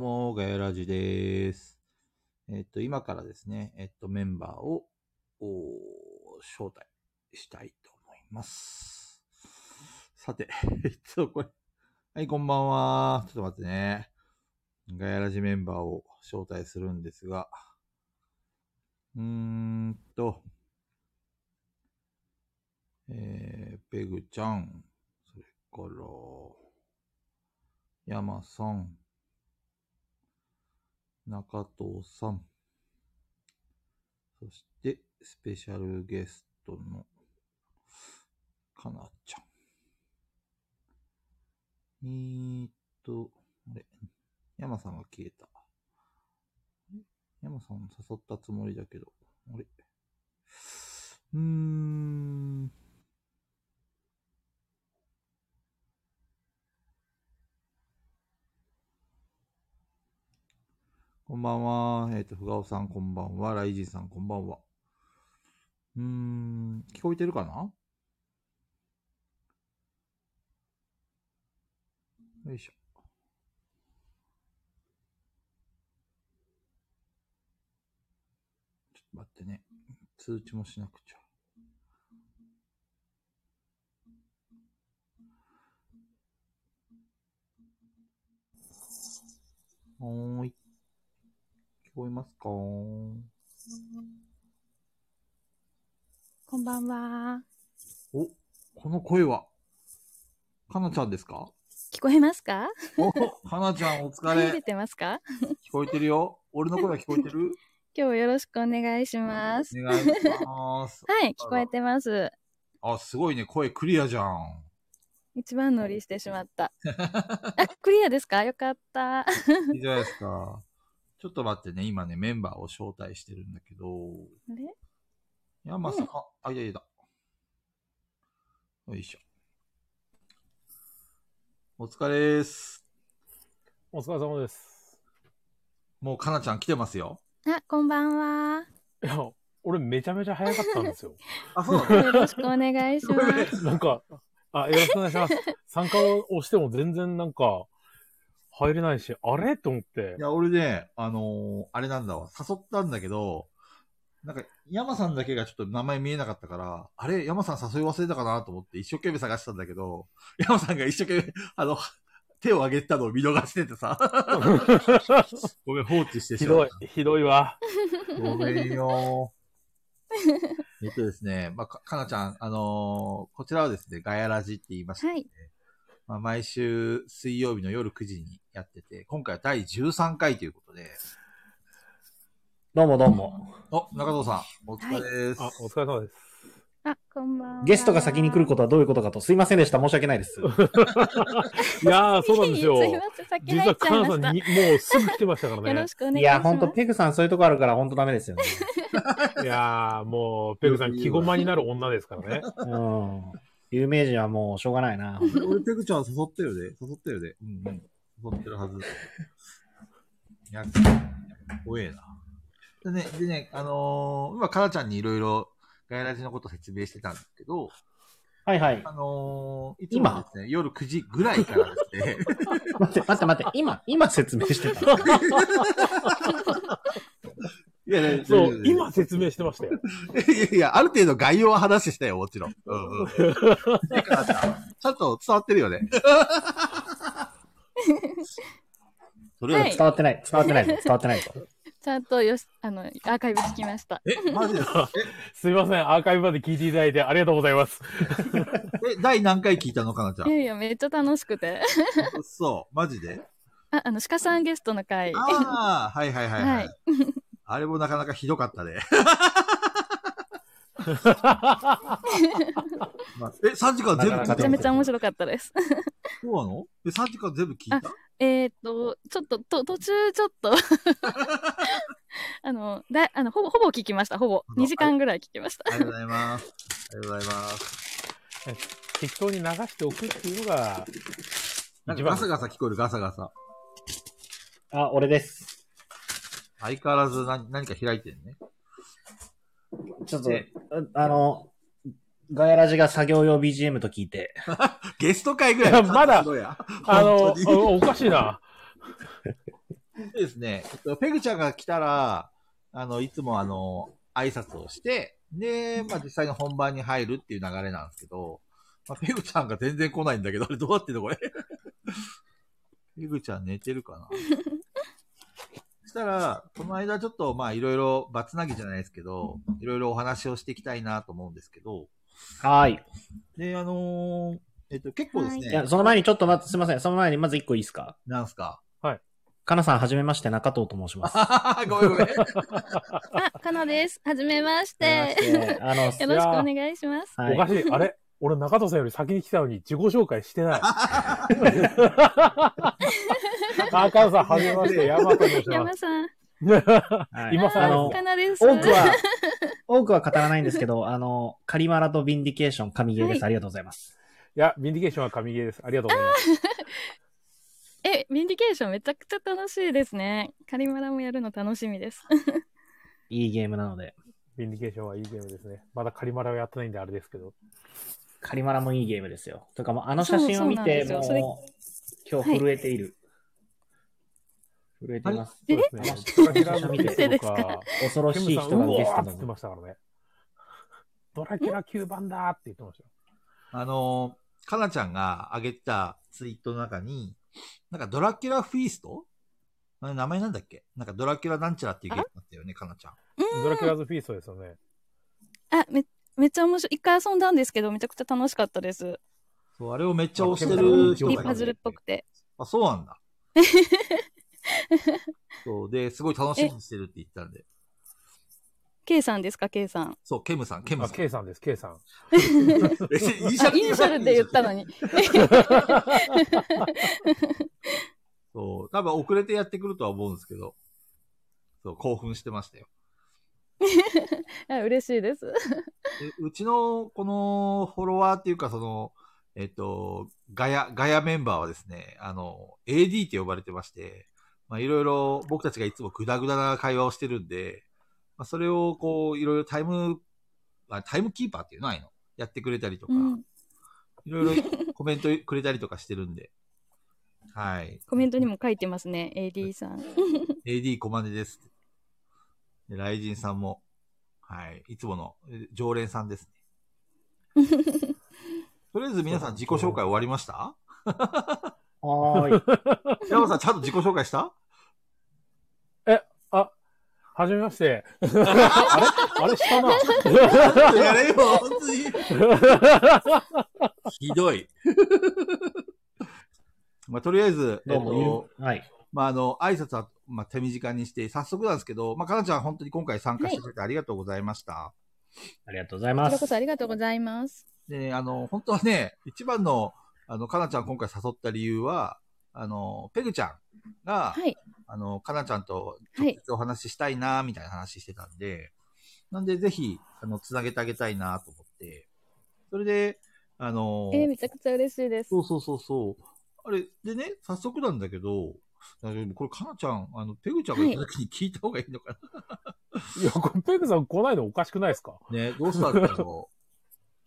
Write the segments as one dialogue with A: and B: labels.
A: のガヤラジです。えっと、今からですね、えっと、メンバーを、お招待したいと思います。さて、えっと、これ。はい、こんばんは。ちょっと待ってね。ガヤラジメンバーを招待するんですが、うーんと、えー、ペグちゃん、それから、山さん、中藤さん、そしてスペシャルゲストのかなちゃん。えーっと、あれ、山さんが消えた。え山さん誘ったつもりだけど、あれうーん。こんばんは。えっ、と、ふがおさん、こんばんは。ライジンさん、こんばんは。うーん、聞こえてるかなよいしょ。ちょっと待ってね。通知もしなくちゃ。はーい。聞こえますか
B: こんばんは。
A: お、この声は、かなちゃんですか
B: 聞こえますか？
A: お、かなちゃんお疲
B: 入
A: れ
B: れ。てますか？
A: 聞こえてるよ。俺の声は聞こえてる
B: 今日よろしくお願いします。
A: お願いします。
B: はい、聞こえてます。
A: あ、すごいね。声クリアじゃん。
B: 一番乗りしてしまった。あ、クリアですか？よかった。
A: いいじゃないですか。ちょっと待ってね。今ね、メンバーを招待してるんだけど。
B: あれ
A: 山さん、
B: う
A: あ、あ、いやいやだ。よいしょ。お疲れです。
C: お疲れ様です。
A: もうかなちゃん来てますよ。
B: あ、こんばんは。
C: いや、俺めちゃめちゃ早かったんですよ。
A: あ、 そうなの
B: よろしくお願いします。
C: なんか、あ、よろしくお願いします。参加を押しても全然なんか、入れないし、あれと思って
A: い。や、俺ね、あのーあれなんだわ、誘ったんだけど、なんか、山さんだけがちょっと名前見えなかったから、あれ、山さん誘い忘れたかなと思って一生懸命探したんだけど、山さんが一生懸命、 あの、手を挙げてたのを見逃してて さ、ごめん、放置して
C: ひ
A: しま
C: ど
A: っ
C: い、ひどいわ。
A: た。ごめんよ。 えっとですね、まあ、かかなちゃん、あのーこちらはですね、ガヤラジって言い ました。
B: はい、
A: まあ、毎週水曜日の夜9時にやってて、今回は第13回ということで、
D: どうもどうも。
A: お、中藤さん、お疲れです。
C: あ、お疲れ様です。
B: あ、こんばんは。
D: ゲストが先に来ることはどういうことかと、すいませんでした。申し訳ないです。
C: いやー、そうなんですよ
B: いえいえすい。ません、先
C: 実
B: 入っ
C: は
B: ちゃい
C: カ
B: ま
C: ナさ
B: し
C: ん
B: た。
C: にもうすぐ来てましたから
B: よ
C: ね
B: ろし。くお願いします。
D: いや、ほんと、ペグさんそういうとこあるから、ほんとダメですよね。
C: いやー、もう、ペグさん、気駒になる女ですからね。
D: うん。有名人はもうしょうがないな。
A: 俺、ペグちゃん誘ったよね。誘ったよね。うんうん。誘ってるはず。いや、怖えな。でね、でね、あのー今、カラちゃんにいろいろ、ガイラジのこと説明してたんですけど、
D: はいはい
A: あ。のーいつもですね、夜9時ぐらいからですね、
D: 待って待って待って。今、今説明してた。
A: いやいや
C: そう、今説明してましたよ。
A: いやいや、ある程度概要は話したよ、もちろん。うん うん。だからさちゃんと伝わってるよね。それは、
B: はい
D: 伝わってない。伝わってないぞ。伝わってないぞ。
B: ちゃんとよし、あの、アーカイブ聞きました。
A: え、マジですか
C: すいません、アーカイブまで聞いていただいてありがとうございます。
A: え、第何回聞いたのかなちゃん
B: い。やいや、めっちゃ楽しくて。
A: そう、マジで
B: あ、あの、鹿さんゲストの回。
A: ああ、はいはいはいはい。
B: はい
A: あれもなかなかひどか ったね。まあえ、3時間全部聞い
D: な
A: た
B: め
D: かな
B: ちゃ
D: か
B: めちゃ面白かった です。
A: そうなのえ、3時間全部聞いた
B: えーっと、ちょっと、と途中ちょっと、あの、だあのほぼ、ほぼ聞きました、ほぼ
A: あ。の
B: 2時間ぐらい聞きました。
A: ありがとうございます。ありがとうございます。
C: 適当に流しておくっていうのが、
A: なんか
C: 一番
A: ガサガサ聞こえる、ガサガサ。
D: あ、俺です。
A: 相変わらず何何か開いてんね。
D: ちょっと、ああの、ガヤラジが作業用 BGM と聞いて。
A: ゲスト会ぐらいの感じ
C: まだ
A: のや
C: あの、
A: 本当に
C: おおかしいな。
A: えですね、えっと、ペグちゃんが来たら、あの、いつもあの、挨拶をして、で、まあ、実際の本番に入るっていう流れなんですけど、まあ、ペグちゃんが全然来ないんだけど、あれどうなってんのこれ。 ペグちゃん寝てるかなそしたら、この間ちょっと、まあ、いろいろ、バツナギじゃないですけど、いろいろお話をしていきたいなと思うんですけど、
D: はい。
A: で、あのーえっと、結構です
D: い
A: ね、
D: や、その前にちょっと待って、すいません。その前にまず一個いいですか
A: なんすか
D: かなさん、はじめまして、中藤と申します。
A: ごめんごめん。
B: あ、かなです。はじめまし
D: は
B: て。
D: じめましてあの、
B: よろしくお願いします。
D: は
C: おか
D: い。
C: しい。あれ 俺中戸さんより先に来たのに自己紹介してない。赤尾さん、はじめまして。ヤマトと申しま
B: 山さん。
C: す。
D: はい
C: 今更
D: あ
C: です
D: の、
B: かなです。
D: 多くは、 多くは語らないんですけど、あの、カリマラとヴィンディケーション、神ゲーで
B: はい
D: す。ありがとうございます。
C: いや、ヴィンディケーションは神ゲーです。ありがとうございます。
B: え、ミンディケーションめちゃくちゃ楽しいですね。カリマラもやるの楽しみです。
D: いいゲームなので。
C: ヴィンディケーションはいいゲームですね。まだカリマラをやってないんであれですけど。
D: カリマラもいいゲームですよ。とかもう、あの写真を見て、
B: そう
D: も
B: そうなんですよ
D: う、今日震えている。震えています。
C: そうですね。
D: え
B: そうですか
D: 恐ろしい人がゲス
C: わーって
D: トな
C: 言って
D: の
C: ましたからね。ドラキュラ9番だーって言ってましたよ。
A: あのー、かなちゃんが上げてたツイートの中に、なんかドラキュラフィーストあれ名前なんだっけなんかドラキュラなんちゃらっていうゲームだったよね、かなちゃん。
C: ドラキュラズフィーストですよね。
B: あ、め、めっちゃ面白い。一回遊んだんですけど、めちゃくちゃ楽しかったです。
A: そう、あれをめっちゃ押してる人
B: い
A: が
B: い
A: い
B: パズルっぽくて。
A: あ、そうなん だ。そう、で、すごい楽しみにしてるって言ったんで。
B: K さんですか、K さん。
A: そう、ケムさん、ケム
C: あ、
A: さん。
C: K さんです、K さん。
A: えイニ
B: あ、イニシャルで言ったの
A: に。
B: に。
A: そう、多分遅れてやってくるとは思うんですけど、そう、興奮してましたよ。
B: あ嬉しいです。
A: でうちの、この、フォロワーっていうか、その、えっと、ガヤ、ガヤメンバーはですね、あの、AD って呼ばれてまして、まあ、いろいろ僕たちがいつもグダグダな会話をしてるんで、まあ、それを、こう、いろいろタイム、あタイムキーパーっていうのああいうのやってくれたりとか、
B: うん
A: いろいろコメントくれたりとかしてるんで、はい。
B: コメントにも書いてますね、AD さん。
A: AD コマネです。でライジンさんも、はい、いつものえ常連さんですね。 とりあえず皆さん自己紹介終わりました
D: はーい。
A: ヤマさんちゃんと自己紹介した
C: はじめまして。あれあれした な。
A: やれよ、本当に。ひどい。 まあ、とりあえず、えっ
D: どうも
A: と、。
D: はい。
A: まあ、あの、挨拶は、まあ、手短にして、早速なんですけど、まあ、かなちゃん本当に今回参加してくれてありがとうございました。
D: ありがとうござい
B: こ
D: ま
B: ちらこ
D: す
B: そ。ありがとうございます。
A: でね、あの、本当はね、一番の、あの、かなちゃん今回誘った理由は、あの、ペグちゃんが、
B: はい。
A: あの、かなちゃんと
B: は
A: 直
B: い。
A: 接お話ししたいな、みたいな話してたんで、なんでぜひ、あの、つなげてあげたいな、と思って。それで、あの、
B: えーめちゃくちゃ嬉しいです。
A: そうそうそうそう。あれ、でね、早速なんだけど、あのこれ、かなちゃん、あの、ペグちゃんがいた時に聞いた方がいいのかな、
C: いや、これペグさん来ないのおかしくないですか
A: ね、どうしたんだろう。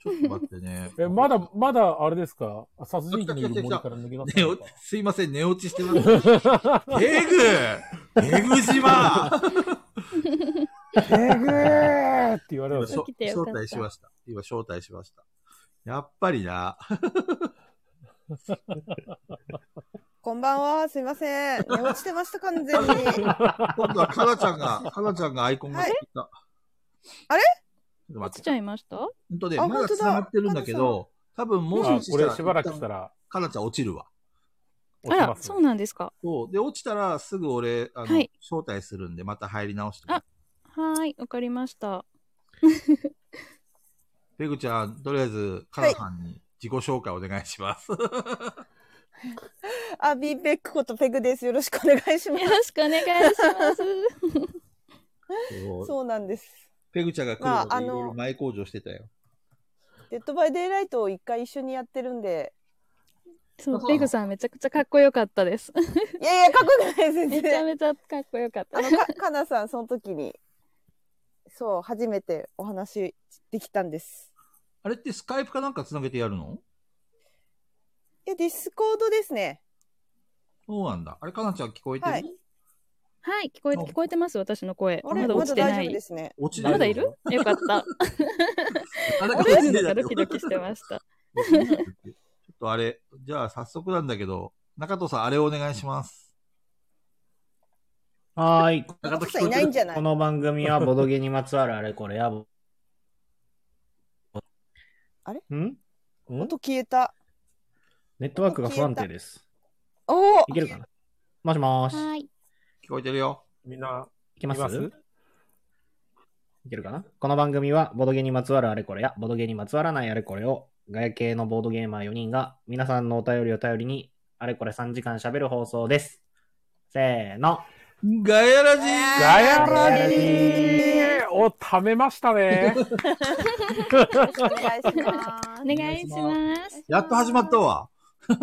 A: ちょっと待ってね
C: 。え、まだ、まだ、あれですか殺人鬼のいる森から抜け
A: 寝
C: 出 せない
A: 落
C: の
A: ちすいません、寝落ちしてます。ペグペグ島
C: ペグーって言われま
A: 今
C: した。
A: 招
B: 来てよかった
A: 待しました。今、招待しました。やっぱりな。
E: こんばんは、すいません。 寝落ちてました、完全に。
A: 今度はかなちゃんが、かなちゃんがアイコンがついた。
E: あれ
A: ちょっと待
B: ち
A: っ
B: ち
A: て。
B: ゃいました
A: 本当ね、
E: あ
A: まだ
E: 本当だ
A: 繋がってるんだけど、多分も
C: あ
A: う、
C: これしばらくした
A: ら、
C: ら
A: かなちゃん落ちるわ。
C: 落
B: あ
C: ち
B: ら
C: ま、す
B: そう。なんですか。
A: そう。で、落ちたらすぐ俺、あの、
B: はい
A: 招待するんで、また入り直してね。
B: あはーい、わかりました。
A: ペグちゃん、とりあえず、かなさんに自己紹介お願いします。
E: あ、ビーペックことペグです。よろしくお願いしま
B: よろしくお願いします。
A: そう
E: す。そうなんです。
A: ペグちゃんが来る
E: まあ
A: ま
E: あ
A: でい
E: の
A: ろいろ前工場してたよ。
E: デッドバイデイライトを一回一緒にやってるんで。
B: そ
A: あそう
B: う、ペグさんめちゃくちゃかっこよかったです。
E: いやいや、かっこよくないです、
B: め
E: 全
B: ちゃ
E: 然。
B: めちゃかっこよかった
E: あ。の、か、かなさん、その時に、そう、初めてお話できたんです。
A: あれってスカイプかなんかつなげてやるの
E: いや、ディスコードですね。
A: そうなんだ。あれ、かなちゃん聞こえてる、
E: はい
B: はい、聞こえて、
A: あ
B: 聞こえてます、私の声。ま
E: あれま
B: だ
E: だ
B: 落ちてな
E: 大丈夫
B: い
E: で。すね。
A: 落ちな
B: あ
A: い
B: まだいるよかった。
A: あ、なんか
B: あ
A: 落
B: れ
A: ちて
B: な
A: た
B: んか
A: よ
B: ドキドキしてました。
A: ちょっとあれ、じゃあ早速なんだけど、中藤さんあれをお願いします。
D: はーい。
A: 中
E: さんいないんじゃない
D: この番組はボドゲにまつわるあれこれや。
E: あれ
D: んん
E: 音消えた。
D: ネットワークが不安定です。
E: おお
D: いけるかなもしもーし。
B: はい。
A: 聞こえてるよ。
C: みんな、
D: いけます
C: います
D: いけるかなこの番組は、ボドゲにまつわるあれこれや、ボドゲにまつわらないあれこれを、ガヤ系のボードゲーマー4人が、皆さんのお便りを頼りに、あれこれ3時間喋る放送です。せーの。
A: ガヤラジ
C: ガヤラ
D: ガ
C: ジーを貯めましたね。
E: お願いしま
B: お願いします。
A: やっと始まったわ。
D: お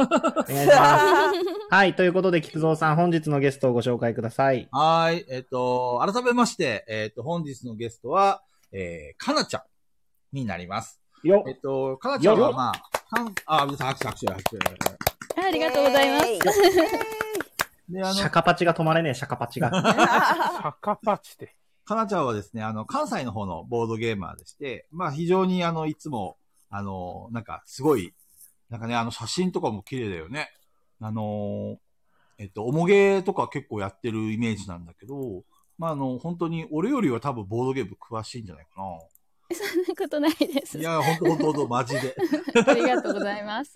D: 願いし ます。
E: す。
D: はい、ということで、菊蔵さん、本日のゲストをご紹介ください。
A: はーい。えっ、と、改めまして、えっ、と、本日のゲストは、えー、かなちゃんになります。
D: よ
A: えっ、と、かなちゃん
D: よ
A: は
D: よ
A: まあ、かんあ、皆さん拍手拍手拍手。
B: あありがとうございます。
A: で、あ
D: シャ
A: の、
D: カパチが止まれねえ、シャカパチが。
C: シャカパチで。
A: かなちゃんはですね、あの、関西の方のボードゲーマーでして、まあ、非常にあの、いつも、あの、なんか、すごい、なんかね、あの、写真とかも綺麗だよね。あの、えっと、おもげとか結構やってるイメージなんだけど、まあ、あの、本当に、俺よりは多分ボードゲーム詳しいんじゃないかな。
B: そんな ことないです。
A: い
B: あ
A: や、ほんとほんとほんと、マジで。
B: りがとうございます。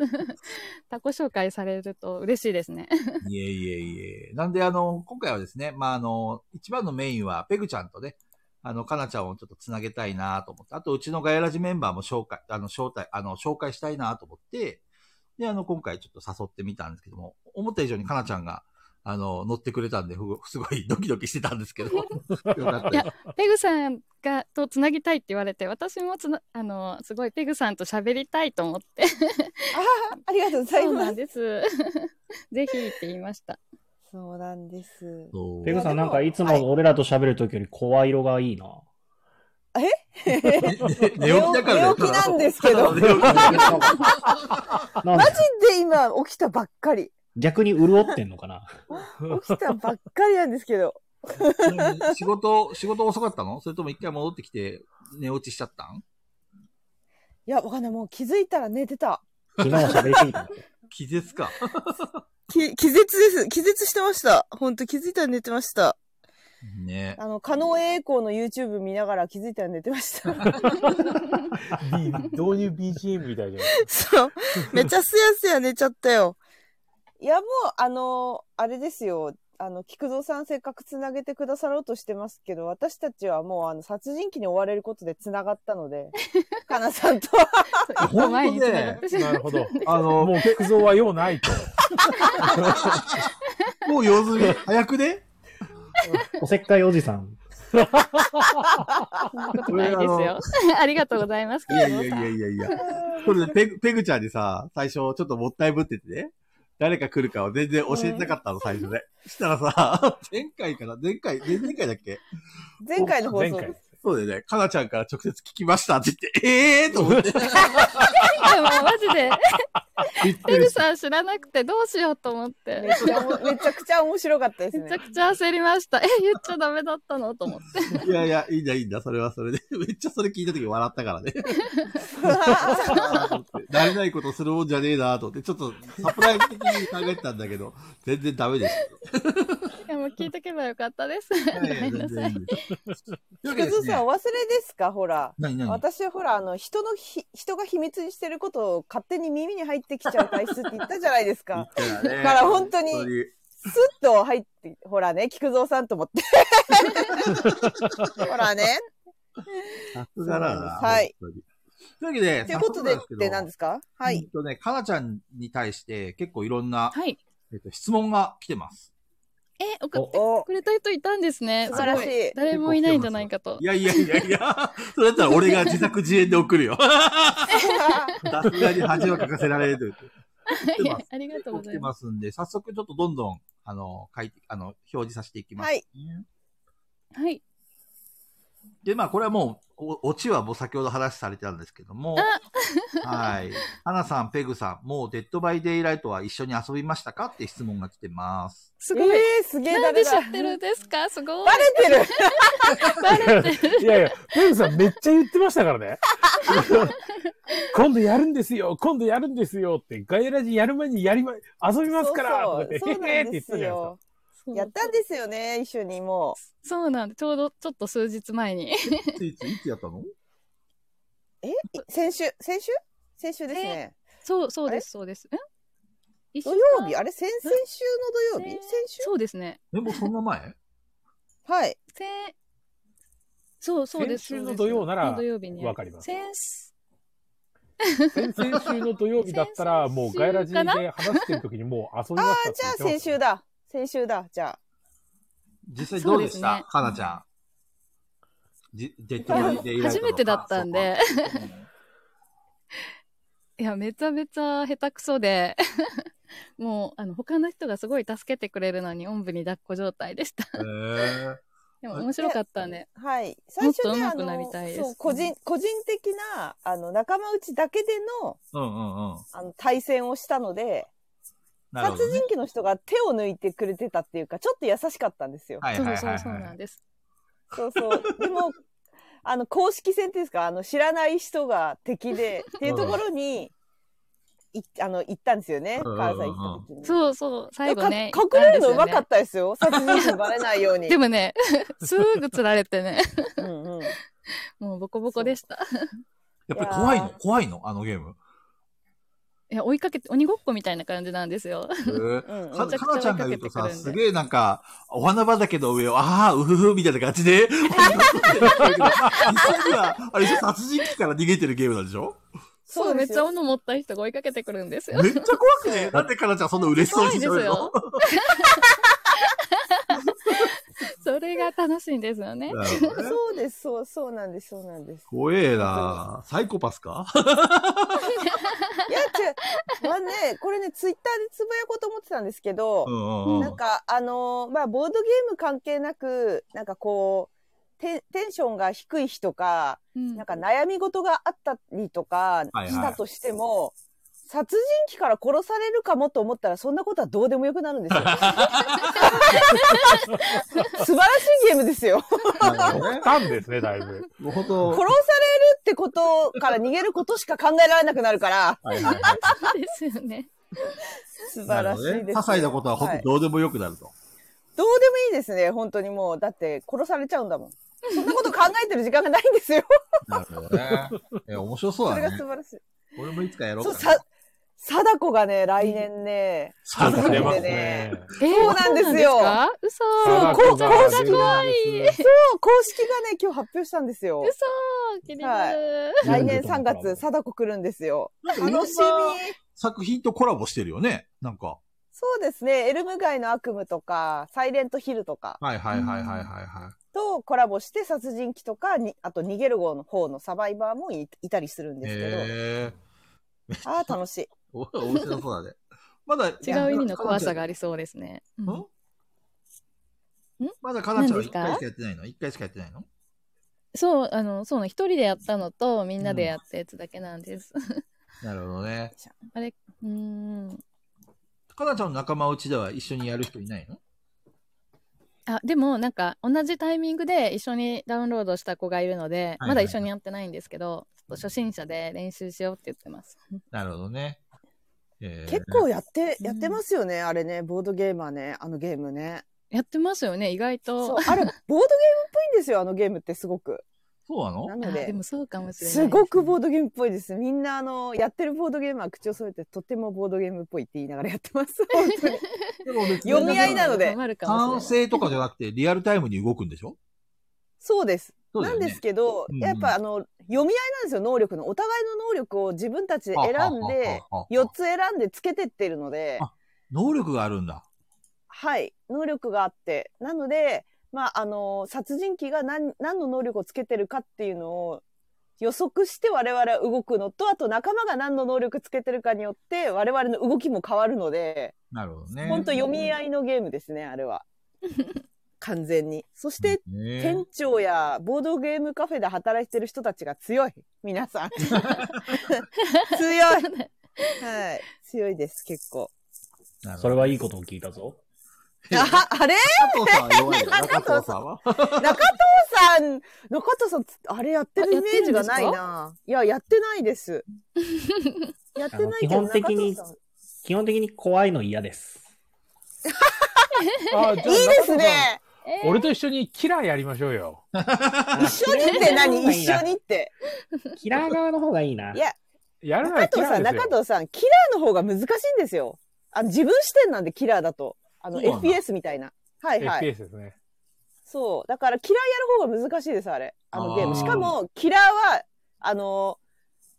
B: タコ紹介されると嬉しいですね。
A: いえいえいえ。なんで、あの、今回はですね、まあ、あの、一番のメインは、ペグちゃんとね、あの、かなちゃんをちょっとつなげたいなと思って、あと、うちのガヤラジメンバーも紹介、あの、招待、あの、紹介したいなと思って、で、あの、今回ちょっと誘ってみたんですけども、思った以上にかなちゃんが、あの、乗ってくれたんで、ふすごいドキドキしてたんですけ ど、よかった
B: いやペグさんがとつなぎたいって言われて、私もつなあのすごいペグさんと喋りたいと思 って、
E: ありがとうござい
B: そうなん
E: ます。
B: です。 ぜひって言いました。
E: そうなんです。
A: そう
D: ペグさん、なんかいつ
E: はい
D: も俺らと喋るときより声色がいいな。
A: ね寝起きだから
E: 寝起きなんですけ
A: ただの
E: ど
A: 寝起き
D: なん
E: マ
D: か
E: ジで今起きたばっ かり。
D: 逆に潤ってんのかな
E: 起きたばっかりなんですけど。
A: 仕事、仕事遅かったのそれとも一回戻ってきて、寝落ちしちゃったん
E: いや、わかんない。もう気づいたら寝てた。
D: 昨日は喋りすぎた。
A: 気絶か。
E: き気絶です。気絶してました。ほんと気づいたら寝てました。
A: ね
E: あの、加納栄光の YouTube 見ながら気づいたら寝てました。
C: B どういう BGM みたいじゃない
E: そう。めちゃすやすや寝ちゃったよ。いや、もう、あの、あれですよ。あの、菊蔵さんせっかくつなげてくださろうとしてますけど、私たちはもう、あの、殺人鬼に追われることでつながったの で、かなさんと は。
B: 一歩前につながってしま
C: なるほど。
A: あの、
C: もう菊蔵は用ないと。
A: もう用済み。早くね
D: おせっかいおじさん。
B: そんなことないですよ。ありがとうございます。
A: いやいやいやいやいや。これねペグ、ペグちゃんにさ、最初ちょっともったいぶっててね。誰か来るかを全然教えてなかったの、最初で。したらさ、前回から、前回、前々回だっけ
E: 前回の放
C: 前
E: 送
C: 回。
A: そうだよね。かなちゃんから直接聞きましたって言って、ええーと思って。
B: でもマジで、
A: びっく
B: ペ
A: り
B: グ
A: した。
B: さん知らなくてどうしようと思って
E: め。っちゃおもめちゃくちゃ面白かったです
B: めち
E: ね
B: ゃ。くちゃ焦りました。え、言っちゃダメだったのと思って。
A: いやいや、いいんだいいんだ、それはそれで。 めっちゃそれ聞いた時笑ったからね。 慣れないことするもんじゃねえなと思って、ちょっとサプライズ的に考えてたんだけど、全然ダメでした。
B: いや、もう聞いとけばよかったです。
A: い やいや、全然いいです。というわけで
E: 菊蔵
A: です
E: さん、
A: ね
E: お忘れですかほら。
A: 何何
E: 私はほら、あの、人のひ、人が秘密にしてることを勝手に耳に入ってきちゃう体質って言ったじゃないですか。だから本当にスッと入って、ほらね、菊蔵さんと 思って。ほらね。
A: さすがだな。
E: はい
A: 本当に。というわけで、
E: ということで、って何ですすかは
A: え
E: い
A: っ。とね、かなちゃんに対して結構いろんな、
B: はい。
A: えっと、質問が来てます。
B: え、送って
E: お、
B: くれた人いたんですね。
E: 素晴らし
B: すご
E: い。
B: 誰もいないんじゃないかと
A: い。やいやいやいや、 それだったら俺が自作自演で送る よ。さすがに恥はかかせられるという。て
B: い
A: ま
B: や
A: す
B: ありがとうござ
A: 来て
B: いま
A: ますんで、早速ちょっとどんどん、あの、書いて、あの、表示させていきます、
E: はい。
A: ね
B: す。はい。
A: で、まあ、これはもう、おオチはもう先ほど話されてたんですけども、 はい。花さん、ペグさん、もうデッドバイデイライトは一緒に遊びましたかって質問が来てます。
B: す
E: え
B: ごい。
E: ー、すげえ
B: なんで
E: 誰
B: 知
E: だ。
B: ってるんですかすごい
E: バ。レてる。
B: バレてる。
C: いやいや、ペグさんめっちゃ言ってましたから ね。今度やるんですよ、今度やるんですよって、ガイラジやる前にやりま、遊びますから
E: そ
C: とか
E: うそう
C: 言
E: そう
C: っ
E: な
C: て、へへー
E: ん
C: って言
E: で
C: ってた
E: す
C: じゃないですか
E: よ。やったんですよね、一緒にも
B: そうなんで、ちょうど、ちょっと数日前に。
A: いついつ、いつやったの
E: う。えい先週先週先週ですね。
B: そう、そうです、そうです。ん
E: 土曜日あれ先々週の土曜日
B: ね
E: 先週
B: そうですね。
A: え、もうそんな前
E: はい。
B: せそう、そうです。
C: 先週
B: そ
C: の
B: うです
C: 土曜なら
B: もう土曜日にやる
C: わかります
B: 先す
C: 先々週の土曜日だったら、もうガイラジで話してる時にもう遊びま
E: あ
C: した
E: あ、
C: って
E: じゃ
C: 言っ
E: あ
C: てま
E: 先
C: した
E: 週だ。先週だ。じゃあ。
A: 実際どうでし
B: そうです
A: た
B: ね
A: かなちゃん。じデッドバイデイライト
B: 初
A: の
B: めてだった んで、
A: 感想は。
B: いや、めちゃめちゃ下手くそで、 もう、あの、他の人がすごい助けてくれるのに、おんぶに抱っこ状態でした。
A: へー
B: でも面白かったんで。
E: はい。最初ね、
B: もっと上
E: あ
B: 手くなりたいです
E: の、そう、個人、個人的な、あの、仲間内だけでの、
A: うんうんうん。
E: あの、対戦をしたので、
A: なるほ
E: 殺
A: ど、ね。
E: 人鬼の人が手を抜いてくれてたっていうか、ちょっと優しかったんですよ。
A: はい
B: そ
A: は
B: う
A: いは
B: そ
A: いうは
B: そ
A: い。
B: う、そうなんです。
E: そうそう。でも、 あの、公式戦っていうんですか、あの、知らない人が敵で、っていうところに、い、あの、行ったんですよね。
A: うんうんうん
E: 関西行った時に。
B: そうそう、最後ね。
E: か隠れるの
B: 行たんですよ
E: うま
B: ね
E: かったですよ。殺人鬼にバレないように。
B: でもね、すぐ釣られてね、
E: うんうん。
B: もうボコボコでした。
A: やっぱり怖いの
E: いや
A: 怖いのあの ゲーム。
B: いや、追いかけて、鬼ごっこみたいな感じなんですよ。
A: へー
E: うんうん
A: か
B: めちゃくちゃ
A: かなちゃんが言うと
B: 追
A: さ、
B: いかけてくるんです
A: げえなんか、お花畑の上を、ああ、うふふ、みたいな感じ で、鬼ごっこしてるんだけど実際には、あれでしょ、殺人鬼から逃げてるゲームなんでしょ
B: そう、めっちゃ
E: よ
B: 斧持った人が追いかけてくるんですよ。
A: めっちゃ怖く ねなんでかなちゃんそんな嬉しそう
B: 怖
A: に
B: い
A: し
B: です
A: てるの
B: よ。それが楽しいんですよね。
A: なるほどね
E: そうです、そう、そうなんです、そうなんです。
A: 怖えなサイコパス か
E: いや、違う。まあね、これね、ツイッターでつぶやこうと思ってたんですけど、
A: うんうんう
E: なん
A: ん。
E: か、あのーまあ、ボードゲーム関係なく、なんかこう、テンテンションが低い日とか、
B: うん
E: なんか悩み事があったりとか
A: はい
E: したとしても、殺人鬼から殺されるかもと思ったら、そんなことはどうでもよくなるん ですよ。 素晴らしいゲームで すよ。
A: なるほどね
C: たんですね、だいぶ。
A: もうほんと
E: 殺されるってことから逃げることしか考えられなくなるから、
A: はいはいはい
B: そう ですよね。
E: 素
A: な
E: 晴
A: る
E: ら
A: ほ
E: しい
A: どね
E: です。
A: 些細なことは本
E: はい
A: 当どうでもよくなると。
E: どうでもいいですね、本当にもう。だって、殺されちゃうんだもん。そんなこと考えてる時間がないんですよ。
A: なるほどね。いや、面白そう
E: それ
A: だ
E: が
A: ね
E: 素。晴らしい。
A: 俺もいつかやろう
E: そう、
A: かな
E: さ。、貞子がね、来年ね、
A: さ
E: そう
C: 出
E: 出
C: ま
E: ますす
C: ね
E: ね。
B: えー
E: そうなんですよ
B: そうなんですか嘘
E: 貞子が
C: 貞子
B: 怖い
E: そう公式がね、今日発表したんですよ。
B: 嘘気になる。
E: 来年3月、貞子来るんですよ。
A: なんかいろんな
E: 楽しみ。
A: 作品とコラボしてるよね。なんか。
E: そうですね、エルム街の悪夢とか、サイレントヒルとか
A: はいはいはいはいはいは
E: とコラボして、殺人鬼とかに、あと逃げる号の方のサバイバーもいいたりするん
A: い。
E: ですけど、
A: へえ。
E: ああ、楽しい。
A: お面白そうだね。 まだ
B: 違う意味の怖さがありそうですね。うん
A: んまだかなちゃんは
B: 何です
A: 一
B: か
A: 回しかやってないの一回しかやってないの
B: そう、あの、そうなの、一人でやったのと、みんなでやったやつだけなんです。
A: なるほどね。
B: あれ、うーん。
A: かなちゃんの仲間内では一緒にやる人いないの
B: あ、でも、なんか、同じタイミングで一緒にダウンロードした子がいるので、
A: はい
B: まだ一緒にやってないんですけど、ちょっと初心者で練習しようって言ってます。
A: なるほどね。えー
E: 結構やって、
B: うん
E: やってますよね、あれね、ボードゲーマーね、あのゲームね。
B: やってますよね、意外
E: そ
B: と
E: う。、あれ、ボードゲームっぽいんですよ、あのゲームってすごく。
A: そうな の
E: な
B: あ
E: の
B: で
E: で
B: も、そうかもしれないですね、
E: すごくボードゲームっぽいです。みんな、あの、やってるボードゲームは口を添えて、とてもボードゲームっぽいって言いながらやってます。本当に
A: でも別に
E: 読み合いなので
B: 困るかも
A: 完
B: しれない
A: 成とかじゃなくて、リアルタイムに動くんでしょ
E: そうです。
A: そうだ
E: な
A: よ
E: ん
A: ね。
E: ですけど、
A: うんうん
E: やっぱあの、読み合いなんですよ、能力の。お互いの能力を自分たちで選んで、
A: はははは
E: 4つ選んでつけてってるので
A: あ、能力があるんだ。
E: はい、能力があって。なので、まあ、あの、殺人鬼が何、何の能力をつけてるかっていうのを予測して我々は動くのと、あと仲間が何の能力つけてるかによって我々の動きも変わるので、
A: なるほどね。
E: 本当読み合いのゲームですね、あれは。完全に。そして、
A: ね
E: 店長やボードゲームカフェで働いてる人たちが強い。皆 さん。強い。はい。強いです、結構。
A: なるほど
D: それはいいことを聞いたぞ。
E: あ、あれ
A: 加藤さんは弱いよ。中藤さんは。
E: 中藤さん、中藤さん、あれやってるイメージがないな。いや、やってない です。やってないけ
D: あ
E: ど、
D: の基本的に
E: 中藤さん
D: 基本的に怖いの嫌です。
C: あ、いい
E: いいですね。
B: えー
C: 俺と一緒にキラーやりましょうよ。
E: 一緒にって何
D: あ
E: 一緒にって。
D: キラー側の方がいいな。
E: いや、
C: やるな
E: 中
C: らキ
E: 藤
C: ラー
E: さん、
C: ですよ。
E: 中藤さん、キラーの方が難しいんですよ。あの自分視点なんで、キラーだと。あの、
A: そうなんだ
E: FPS みたいな。はいはい。
C: FPS ですね。
E: そう。だから、キラーやる方が難しいです、あれ。あのゲー
A: あ
E: ム。
A: ー
E: しかも、キラーは、あの、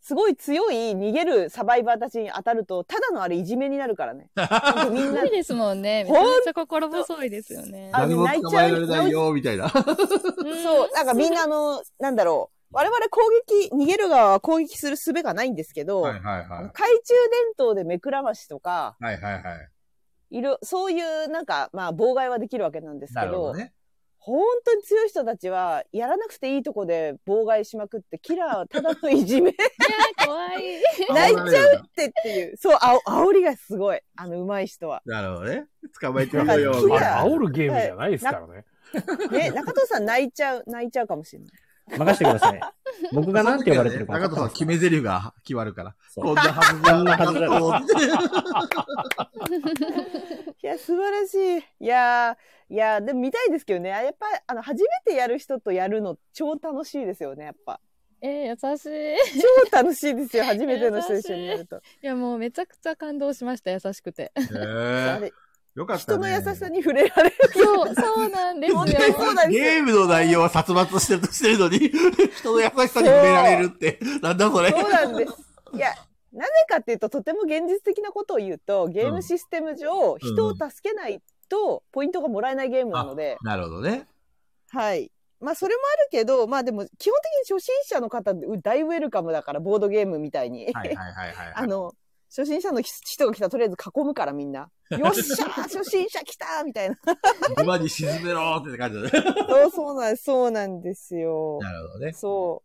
E: すごい強い逃げるサバイバーたちに当たると、ただのあれいじめになるからね。ほんとみんな
B: 無理ですもんね。めち
E: ほ
B: ゃ
E: んと
B: めちゃ心細いですよね。
E: あ
A: 誰も捕まえられないよ、みたいな。
E: そう、なんかみんなあの、なんだろう。我々攻撃、逃げる側は攻撃する術がないんですけど、
A: はいはい
E: あの
A: は
E: 懐中電灯で目くらましとか、
A: い。はいはいはい
E: ろ、そういうなんか、まあ妨害はできるわけなんで
A: い。
E: すけ
A: な
E: ど、
A: るほどね。
E: 本当に強い人たちは、やらなくていいとこで妨害しまくって、キラーはただのいじめっ
B: えー怖い。
E: 泣いちゃてっていう、そう、あお、煽りがすごい。あの、上手い人は。
A: なるほどね。捕まえてみよ
E: な
A: よ
E: ん。か
A: み
E: キ
A: たい
E: ラ
A: な
C: あ煽るゲームじゃないですからね。
E: ね、中藤さん泣いちゃう、泣いちゃうかもしれない。
D: 任せてくださ い。僕が何て呼ばれてるか
A: 中
D: 分
A: 藤さん
D: かってま
A: は
D: す
A: 決め台詞が決まるから。
D: そう
A: こんなはずだ。
D: こんなはずだ
E: いや、素晴らしい。いやー、いやー、でも見たいですけどね。やっぱ、あの、初めてやる人とやるの超楽しいですよね、やっぱ。
B: えー優しい。
E: 超楽しいです よ、初めての人一緒にやると。
B: いやもうめちゃくちゃ感動しました、優しくて。
E: あ
A: へえ
E: れ
A: よかった
E: 人
A: ね。
E: の優しさに触れられる。
B: そう、そうなんですよ。
E: 本当にそうなんですよ
A: ゲームの内容は殺伐してるしてるのに、 人の優しさに触れられるって、なんだそれ。
E: そうなんです。いや、なぜかっていうと、とても現実的なことを言うと、ゲームシステム上、人を助けないと、ポイントがもらえないゲームなので、
A: なるほどね。
E: はい。まあ、それもあるけど、まあでも、基本的に初心者の方、大ウェルカムだから、ボードゲームみたいに。
A: はいはいはいはい。
E: あ、の、初心者の人が来たらとりあえず囲むからみ んな。よっしゃー初心者来たーみたいな。
A: 馬に沈めろーって感じだね。
E: そうそうなんです、そうなんですよ。
A: なるほどね。
E: そ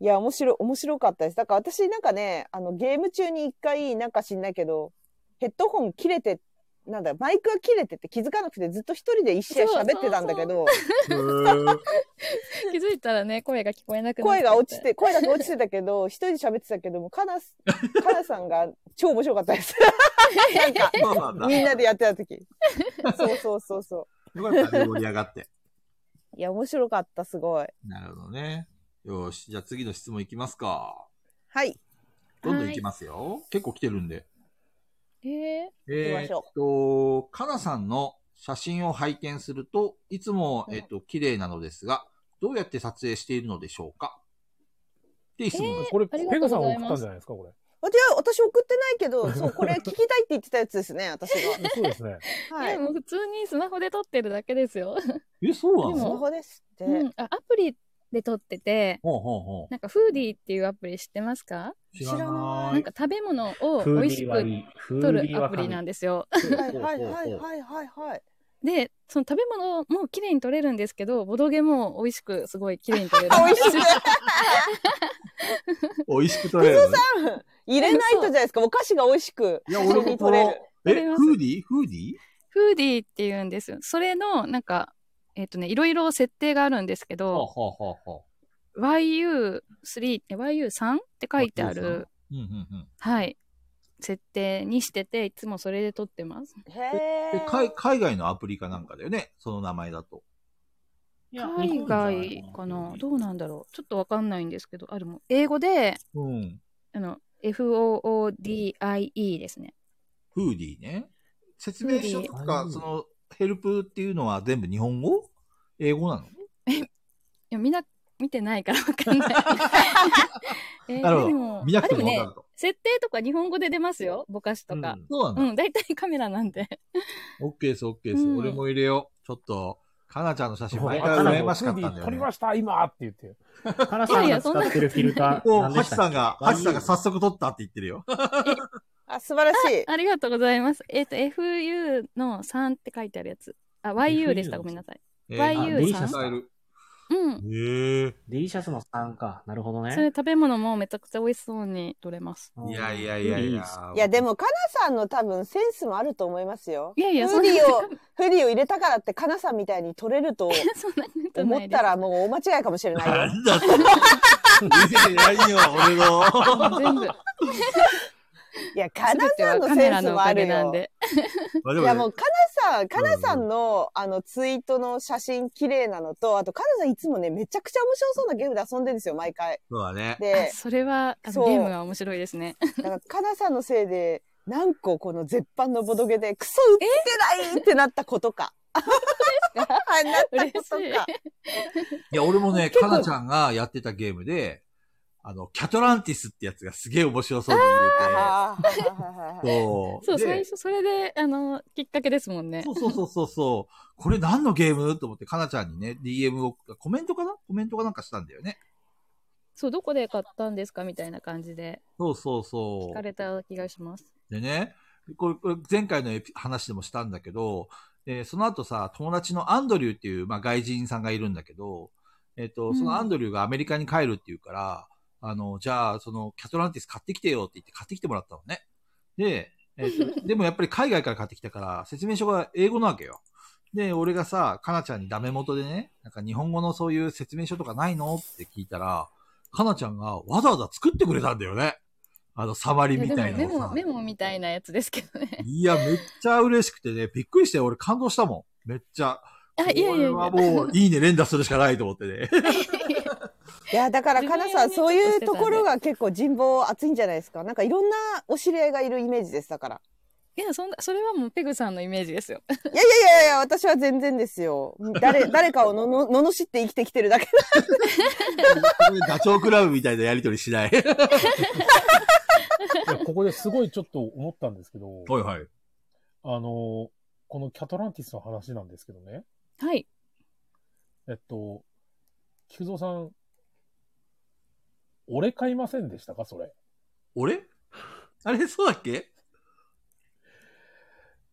E: う。いや、面白い、面白かったです。だから私なんかね、あの、ゲーム中に一回、なんか知んないけど、ヘッドホン切れて、なんだ、マイクが切れてて気づかなくてずっと一人で一試合喋ってたんだけど、
B: 気づいたらね、声が聞こえなくなっちゃって
E: 声が落ち。て、声だけ落ちてたけど、 一人で喋ってたけども、かな、 かなさんが超面白かったです。な んか、
A: そうなんだ。
E: みん
A: よ
E: なでやってた時。そうそうそうそう。
A: かったね、盛り上がって。
E: いや、面白かった、すごい。
A: なるほどね。よーし、じゃあ次の質問いきますか。
E: はい。
A: どんどんいきますよ。結構来てるんで。
B: え
E: 行き
A: え
E: まし
A: ー、っと、
E: ょ
A: かなさんの写真を拝見すると、いつも、
E: うん
A: えっと、綺麗なのですが、どうやって撮影しているのでしょうかっていう質問です。
C: これ、
B: ありが
C: ペ
B: とうござ
C: ガさん
B: い
C: 送
B: ます
C: ったんじゃないですか、こ
E: あじゃあ、私送ってないけど、そう、これ聞きたいって言ってたやつで すね、私
C: れ。そうですね。
E: が。
B: ー
E: はい
B: や。もう普通にスマホで撮ってるだけですよ。
A: え、そう
B: で
E: ス
B: も
E: マホですって。
B: うん、あアプリで撮ってて、
A: ほうほうほ
B: なんかフーディーっていうアプリ知ってますか
A: う。
E: 知らな
B: なんか食べ物を
D: フー
B: 美味
D: ディー
B: し
D: は
B: く
D: いい。フ
B: 撮
D: ーディー
B: るア
D: は
B: プリなん
D: 神。
B: ですよ。
E: はいはいはいはいはいはい。
B: で、その食べ物も綺麗に撮れるんですけど、ボドゲも美味しくすごい綺麗に撮れる。
E: あ、美味しい。
A: 美味しく撮れるのね。
E: 入れないとじゃないですか、お菓子が美味しく。
A: いや、俺もこの、え、
B: 撮れます
A: フーディーフーディー
B: フーディーっていうんですよ。それの、なんか、えっ、とね、いろいろ設定があるんですけ
A: ほう
B: ど、
A: ほうほうほ
B: YU3、え YU3 って書いてある、
A: う。うんうんうん。
B: はい、設定にしてて、いつもそれで撮ってます。
E: へ
A: で
E: ー
A: 海海外のアプリかなんかだよね。その名前だと。
B: 海外かなどうなんだろうちょっとわかんないんですけど、あ、でも、英語で、
A: うん。
B: あの、FOODIE ですね。
A: フーディーね。説明書とか
D: フー、ディー
A: その、ヘルプっていうのは全部日本語英語なの
B: いや、みんな見てないからわ かんない。えー
A: なるほど
B: でも
A: 見なくても
B: あ
A: わ
B: で
A: か
B: ね
A: る、と。
B: 設定とか日本語で出ますよ。ぼかしとか。
A: そうなん
B: う
A: だ。
B: ん、大体カメラなんで。
A: オッケーです、オッケーです。
B: うん
A: 俺も入れよう。ちょっと、かなちゃんの写真、
D: そう
A: 毎回
D: かな
A: 羨ましかったんだ
C: フーディー
A: よ
C: 撮り
A: ね。
C: ました、今って言って。
D: カナさんが使ってるフィルター。
A: お、
D: 何で
A: ハチ
D: した
A: さ
D: っ
A: ん
D: け
A: が、ハチさんが早速撮ったって言ってるよ。
E: あ、素晴らしい。
B: ありがとうございます。えっ、と、FU の3って書いてあるやつ。あ、YU でした。
D: FU
B: ごめんなさい。
A: え
B: YU
D: さん
A: 使える
B: うん。
A: ええ
D: デリシャスの3か。なるほど
B: それ
D: ね。
B: 食べ物もめちゃくちゃ美味しそうに取れます。
A: いやいやいやいや。
E: いや、でも、かなさんの多分センスもあると思いますよ。
B: いやいや、そ
E: フ
B: んな
E: リ
B: こ
E: を、フリを入れたからって、かなさんみたいに取れると
B: と、そんなことな
E: 思
B: い
E: っ
B: です
E: た。らもう大間違いかもしれない
A: な
E: よ。
A: んだって。見せてないよ、俺の。
B: もう全部。
E: いや、か
B: 全
E: な
B: て
E: さ
B: は
E: んの
B: カ
E: セ
B: メ
E: ン
B: ラ
E: ス
B: のお
E: もあ
B: か
E: る
B: げなん
E: よ。
B: で。
A: まあでもね
E: いや、もう、かなさん、かなさんの、あの、ツイートの写真綺麗なのと、あと、かなさんいつもね、めちゃくちゃ面白そうなゲームで遊んでるんですよ、毎回。
A: そうだね。
E: で
B: あ、それは、あ
E: そ
B: の
E: う
B: ゲームが面白いですね。
E: だから、かなさんのせいで、何個この絶版のボドゲで、クソ売ってないってなったことか。な ったこと
B: 嬉しい
E: か。
A: いや、俺もね、
E: 結構
A: かなちゃんがやってたゲームで、あの、キャトランティスってやつがすげえ面白そうに
E: あーはいはいはいはい
A: 見えて。そう。
B: そう、
A: で
B: 最初、それで、あの、きっかけですもんね
A: そ。うそうそうそうそう。これ何のゲームと思って、かなちゃんにね、DM を、コメントかなコメントかなんかしたんだよね。
B: そう、どこで買ったんですかみたいな感じで
A: そうそうそ
B: 聞か
A: う。
B: れた気がします。
A: でね、これ、これ前回のエピ話でもしたんだけど、でその後さ、友達のアンドリューっていう、まあ、外人さんがいるんだけど、えっ、と、
B: うん
A: そのアンドリューがアメリカに帰るっていうから、あの、じゃあ、その、キャトランティス買ってきてよって言って買ってきてもらったのね。で、えっ とでもやっぱり海外から買ってきたから、説明書が英語なわけよ。で、俺がさ、かなちゃんにダメ元でね、なんか日本語のそういう説明書とかないのって聞いたら、かなちゃんがわざわざ作ってくれたんだよね。あの、サマリ
B: いや
A: み
B: で
A: た
B: も
A: いな
B: メ
A: のをさ
B: モ、メモみたいなやつですけど ね。
A: いや、めっちゃ嬉しくてね、びっくりして、俺感動したもん。めっちゃ。
B: あ、いやいやいや。
A: これはもう、いいね、連打するしかないと思ってね。
E: いや、だから、かなさん、
B: 自分
E: そう
B: 用に
E: い
B: ね
E: うところが結構人望厚いんじゃないですか。なんか、いろんなお知り合いがいるイメージです、だから。
B: いや、そんな、それはもうペグさんのイメージ ですよ。
E: いやいやいやいや、私は全然ですよ。 誰、誰かをのの、ののしって生きてきてるだけ。
A: これダチョウクラブみたいなやりとりしない。
C: いや、ここですごいちょっと思ったんですけど、
A: はいはい。
C: あの、このキャトランティスの話なんですけどね、
B: はい。
C: えっと、菊蔵さん、俺買いませんでしたかそれ。
A: 俺あれ、そうだっけ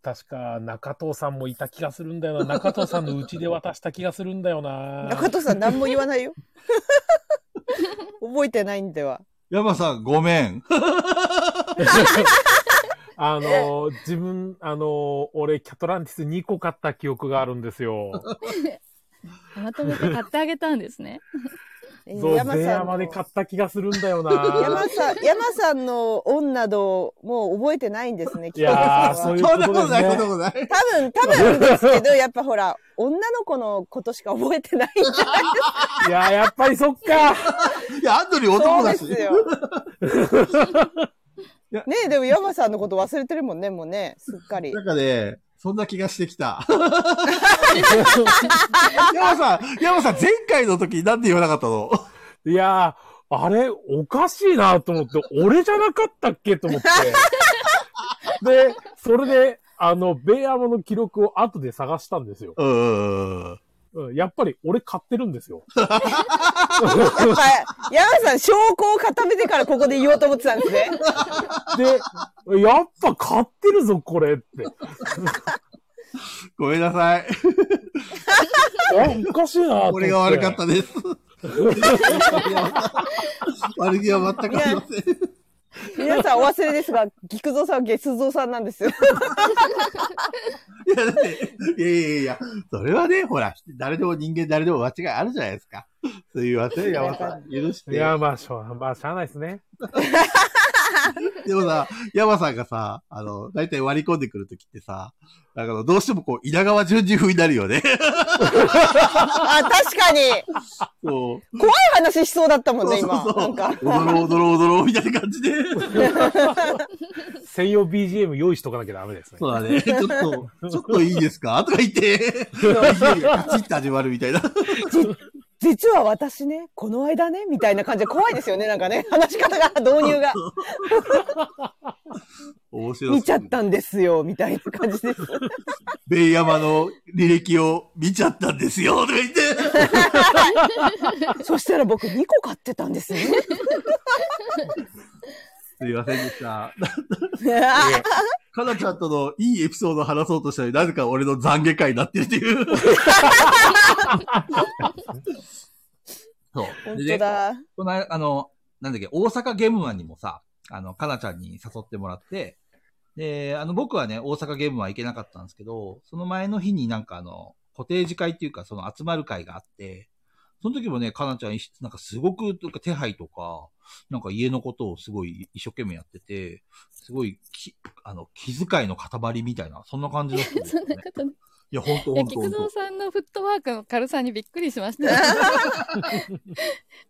C: 確か、中藤さんもいた気がするんだよな。中藤さんのうちで渡した気がするんだよな。
E: 中藤さん、何も言わな いよ。覚えてないんでは。
A: 山さん、ごめん。
C: あのー、自分、あのー、俺、キャトランティス2個買った記憶があるんですよ。
B: まとめて買ってあげたんですね。
E: えー
C: そう、
E: 山
C: ゼ
E: さ
C: ア
E: ん
C: ま
E: の
C: で買った気がするんだよ
E: 山
C: な。
E: さん、山さんの恩など、もう覚えてないんですね、
C: いやー、そういう
A: そんな
C: こ
A: ことと
C: で
A: ない、そん
C: す
A: な
C: ね。
A: ことない。
E: 多分、多分ですけど、やっぱほら、女の子のことしか覚えてないんじゃない
C: いやー、やっぱりそっか。
A: いや、アンドリュー男だし。
E: そう
A: い
E: です
A: や
E: よ。ねえ、でも山さんのこと忘れてるもんね、もうね、すっ かり。
A: なんかね、そんな気がしてきた。山さん、山さん、前回の時なんで言わなかったの
C: いやー、あれ、おかしいなと思って、俺じゃなかったっけと思って。で、それで、あの、ベアマの記録を後で探したんですよ。
A: うーん。
C: うんやっぱり俺買ってるんですよ。
E: やっぱ、山さん、証拠を固めてからここで言おうと思ってたんですね。
C: で、やっぱ買ってるぞ、これって。
A: ごめんなさい。
C: あ、おかしいなと思って。
A: 俺が悪かったです。悪気は全くありません。
E: 皆さんお忘れですが、菊蔵さんはゲス蔵さんなんですよ。
A: いや、だって、いやいやいや、それはね、ほら、誰でも人間誰でも間違いあるじゃないですか。すいません、山さん。許して。
C: いや、まあ、しょう、まあ、しゃあないですね。
A: でもさ、山さんがさ、あの、だいたい割り込んでくるときってさ、だからどうしてもこう、稲川淳二風になるよね。
E: あ、確かに。
A: そう。
E: 怖い話しそうだったもんね、今。
A: そう
E: な
A: そ
E: ん
A: う
E: か。
A: そう。踊ろう、踊ろう、踊ろう、みたいな感じで。
C: 専用 BGM 用意しとかなきゃダメですね。
A: そうだね。ちょっと、ちょっといいですかとか言って、BGM がカチッと始まるみたいな。
E: 実は私ね、この間ね、みたいな感じで怖いですよね、なんかね。話し方が、導入が。
A: 面白そう。
E: 見ちゃったんですよ、みたいな感じです。
A: ベイヤマの履歴を見ちゃったんですよ、とか言って。
E: そしたら僕2個買ってたんですよね。
A: すいませんでした。かなちゃんとのいいエピソードを話そうとしたら、なぜか俺の懺悔会になってるっていう。そう。
E: 本
A: でね
E: 当だ。
A: この間、あの、なんだっけ、大阪ゲームマンにもさ、あの、かなちゃんに誘ってもらって、で、あの、僕はね、大阪ゲームマン行けなかったんですけど、その前の日になんかあの、コテージ会っていうか、その集まる会があって、その時もね、かなちゃん、なんかすごく、なんか手配とか、なんか家のことをすごい一生懸命やってて、すごいき、あの、気遣いの塊みたいな、そんな感じだったんです
B: そ
A: よ
B: ん
A: ね
B: な。ことない
A: いや、ほんと
B: い
A: ほ
B: や
A: んとほ
B: 菊
A: んと
B: 蔵さんのフットワークの軽さにびっくりしました。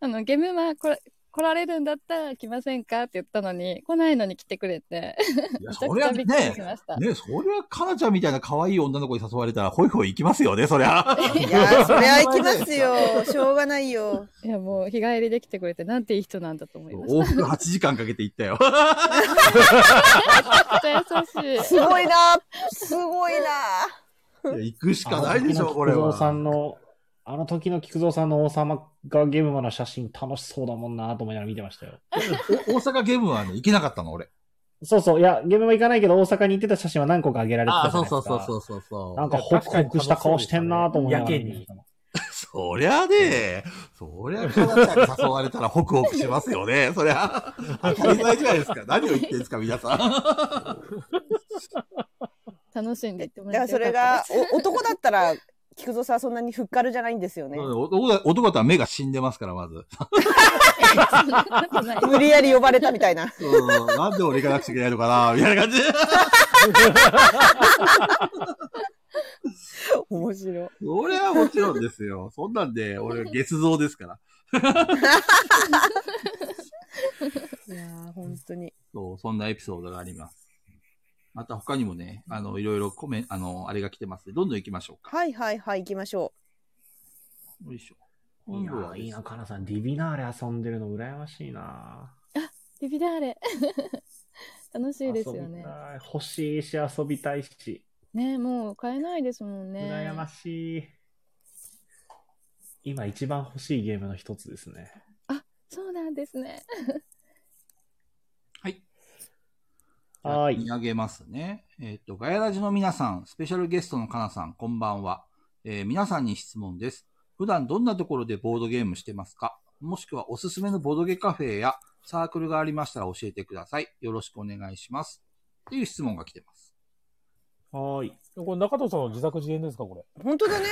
B: あのゲームマンこれ来られるんだったら来ませんかって言ったのに来ないのに来てくれて
A: いや、
B: めちゃ
A: そ
B: く
A: り
B: ち
A: ゃ
B: ゃびっくり
A: ね
B: し、ました。
A: ね、そりゃ、かなちゃんみたいな可愛い女の子に誘われたら、ホイホイ行きますよね、そりゃ。
E: いやー、そりゃ行きますよ。しょうがないよ。
B: いやもう日帰りで来てくれてなんていい人なんだと思いまし
A: 往復8時間かけて行ったよ。
B: た。めっちゃ優しい。
E: すごいな。すごいな。
A: いや行くしかないでしょ、これ
D: あの時の菊
A: は。
D: 蔵さんの、あの時の菊蔵さんの王様がゲームマンの写真楽しそうだもんなと思いながら見てましたよ。
A: お大阪ゲームはね、行けなかったの、俺。
D: そうそう、いや、ゲームマン行かないけど大阪に行ってた写真は何個かあげられてたじゃないですか。
A: うそうそ
D: なんかホクホクした顔してんなと思いながら見てました。
A: そりゃね、そりゃ、かなちゃんに誘われたらホクホクしますよね、そりゃ。当たり前じゃないですか。何を言ってんですか、皆さん。
B: 楽しんでいっても
E: だから
B: っ
E: ら
B: て
E: そ
B: よかったで
E: れが
B: す。
E: お男だったら菊蔵さんはそんなにふっかるじゃないんですよね。
A: 男だ男だったら目が死んでますから、まず。
B: そんなことない
E: 無理やり呼ばれたみたいな。
A: うん なんで俺行かなくちゃいけないのかな、みたいな感じで。
E: 面白い。
A: それはもちろんですよ。 そんなんで、俺、月像ですから。
E: いやー本当に。
A: そう、そんなエピソードがあります。また他にもね、あの、いろいろコメンあの、あれが来てますね。どんどん行きましょうか。
E: はいはいはい行きましょ
A: よいしょ。
D: い
A: 今度
D: や
A: は
D: ー、い
A: で
D: い
A: す
D: な、
A: ね
D: かなさん。ディビナーレ遊んでるの羨ましいな。
B: ビビだあれ。楽しいですよ
D: 遊び
B: ね。
D: たい欲しいし、遊びたいし。
B: ねもう買えないですもんね。
D: 羨ましい。今一番欲しいゲームの一つですね。
B: そうなんですね。
A: はい。
D: は
A: 見
D: い。
A: 上げますね。えっ、と、ガヤラジの皆さん、スペシャルゲストのかなさん、こんばんは。えー皆さんに質問です。普段どんなところでボードゲームしてますかもしくはおすすめのボードゲカフェやサークルがありましたら教えてください。よろしくお願いします。っていう質問が来てます。
D: はーい。
C: これ中藤さんの自作自演ですか、これ。
E: う。本当だね。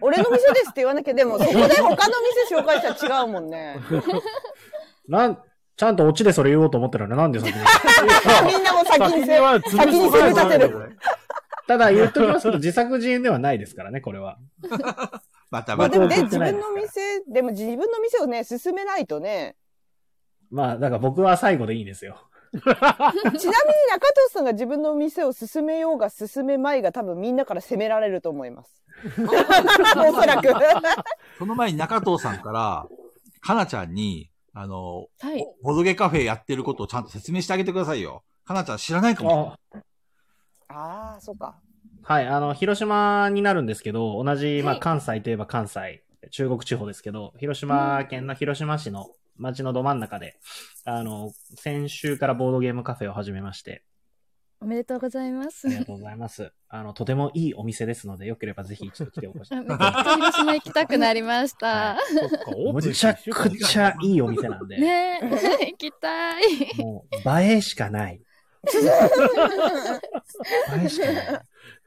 E: 俺の店ですって言わなきゃでもそこで他の店紹介したら違うもんね。
D: なん、ちゃんとオチでそれ言おうと思ったらね、なんで 先に。
E: みんなも先にせ。
C: は潰
E: 先に攻め立てる
D: ただ言っときますけど、自作自演ではないですからね、これは。
A: また
E: ま
A: ま
E: あで
A: た。
E: も
D: 僕は
E: ね自分の店でも自分の店をね進めないとね。
D: まあ、だから僕は最後でいいですよ。
E: ちなみに中藤さんが自分の店を進めようが進めまいが多分みんなから責められると思います。おそらく。
A: その前に中藤さんから、かなちゃんに、あの、
B: はい。
A: ボドゲカフェやってることをちゃんと説明してあげてくださいよ。かなちゃん知らないかもしれない
D: あ
E: ああ、そうか。
D: はい、あの、広島になるんですけど、同じ、まあ、関西といえば関西、中国地方ですけど、広島県の広島市の町のど真ん中で、あの、先週からボードゲームカフェを始めまして、
B: おめでとうございます
D: あり。がとうございます。 あの、とてもいいお店ですので、よければぜひ一度来てお越し
B: あめちゃくちゃ広島行きたくなりました。
D: むちゃくちゃいいお店なんで、
B: ね え、行きたい。
D: もう、映えしかない。映えしかない。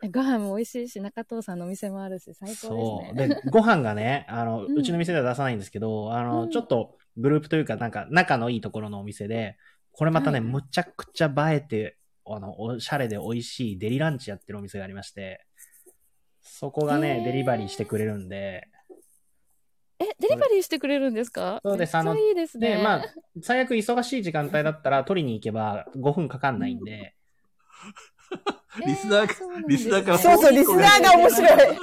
B: ご飯も美味しいし、中藤さんのお店もあるし、最高
D: そ
B: ですね。
D: う。で、ご飯がね、あの、
B: うん
D: うちの店では出さないんですけど、あの、
B: うん
D: ちょっとグループというか、なんか仲のいいところのお店で、これまたね、
B: はい
D: むちゃくちゃ映えて、あの、おしゃれで美味しいデリランチやってるお店がありまして、そこが
B: へ
D: ね、
B: ー
D: デリバリーしてくれるんで、
B: え、デリバリーしてくれるんですか
D: そうです
B: め
D: あ
B: っち
D: の
B: ゃいいですね。
D: で、まあ、最悪忙しい時間帯だったら取りに行けば5分かかんないんで、
B: え
A: リスナーが
B: そうなん
A: リスナーから
E: そうそう、リスナーが面 白い。AD の、AD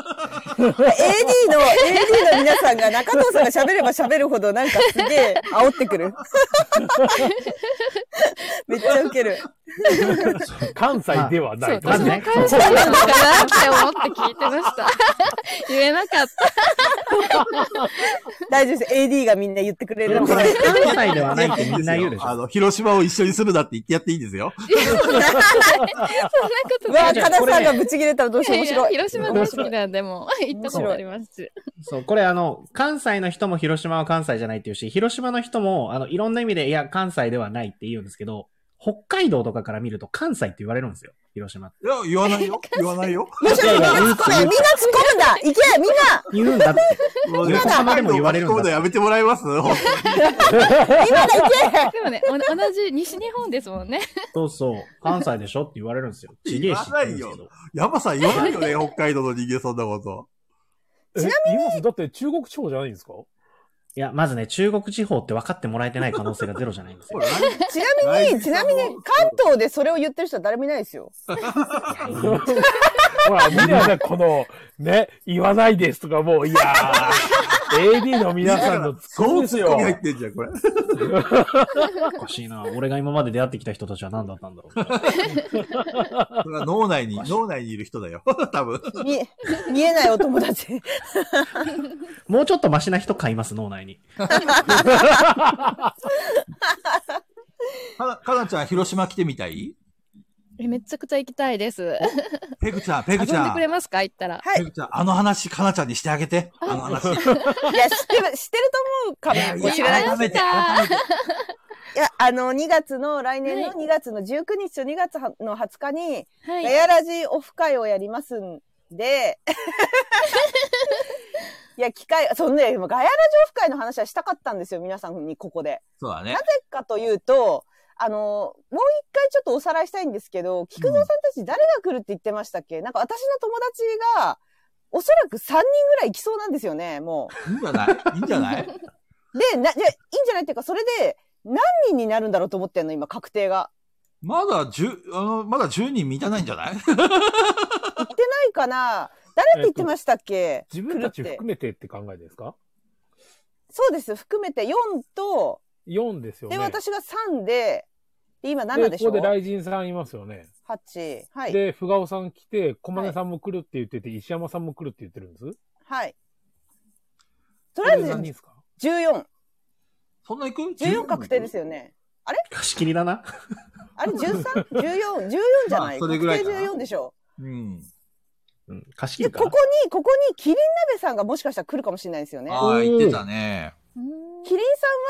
E: の皆さんが中藤さんが喋れば喋るほど なんかすげえ煽ってくる。めっちゃウケる。
C: 関西ではな
B: そう、
C: いと。
D: まあ
B: 私も
D: ね
B: 関西なのかなって思って聞いてました。 言えなか った。
E: 大丈夫です。AD がみんな言ってくれ
D: で
E: る
D: も
E: の
D: こ
E: で。
D: れ、関西ではないってみんな言うでし
A: あ
D: ょ。
A: の、広島を一緒にするなって言ってやっていいんですよ。
B: そん
E: う
B: な
E: わ、
B: こと
E: カナさんがブチ切れたらどうしよう面白
B: い
E: い。
B: やいや広島大好きなんで、もう、行ったことありますし。
D: そう、これあの、関西の人も広島は関西じゃないっていうし、広島の人も、あの、いろんな意味で、いや、関西ではないって言うんですけど、北海道とかから見ると関西って言われるんですよ、広島って。
A: いや、言わないよ。言わないよ。
E: 面白い。みんな突っ込めみんな突っ込むんだいけみんな
D: 言うんだって。
A: もう
D: 横浜でも言われるんだ
A: 今度やめてもらえます本
E: 今だいけ
B: でもね、お同じ西日本ですもんね。
D: そうそう、関西でしょって言われるんですよ。ちげえし。
A: 言わないよ
D: って言うんです
A: 当山さん言わないよね、北海道の人間そんなこと。
C: え言いますだって中国地方じゃないんですか
D: けどいや、まずね、中国地方って分かってもらえてない可能性がゼロじゃない んですよ。
E: ちなみに、ちなみに、関東でそれを言ってる人は誰もいないですよ。
C: ほら、みんながこの、ね、言わないですとかもう、いや ー、AD の皆さんのツッコミ
A: そうツ
C: です
A: ッコ
C: よ
A: ミ。入ってんじゃん、これ。
D: おかしいな。俺が今まで出会ってきた人たちは何だったんだろう。
A: それは脳内に、脳内にいる人だよ。多分。
E: 見え、 見えないお友 達。
D: もうちょっとマシな人買います、脳内に。
A: かな、かなちゃん、広島来てみたい
B: えめちゃくちゃ行きたいです。
A: ペグちゃん、ペ
B: 遊
A: グ
B: ん
A: ちゃ
B: で
A: ん。
B: くれますか行ったら。
E: はい
A: ペグちゃん、あの話、かなちゃんにしてあげて。あの話。
E: いや、知ってる、知ってると思うか
A: いやい
E: も
A: や
E: しれない。
A: 改めて、
B: 知らな
A: 改めて。
E: いや、あの、2月の、来年
B: は
E: の2月の19日と2月の20日に、
B: は
E: ガ
B: い。
E: ヤラジオフ会をやりますん で、いや、機会、そのね、今ガヤラジオフ会の話はしたかったんですよ、皆さんにここで。
A: そうだね。
E: かというと、あの、もう一回ちょっとおさらいしたいんですけど、菊蔵さんたち誰が来るって言ってましたっけ、なんか私の友達が、おそらく3人ぐらい来そうなんですよね、も。
A: いいんじゃないいいんじゃないう
E: で、な、じゃいいんじゃないっていうか、それで、何人になるんだろうと思ってんの、今、確定が。
A: まだ10、あの、まだ10人満たないんじゃない
E: ないかな誰って言ってましたっけ、
C: 自分たち
E: 来るって
C: 含めてって考えですか
E: そうです、含めて4と、
C: ?4 ですよね。
E: で、私が3で、で今7でし
C: こ
E: ょ
C: こで雷神さんいますよね。
E: ?8。はい。
C: で、ふがおさん来て、駒根さんも来るって言ってて、石山さんも来るって言ってるんです。
E: はい。と
C: と
E: りあえず
C: 何人ですか
E: 14。
A: そんな行く
E: 14確定ですよね。
D: 貸し切りだな。
E: あれ 13?14?14 じゃない、
A: まあそれぐらいか
E: 確
A: な
E: 定14でしょ。
A: うん。
D: うん、貸し切
E: で、
D: るか
E: こ
D: な
E: こ。に、ここにキリン鍋さんがもしかしたら来るかもしれないですよね。
A: ああ、言ってたね。
B: うーん
E: キリンさ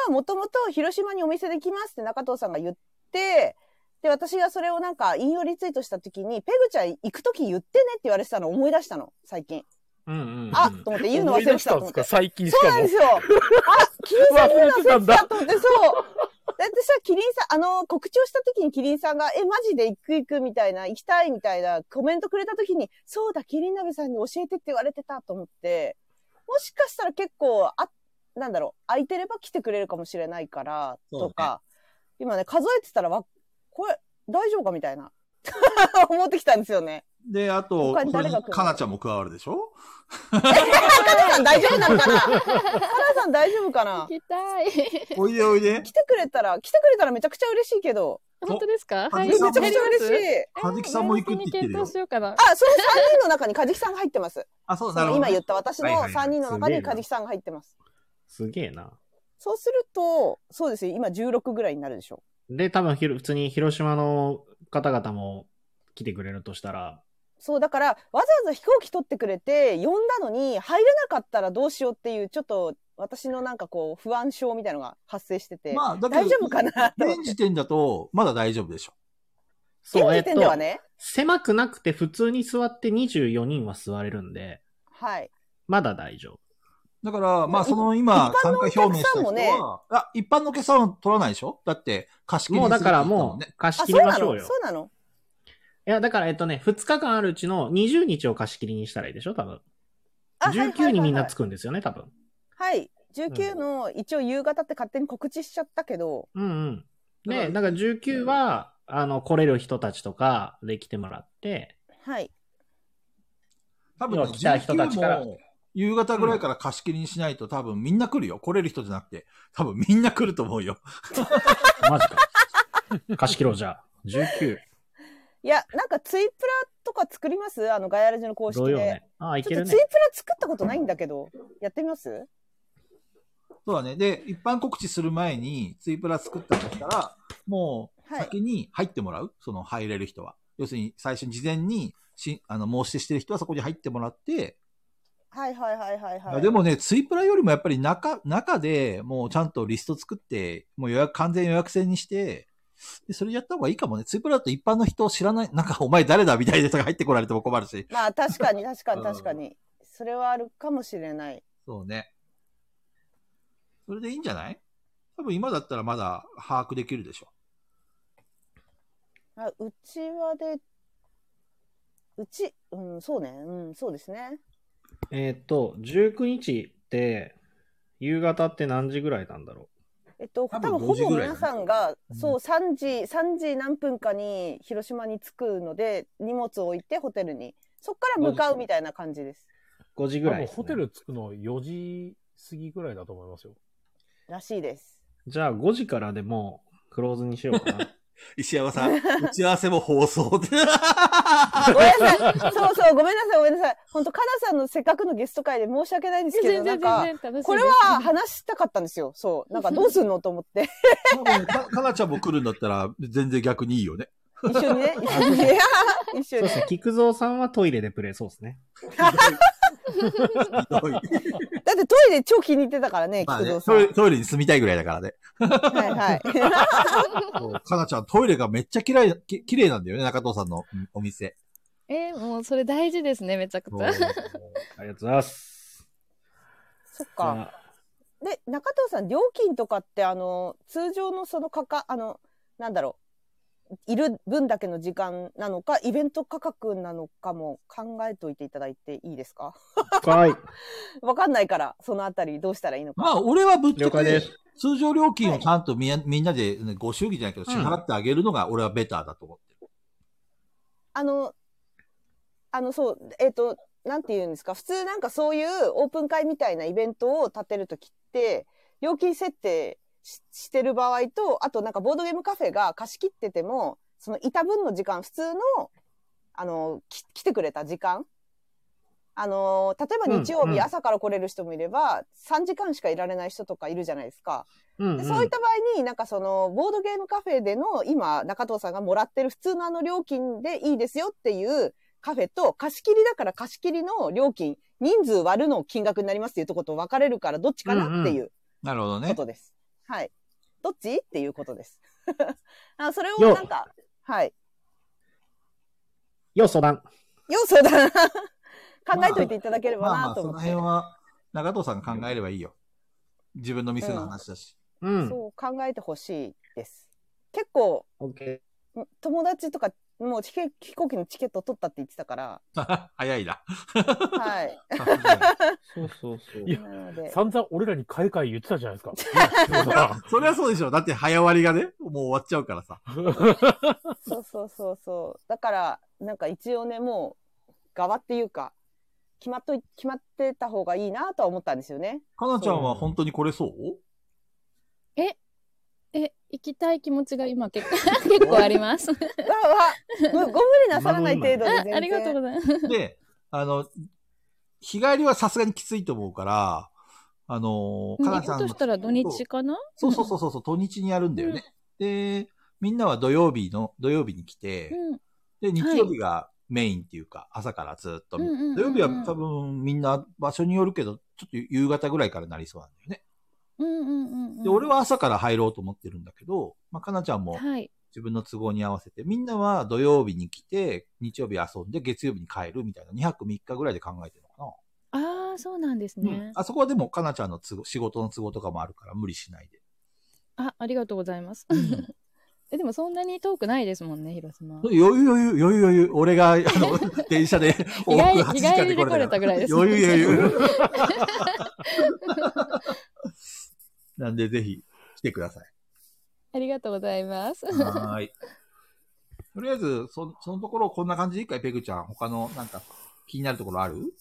E: んはもともと広島にお店できますって中藤さんが言って、で、私がそれをなんか引用リツイートした時に、ペグちゃん行く時言ってねって言われてたのを思い出したの、最近。
D: うんうんうん。
E: あ、と思って言うの忘
C: 思い出
E: れて
C: した
E: と
C: たん
E: 思
C: で
E: っ
C: す
E: て
C: か。最近し
E: そう
C: か
E: なん
C: も
E: です。よ。あ、キリンさん言うの忘れてたと思って、そう。だってさ、キリンさん、あの、告知をした時にキリンさんが、え、マジで行く行くみたいな、行きたいみたいなコメントくれた時に、そうだ、キリン鍋さんに教えてって言われてたと思って、もしかしたら結構、あ、なんだろう、空いてれば来てくれるかもしれないから、
A: そうね
E: とか、今ね、数えてたら、わ、これ、大丈夫かみたいな。 思ってきたんですよ ね。
A: で、あと、
E: 他に誰が来る
A: これにかなちゃんも加わるでしょ
E: カナさん大丈夫なのかなカナさん大丈夫かな
B: 行きたい。
A: おいでおい で。
E: 来てくれたら、来てくれたらめちゃくちゃ嬉しいけど。
B: 本当ですかはい。
A: め
E: め
A: ち
E: ち
A: ゃ
E: ゃ
A: く
E: く
A: ち
E: ち
A: ゃ
E: ゃ
A: 嬉
E: 嬉
B: 入ります
E: しい。
A: カジキさんも行くって言ってる
B: えーマイナス
A: よ
B: に検討し。ようかな。
E: あ、その3人の中にカジキさんが入ってます。
A: あ、そう、
E: そ
A: なる
E: の
A: ほど
E: 今
A: ね。
E: 言った私の
A: はいはいはい
E: 3人の中にカジキさんが入ってます。
D: すげえな。
E: そうすると、そうですよ。今16ぐらいになるでしょ。
D: で、多分ひろ、普通に広島の方々も来てくれるとしたら、
E: そう、だから、わざわざ飛行機取ってくれて、呼んだのに、入れなかったらどうしようっていう、ちょっと、私のなんかこう、不安症みたいのが発生してて、
A: まあ、だけど
E: 大丈夫かなと思っ
A: 現時点だと、まだ大丈夫でしょ。
E: て。
D: そう、
E: 現時点ではね、
D: 狭くなくて普通に座って24人は座れるんで、
E: はい。
D: まだ大丈夫。
A: だから、まあ、
E: い
A: その今、
E: 一般
A: 参加
E: のお
A: 表
E: 客
A: 明した人
E: さん
A: は、
E: もね
A: あ、一般のお客さんは取らないでしょだって、貸し切り
D: もう
A: にする
D: だ
A: って
D: か
A: 言
D: ら
A: ったも
D: も
A: んね
D: う貸し
E: あ、
D: 切
E: そ
D: り
E: う
D: ま
E: な
D: しょう
E: の
D: よ。
E: そうなの
D: いや、だからえっとね、2日間あるうちの20日を貸し切りにしたらいいでしょ多分。
E: あはいはいはい
D: 19にみんなつくんですよね多分。
E: はい。19の、一応夕方って勝手に告知しちゃったけど、
D: うんうん。
A: だか
D: で、
A: ら
D: だから19は、あの、来れる人たちとかで来てもら って、
E: はい。
A: 多分ね、
D: 来た人たちから
A: 19も夕方ぐらいから貸し切りにしないと多分みんな来るよ。来れる人じゃなくて、多分みんな来ると思うよ。
D: マジか。貸し切ろうじゃあ。 19。
E: いや、なんかツイプラとか作りますあの、ガヤラジの公式
D: どう
E: で。
D: よね。ああ、い
E: ち
D: け
E: ょっ
D: る
E: と
D: ね
E: ツイプ。ラ作ったことないんだけど、やってみます
A: そうだね。で、一般告知する前に、ツイプラ作ったとしたら、もう、
E: はい。
A: 先に入ってもらう、その入れる人は。要するに、最初に事前にしあの申し出してる人はそこに入ってもらって、
E: はいはいはいはいはい。
A: でもね、ツイプラよりもやっぱり中、中でもうちゃんとリスト作って、もう予約、完全予約制にして、でそれやった方がいいかもね。ツイプラだと一般の人を知らない、なんかお前誰だみたいな人が入ってこられても困るし。
E: まあ確かに確か
A: う
E: に
A: ん
E: 確かに。それはあるかもしれない。
A: そうね。それでいいんじゃない多分今だったらまだ把握できるでしょ。
E: あうちわで、うち、うん、そうね。うん、そうですね。
D: えーっと、19日って、夕方って何時ぐらいなんだろ
E: えっと、
A: 多
E: 多
A: 分
E: 分
A: 5
E: ほ
A: 時
E: ぼ
A: ぐらいだね
E: 皆さんが、
A: うん
E: そう、3時、3時何分かに広島に着くので、荷物を置いてホテルに。そっから向かうみたいな感じです。
D: う。5時ぐ
C: 多
D: らい
C: 分
D: ですね、
C: ホテル着くの4時過ぎぐらいだと思いますよ。
E: らしいです。
D: じゃあ5時からでもうクローズにしようかな。
A: 石山 さん、打ち合わせも放送で。
E: ごめんなさい。そうそう、ごめんなさい、ごめんなさい。本当かなさんのせっかくのゲスト会で申し訳ないんですけど、
B: 全然
E: なん
B: 全然楽しい
E: か、
B: です。
E: これは話したかったんですよ。そう。なんかどうすんのと思って。
A: 多分かかなちゃんも来るんだったら全然逆にいいよね。
E: 一緒にね。一緒にね。一
D: そ
E: 緒
D: うで。
E: に
D: すね。菊蔵さんはトイレでプレイ、そうですね。
A: ひどい
E: だってトイレ超気に入ってたからね、
A: まあ
E: 菊
A: ね
E: 蔵さん。
A: トイレ、トイレに住みたいぐらいだからね。
E: はいはい。
A: かなちゃん、トイレがめっちゃ嫌い、き綺麗なんだよね、中藤さんのうんお店。
B: えー、もうそれ大事ですね、めちゃくちゃ。
D: ありがとうございます。
E: そっ
D: じ
E: か。
D: ゃあ
E: で、中藤さん、料金とかって、あの、通常のその価格、あの、なんだろう。いる分だけの時間なのか、イベント価格なのかも考えといていただいていいですか
D: はい。
E: わかんないから、そのあたりどうしたらいいのか。
A: まあ、俺はぶっちゃ
D: 了解
A: け
D: です、
A: 通常料金をちゃんとみ,、みんなで、ね、ご祝儀じゃないけど、支払ってあげるのが俺はベターだと思ってる。
E: あの、あの、そう、えっ、と、なんて言うんですか、普通なんかそういうオープン会みたいなイベントを立てるときって、料金設定ししてる場合と、あとなんかボードゲームカフェが貸し切ってても、そのいた分の時間、普通の、あの、き来てくれた時間。あの、例えば日曜
D: うんう
E: 日
D: ん
E: 朝から来れる人もいれば、3時間しかいられない人とかいるじゃないですか。
D: うん、う
E: で
D: ん。
E: そういった場合に、なんかその、ボードゲームカフェでの、今、中藤さんがもらってる普通のあの料金でいいですよっていうカフェと、貸し切りだから貸し切りの料金、人数割るの金額になりますっていうとこと分かれるから、どっちかなっていう
A: なるほど
E: こ
A: ね。
E: とです。はい。どっちっていうことです。あそれを
D: よ
E: なんか、はい。
D: よ、相談。
E: 要素 だ考えといていただけれ
A: ま
E: ば
A: あま
E: な
A: あ、そ
E: と思
A: の
E: っ
A: 辺
E: て。
A: は中藤さんが考えればいいよ。自分の店の話だし。
D: うん。
E: そう考えてほしいです。結構、
D: オッケ
E: 友達とか、もう飛行飛行機のチケット取ったって言ってたから、
A: 早い な。
E: はい。
D: ー。 そうそうそう。
C: いや
E: なので
C: 散々俺らに買い買い言ってたじゃないですか。ねそうだ
A: それはそうでしょ。だって早割りがね、もう終わっちゃうからさ。
E: そうそうそうそう。だから、なんか一応ね、もう、側っていうか、決まっとい、決まってた方がいいなとは思ったんです よね。
A: かなちゃんは本当にこれそう
B: え、行きたい気持ちが今結構 結構あります。
E: わあわあ、ごご無理なさらない程度で全然。
B: ありがとうございます。
A: で、あの、日帰りはさすがにきついと思うから、あの、か
B: 行
A: なちゃ
B: く
A: んの
B: としたら土日かな
A: そうそうそうそうそう、土日にやるんだよね。で、みんなは土曜日の、土曜日に来て、
B: うん。
A: で、日曜日がメインっていうか、朝からずっと、
B: うんうんうんうん
A: 土曜日は多分みんな場所によるけど、ちょっと夕方ぐらいからなりそうなんだよね。
B: うんうんうんうん。
A: で、俺は朝から入ろうと思ってるんだけど、まあ、かなちゃんも
B: はい。
A: 自分の都合に合わせて、みんなは土曜日に来て、日曜日遊んで、月曜日に帰るみたいな、2泊3日ぐらいで考えてるのかな。
B: ああ、そうなんですね。
A: あそこはでも、かなちゃんの都合、仕事の都合とかもあるから、無理しないで。
B: あ、ありがとうございます。
A: ん
B: え、でもそんなに遠くないですもんね、広島。
A: 余裕余裕余裕余裕。俺が、あの、 電車で、往復8時
B: 日帰
A: 間
B: り
A: で来
B: で
A: れ
B: 来れ
A: た
B: た
A: か
B: ぐらいで
A: ら。
B: す。
A: 余裕余裕。なんで、ぜひ、来てください。
B: ありがとうございます。
A: はーい。とりあえず、そ、そのところこんな感じでいいかいペグちゃん。他の、なんか、気になるところある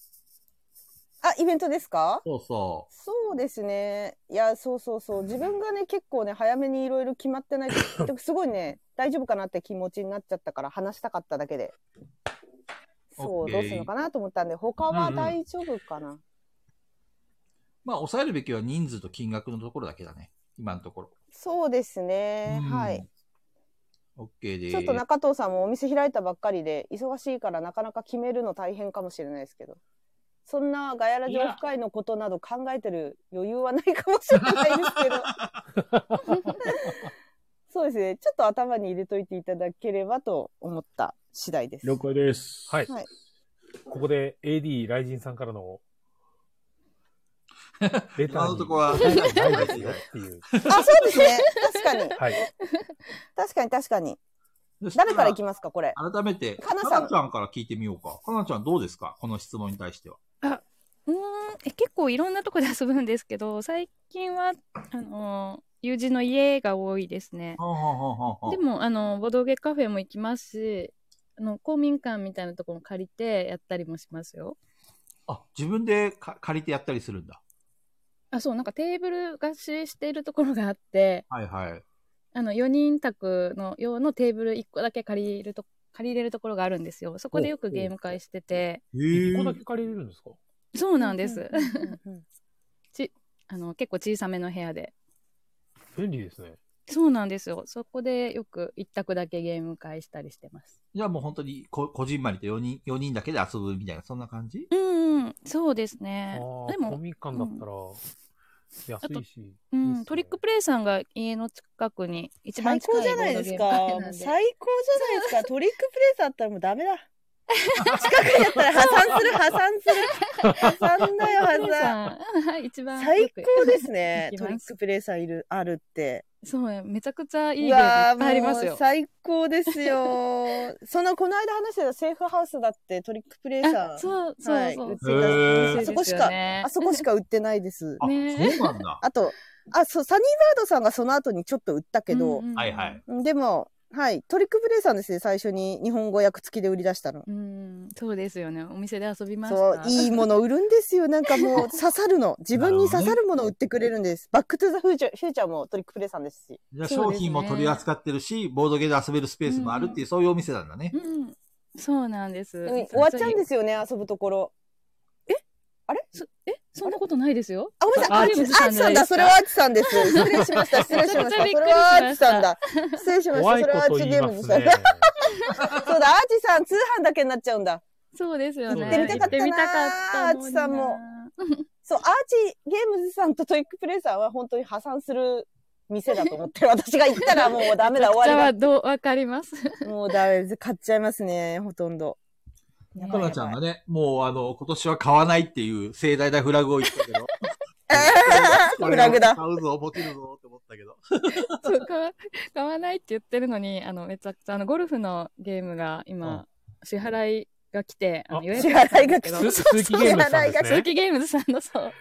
E: あ、イベントですか
A: そうそ
E: そうですね。いや、そうそうそう。自分がね、結構ね、早めにいろいろ決まって ないと、すごいね、大丈夫かなって気持ちになっちゃったから、話したかっただけで。そ
A: OK
E: う、どうするのかなと思ったんで、他は大丈夫かな。
A: う。まあ、抑えるべきは人数と金額のところだけだね。今のところ。
E: そうですね。はい。
A: うん。OK です。
E: ちょっと中藤さんもお店開いたばっかりで、忙しいからなかなか決めるの大変かもしれないですけど。そんなガヤラジオフ会のことなど考えてる余裕はないかもしれないですけど。そうですね。ちょっと頭に入れといていただければと思った次第です。
D: 了解です。
C: はい。
E: はい
C: ここで AD 雷神さんから の、レターに
A: 今のとこは
C: 答えがないですよっていう。
E: あ、そうですね。確かに。
C: はい。
E: 確かに確かに。
A: そした
E: 誰からいきますか、これ。
A: 改めて、
E: か
A: か
E: な
A: な
E: さん
A: ちゃんから聞いてみようか。かなちゃんどうですかこの質問に対しては。
B: うーんえ結構いろんなとこで遊ぶんですけど 最近はあの友人の家が多いですね
A: はあ、はあはあはあ
B: でもあのボドゲカフェも行きますしあの公民館みたいなとこも借りてやったりもしますよ
A: あ、自分でか借りてやったりするんだ。
B: あそうなんかテーブル貸ししているところがあって
A: はいはい。
B: あの4人宅の用のテーブル1個だけ借りると借りれるところがあるんですよそこでよくゲーム会してて
A: へ
C: 1個だけ借りれるんですか
B: そうなんです、
E: うんうんうん
B: あの結構小さめの部屋で
C: 便利ですね。
B: そうなんですよそこでよく1択だけゲーム会したりしてます
A: じゃあもう本当にこ、こじんまりと4人、四人だけで遊ぶみたいな、そんな感じ
B: うんうん、そうです
C: ああ
B: ね。で
C: ー、コ
B: も、
C: ミカンだったら、安いし。
B: う
C: いいっす
B: ん、
C: ね
B: トリックプレイさんが家の近くに一番
E: 最
B: 近い
E: 高じゃないですか。
B: ボード
E: も
B: ゲームカフェ
E: う
B: なんで
E: 最高じゃないですか。トリックプレイスだったらもうダメだ。近くにあったら破産する、破産する。破産だよ、
B: トリックプレイ
E: 破産。
B: さんはい、一番よ
E: 最
B: く
E: 高ですね。
B: 行きま
E: ト
B: す
E: リックプレイさんいる、あるって。
B: そう、めちゃくちゃいいゲーム
E: うわ
B: いっぱいあります
E: もう
B: よ。
E: 最高ですよ。その、この間話してたセーフハウスだってトリックプレイさ
B: あ
E: ん。
B: そうそうそう、
E: はい
B: 嬉しい
A: へー
B: ですよね
E: そこしかあそこしか売ってないです。
A: あ、
B: ねえ
A: そうなんだ。
E: あと、あ、そう、サニーバードさんがその後にちょっと売ったけど
B: うん、うん
A: はいはい。
E: でも、はい、トリックプレイさんですね、最初に日本語訳付きで売り出したの。
B: うん、そうですよね。お店で遊びました。
E: そう、いいもの売るんですよ。なんかもう刺さるの。自分に刺さるものを売ってくれるんです。バックトゥザフューチャー、フューチャーもトリックプレイさんですし。
A: じゃあ
B: そう
A: 商
B: ですね
A: 品も取り扱ってるし、ボードゲーで遊べるスペースもあるっていう、そういうお店なんだね
B: う。ん、そうなんです。。
E: でも終わっちゃうんですすよね、遊ぶところ。
B: そえ、そんなことないですよ。
E: あ、ごめんなさい。ア
B: あ
E: ー
B: れ
E: チ、アーチさんだ。それはアーチさんです。失礼しました。失
B: め
E: 礼しました。そ
B: ち
E: れ
B: ゃめち
E: は
B: ゃ
E: ア
B: びっく
E: ー
B: りしま
E: チ
B: した
E: さんだ。失礼しました。
C: 怖
E: そ
C: い
E: れは
C: こ
E: アー
C: と
E: チ
C: 言
E: ゲ
C: い
E: ー
C: ま
E: ムですした。
C: ね。
E: そうだ、アーチさん、通販だけになっちゃうんだ。
B: そうですよね。
C: 行って
E: みたか
B: 行
E: ったなー
B: ってみたかったのにな
E: あつさんもそう、アーチゲームズさんとトリックプレイさんは本当に破産する店だと思ってる。 私が行ったらもうダメだ、終
B: じゃ
E: わ
B: あ、どう、わかります。
E: りだ。もうダメです。買っちゃいますね、ほとんど。やば
A: か
E: いやば
A: ないちゃんがね、もうあの、今年は買わないっていう盛大なフラグを言ったけ ど。
E: えーフラグだ
A: これは買うぞ、ボケるぞって思ったけど。
B: そう買わ 買わないって言ってるのにあのめちゃくちゃあのゴルフのゲームが今、支払いが来てあの
C: あ
B: 予
E: 支
B: 約
E: 払いが来
B: そ
E: た。
B: う そう
C: 鈴鈴木ゲームさんです
B: 鈴
C: ね。
B: 木ゲームズさんのそうそう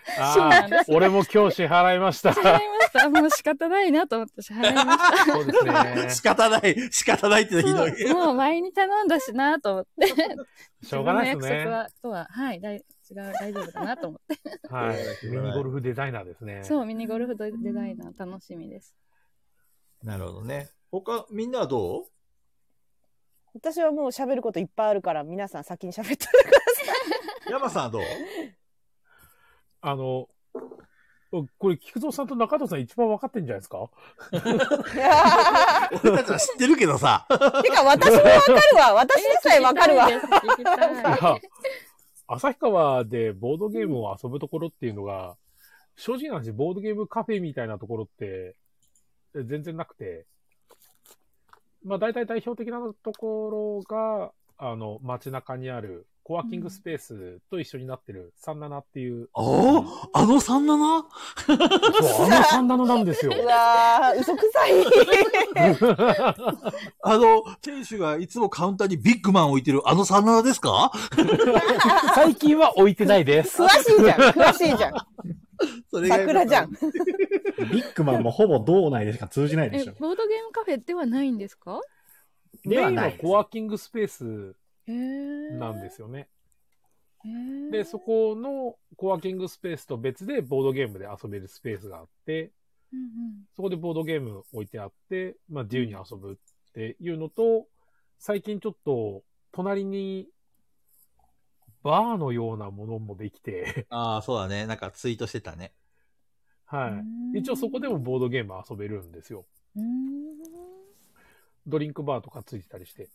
C: あ
B: な
C: あ
B: んで、す
C: 俺も今日支払いま した。
B: 支払いましたもう仕方ないなと思って支払いまし
C: そうです ね。
A: 仕方ない、仕方ないってひどい。
B: たもう前に頼んだしなと思って
C: しょうがないです
B: 自分の約束
C: ね。
B: はとははいだい違う大丈夫だなと思って
C: はい。ミニゴルフデザイナーですね。
B: そうミニゴルフデザイナー楽しみです
A: なるほどね。他、みんなはどう
E: 私はもう喋ることいっぱいあるから、皆さん先に喋って
A: 山さんはどう
C: あの、これ、菊蔵さんと中藤さん一番分かってんじゃないですか
A: 俺たちは知ってるけどさ。
E: てか、私もわかるわ。 私でさえわかるわ。
B: 聞きた いです聞きたい
C: 旭川でボードゲームを遊ぶところっていうのが、正直な話、ボードゲームカフェみたいなところって、え全然なくて、まあ大体代表的なところが、あの、街中にある、コワーキングスペースと一緒になってる37っていう、
A: おあの 37?
C: そう、あのサンダのなんです よ。
E: うわー、嘘くさい。
A: あの、店主がいつもカウンターにビッグマン置いてるあの37ですか
C: 最近は置いてないです
E: 詳。しいじゃん。 詳しいじゃん。
A: それが
E: 桜じゃん。。
D: ビッグマンもほぼ道内でしか通じないで
B: え
D: しょ。
B: ボードゲームカフェではないんですか
D: で
C: メ
D: は
C: イン
D: な
C: はい
D: です
C: コワーキングスペース
B: へえ
C: なんですよね。で、そこのコワーキングスペースと別でボードゲームで遊べるスペースがあって、
B: うんうん
C: そこでボードゲーム置いてあって、まあ自由に遊ぶっていうのと、最近ちょっと隣にバーのようなものもできて、
A: ああ、そうだね。なんかツイートしてたね。
C: は
B: うん
C: い。一応そこでもボードゲーム遊べるんですよ。
B: うん
C: ドリンクバーとかついてたりして。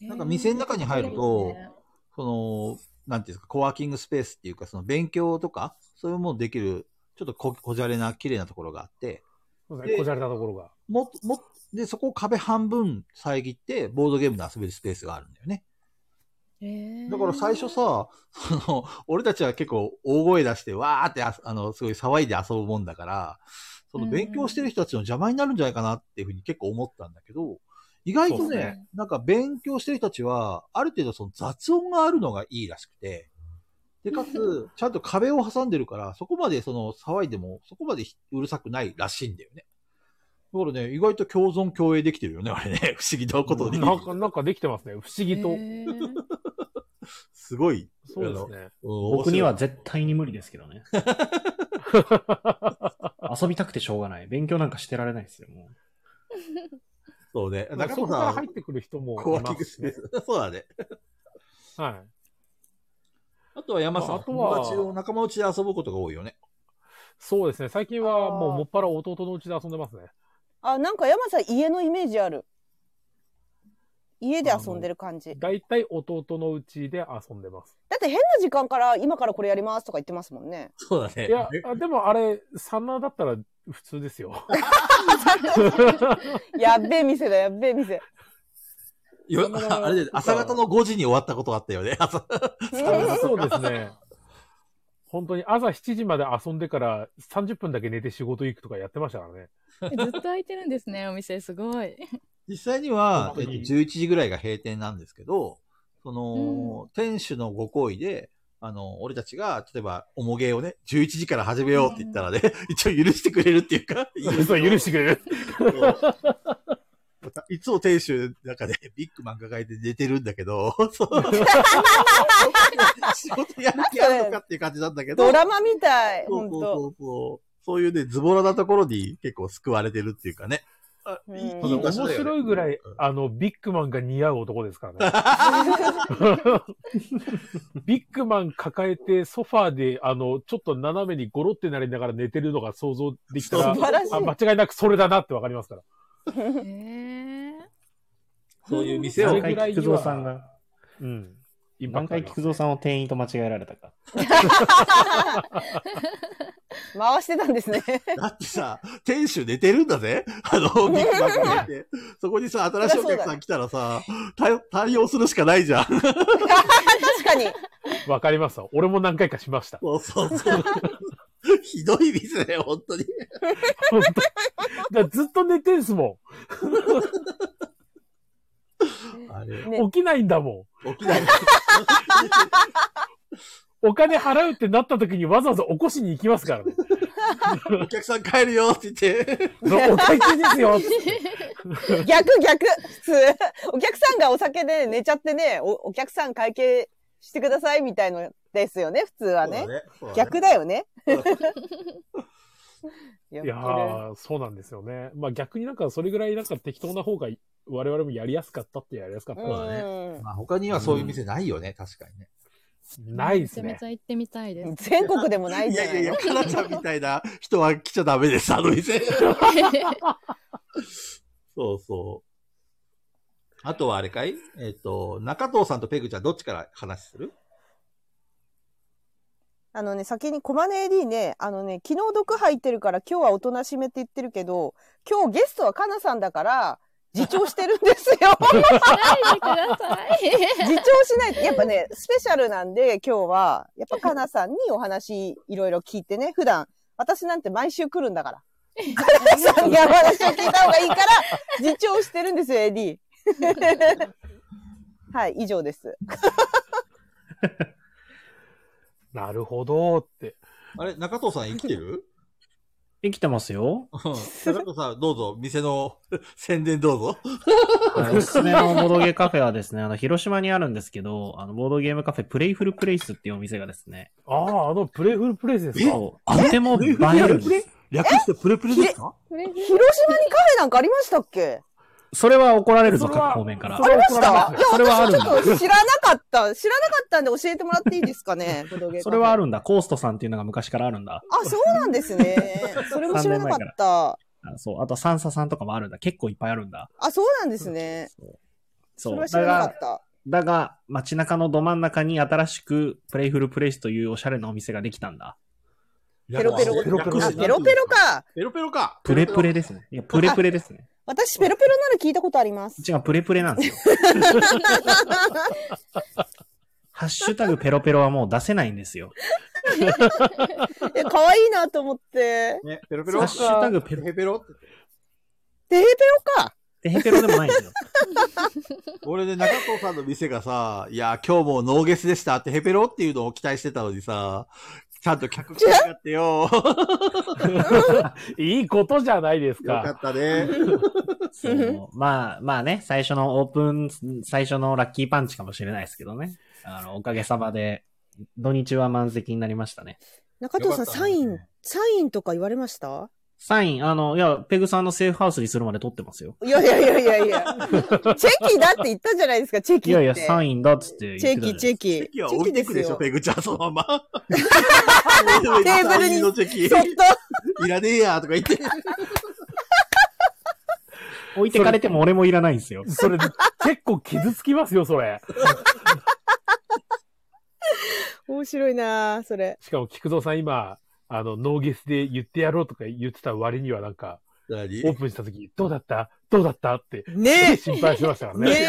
A: なんか店の中に入ると
B: えー
A: その、なんていうんですか、コワーキングスペースっていうか、その勉強とか、そういうものできる、ちょっとここじゃれな、綺麗なところがあって、
C: そうですね
A: で
C: こじゃれたところが。
A: もっと、もっと、で、そこを壁半分遮って、ボードゲームで遊べるスペースがあるんだよね。
B: えー
A: だから最初さ、その、俺たちは結構大声出して、わーってあ、あの、すごい騒いで遊ぶもんだから、その
B: うん
A: 勉強してる人たちの邪魔になるんじゃないかなっていうふうに結構思ったんだけど、意外と
C: そう
A: ね、
C: です
B: ね
A: なんか勉強してる人たちは、ある程度その雑音があるのがいいらしくて、で、かつ、ちゃんと壁を挟んでるから、そこまでその騒いでも、そこまでひうるさくないらしいんだよね。だからね、意外と共存共栄できてるよね、あれね。 不思議なことでき
C: な
A: る
C: ん。か、なんかできてますね。不思議と。
B: えー
A: すごい。
C: そうですね。
A: うん面白い
D: 僕には絶対に無理ですけ どね。遊びたくてしょうがない。勉強なんかしてられないですよ、もう。
A: そうね。
C: なんかそこから入ってくる人も
A: コワ
C: い
A: ーキ
C: ま
A: ング
C: す
A: ス
C: し
A: ペ
C: ね
A: ー。ス。そうだね。
C: はい。
A: あとは山さ
C: あ
A: ん、
C: あとは
A: 友達を仲間内で遊ぶことが多いよね。
C: そうですね。最近はも
E: あー
C: うもっぱら弟のうちで遊んでますね。
E: あ、なんか山さん家のイメージある。家で遊んでる感じ。だ
C: だいたい弟のうちで遊んでます。
E: って変な時間から今からこれやりますとか言ってますもんね。
A: そうだね
C: いや、あでもあれ、サナーだったら普通ですよ。
E: やっべえ店だ、やっべえ店。
A: よああれで、朝方の5時に終わったことがあったよね。朝
C: そうですね。 本当に朝7時まで遊んでから30分だけ寝て仕事行くとかやってましたからね。
B: えずっと開いてるんですね、お店。すごい。
A: 実際には、え
C: 本
A: っ
C: 当
A: と、
C: に
A: 11時ぐらいが閉店なんですけど、その、店主のご好意で、あの、俺たちが、例えば、おもげをね、11時から始めようって言ったらね、 一応許してくれるっていう か、
C: そう、許してくれる。
A: いつも店主の中でビッグマン抱えて寝てるんだけど、 そう。仕事やる気あるのかっていう感じなんだけど、
E: ドラマみたい、
A: そ
E: ほ
A: うんそう
E: と。
A: そうそう。そういうね、ズボラなところに結構救われてるっていうかね。あ
E: うん
A: いいいい
C: 面
A: 場所だよね
C: 白いぐら
A: う
C: い
A: ん、
C: あの、ビッグマンが似合う男ですからね。 ビッグマン抱えてソファーで、あの、ちょっと斜めにゴロってなりながら寝てるのが想像できたら
E: 素、晴らしい
C: あ。間違いなくそれだなってわかりますから。
B: えー
A: そういう店
C: そ
A: を
C: れ
D: 何
C: ぐらいには
D: 回菊蔵さんが、
C: うん。インパ
D: 何
C: クトあ
D: 回
C: ります
D: 菊蔵さんを店員と間違えられたか。
E: 回してたんですね。
A: だってさ、店主寝てるんだぜあの、ビッグマン抱えて。そこにさ、新しいお客さん来たらさ、対対応するしかないじゃん。
E: 確かに。
C: わかりますわ俺も何回かしました。
A: そうそう そう。ひどい店だよ、本当に。
C: 本当だからずっと寝てんすも
A: あれ、
C: ん。
E: ね、
C: 起きないんだも
A: 起きない。
C: ん。お金払うってなった時にわざわざ起こしに行きますか らね。
A: お客さん帰るよって言って。
C: そうお会計ですよっつって
E: 逆逆普通。お客さんがお酒で寝ちゃってね、おお客さん会計してくださいみたいのですよね、普通はね。
A: そうだね
E: 逆だ よね。
C: いやー、そうなんですよね。まあ逆になんかそれぐらいなんか適当な方が我々もやりやすかったってやりやすかった。
A: そうだね
E: ね。
A: まあ、他にはそういう店ないよね、確かにね。
C: ないで
B: めちゃ
C: す
B: め
C: ね
B: ち。ゃ行ってみたいです。
E: 全国でもない
A: い
E: じゃ
A: や
E: ない
A: いや
E: の
A: いや、かなちゃんみたいな人は来ちゃダメです、あの店。そうそう。あとはあれかいえっ、と、中藤さんとペグちゃんどっちから話する
E: あのね、先にコマネ AD ね、あのね、昨日毒入ってるから今日はおとなしめって言ってるけど、今日ゲストはかなさんだから、自重してるんですよ。
B: ないでください。
E: 自重しないと。やっぱね、スペシャルなんで今日は、やっぱかなさんにお話いろいろ聞いてね、普段、私なんて毎週来るんだから。かなさんにお話を聞いた方がいいから、自重してるんですよ、AD。はい、以上です。
C: なるほどって。
A: あれ、中藤さん生きてる
D: 生きてますよ。
A: 高田さん、どうぞ、店の宣伝どうぞ。
D: はいおすすめのボードゲーカフェはですね、あの、広島にあるんですけど、あの、ボードゲームカフェプレイフルプレイスっていうお店がですね、
C: ああ、あの、プレイフルプレイスですか
D: そうとても映えるん
A: プ
D: で
A: レ
D: す。
A: 略してプレプレですか
B: これ
E: 広島にカフェなんかありましたっけ
D: それは怒られるぞ、
C: それは
D: 各方面から
C: そ
E: あ。
C: れ
E: り
C: は
E: ましたいや、
D: それはあ
E: 私
D: るん
E: ちょっ
D: だ。
E: と知らなかった。知らなかったんで教えてもらっていいですかね。ボドゲカフ ェ
D: それはあるんだ。コーストさんっていうのが昔からあるんだ。
E: あ、そうなんですね。それも知らなかった。
D: あそう。あと、サンサさんとかもあるんだ。結構いっぱいあるんだ。
E: あ、そうなんですね。
D: そう。
E: そ
D: そ
E: れ
D: う
E: は。知
D: だ
E: らなか
D: が
E: っ、た。
D: だが、街中のど真ん中に新しく、プレイフルプレイスというおしゃれなお店ができたんだ。
E: ペロペロ
A: 略して
C: あ
E: あ、ペロペロ。か。
A: ペロペロか。
D: プレプレですね。いや、プレプレですね。
E: 私、ペロペロなら聞いたことあります。
D: 違う、プレプレなんです よ。ハッシュタグペロペロはもう出せないんですよ。
E: いや、可愛いなと思って。
A: ね、ペロペ
D: ハ
A: ロ。
D: ッシュタグペロ
A: ペロペロって。
E: テヘペロか。
D: ペヘペロでもないん ですよ。
A: 俺で中藤さんの店がさ、いや、今日もノーゲスでしたってヘペロっていうのを期待してたのにさ、ちゃんと客来てなかったよ。よ
C: いいことじゃないです
A: か
C: か。
A: ったね。
D: そうまあまあね、最初のオープン、最初のラッキーパンチかもしれないですけどね。あの、おかげさまで、土日は満席になりましたね。
E: 中藤さん、
A: よかったね
E: サイン、サインとか言われました
D: サイン、あの、いや、ペグさんのセーフハウスにするまで撮ってますよ。
E: いやいやいやいやいや。チェキだって言ったじゃないですか、チェキって。
D: いやいや、サ
E: ン。
D: インだっつって言ってた
E: チ
D: じゃ
E: ェ
D: ない
E: キ、チェキ。
A: 席は置いてくでしょ、
E: チェ
A: ペグちゃん、そのま ま。
E: キですよテーブルに、
A: の
E: そっ
A: 席、い
E: と。
A: らねえや、とか言って。
D: 置いてかれても俺もいらないんですよ。
C: それ、結構傷つきますよ、それ。
E: 面白いなあそれ。
C: しかも、菊蔵さん今、あの、ノーゲスで言ってやろうとか言ってた割にはなんか、
A: 何
C: オープンした時、どうだったどうだったって、
E: ね
C: 心配してましたから
E: ね
C: ね。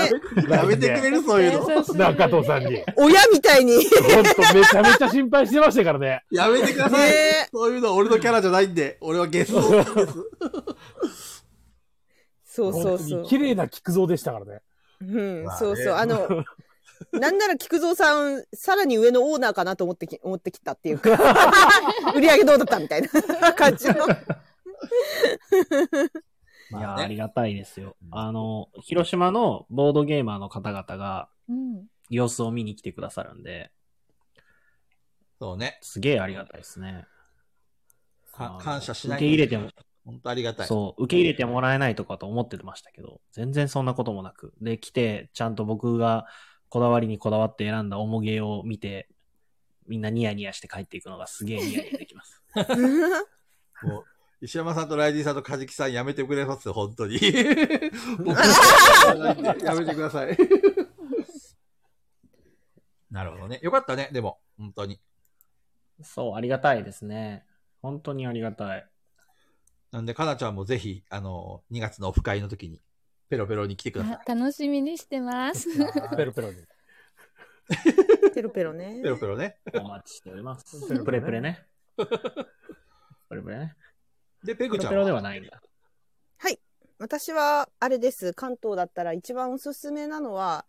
A: やめてくれる、そういうの。
C: 中藤さんに。
E: え、親みたいに。ね
C: ほんと、めちゃめちゃ心配してましたからね。
A: やめてください。
E: え。
A: そういうのは俺のキャラじゃないんで、俺はゲストです。
E: そうそう
C: 本
E: そ
C: 当
E: う
C: に。綺麗な菊蔵でした からね。
E: うん
A: ま、あね
E: そうそう。あの、なんなら菊蔵さん、さらに上のオーナーかなと思ってき、思ってきたっていうか、売り上げどうだったみたいな感じの。
D: い
A: ま
D: や
A: あ
D: ー、
A: ね
D: ありがたいですよ。あの、広島のボードゲーマーの方々が
B: うん。
D: 様子を見に来てくださるんで、
A: そうね。
D: すげえありがたいですね。
A: か
D: あの
A: 感謝しない
D: 受け入れても、
A: 本当ありがたい。
D: そう、受け入れてもらえないとかと思ってましたけど、全然そんなこともなく。で、来て、ちゃんと僕がこだわりにこだわって選んだおもげを見て、みんなニヤニヤして帰っていくのがすげえニヤニヤできます。
A: もう石山さんとライディさんとカジキさんやめてくれます本 当に。僕やめてください。 なるほどね。よかったね、でも、本当に。
D: そう、ありがたいですね。本当にありがたい。
A: なんで、かなちゃんもぜひ、あの、2月のオフ会の時に、ペロペロに来てください
B: あ。楽しみにしてます。
C: ペロペロに。。
E: ペロペロね
A: ペ。ロペロね。
D: お待ちしております
C: プレプレね
D: プレプレね。プレプレね。
A: で、ペ
D: ペ
A: グち
D: ロ
A: ゃ
D: ペ
A: ん
D: ロで
A: は
D: はないんだ。
E: 私は、あれです。関東だったら一番おすすめなのは、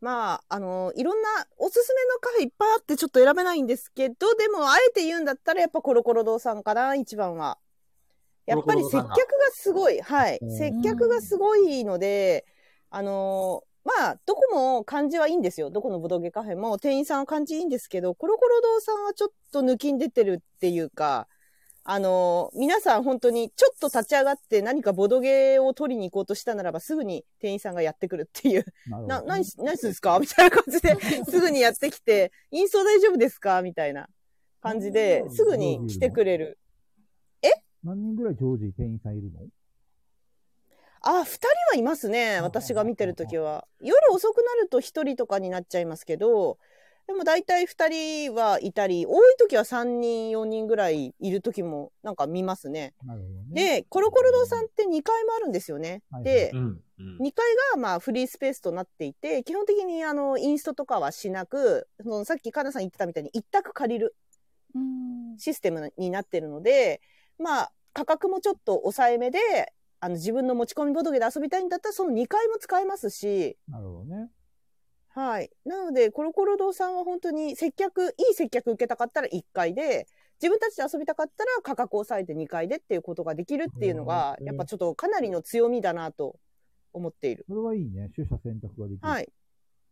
E: まあ、あの、いろんなおすすめのカフェいっぱいあってちょっと選べないんですけど、でも、あえて言うんだったらやっぱコロコロ堂さんかな、一番は。やっぱり接客がすごい。はい。
D: うん
E: 接客がすごいので、あのーまあ、どこも感じはいいんですよ。どこのボドゲカフェも店員さんは感じいいんですけど、コロコロ堂さんはちょっと抜きん出てるっていうか、あのー皆さん本当にちょっと立ち上がって何かボドゲを取りに行こうとしたならばすぐに店員さんがやってくるっていう。な、何し、何するんですかみたいな感じで、すぐにやってきて、印象大丈夫ですかみたいな感じで、すぐに来てくれる。
F: 何人ぐらい常時店員さんいるの
E: あ、二人はいますね。
F: ん
E: 私が見てるときは。夜遅くなると一人とかになっちゃいますけど、でも大体二人はいたり、多いときは三人、四人ぐらいいるときもなんか見ますね。
F: なるほどね。
E: で、コロコロ堂さんって2階もあるんですよね。
F: はいはい
E: で
D: う、ん。うん
E: 2階がまあフリースペースとなっていて、基本的にあの、インストとかはしなく、そのさっきカナさん言ってたみたいに一択借りる
B: うん。
E: システムになってるので、まあ、価格もちょっと抑えめで、あの、自分の持ち込みボトゲで遊びたいんだったら、その2階も使えますし、
F: なるほどね。
E: はい。なので、コロコロ堂さんは本当に接客、いい接客受けたかったら1階で、自分たちで遊びたかったら価格を抑えて2階でっていうことができるっていうのが、やっぱちょっとかなりの強みだなと思っている。
F: それはいいね。取捨選択ができる。
E: はい。。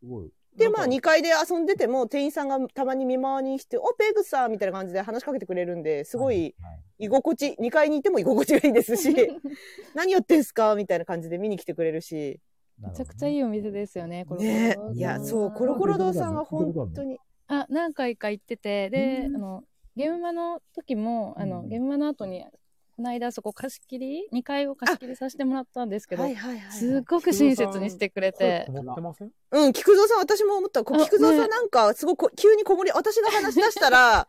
F: すごい。
E: で、まあ2階で遊んでても店員さんがたまに見回りに来て、お、ペグさんみたいな感じで話しかけてくれるんで、すごい居心地、2階にいても居心地がいいですし、 何やってんすかみたいな感じで見に来てくれるし。
B: めちゃくちゃいいお店ですよね、コロコロ
E: ね
B: 堂さん
E: いや、そう、コロコロ堂さんは本当に。
B: あ、何回か行ってて、で、あの、ゲームマの時も、あの、ゲームマの後に、この間そこ貸し切り、2階を貸し切りさせてもらったんですけど、
E: はいはいはい
B: すっごく親切にしてくれて、
C: 思って ません
E: うん、菊蔵さん、私も思った。こ
B: あ
E: 菊蔵さ
B: ね
E: んなんか、すごくこ急にこもり、私が話し出したら、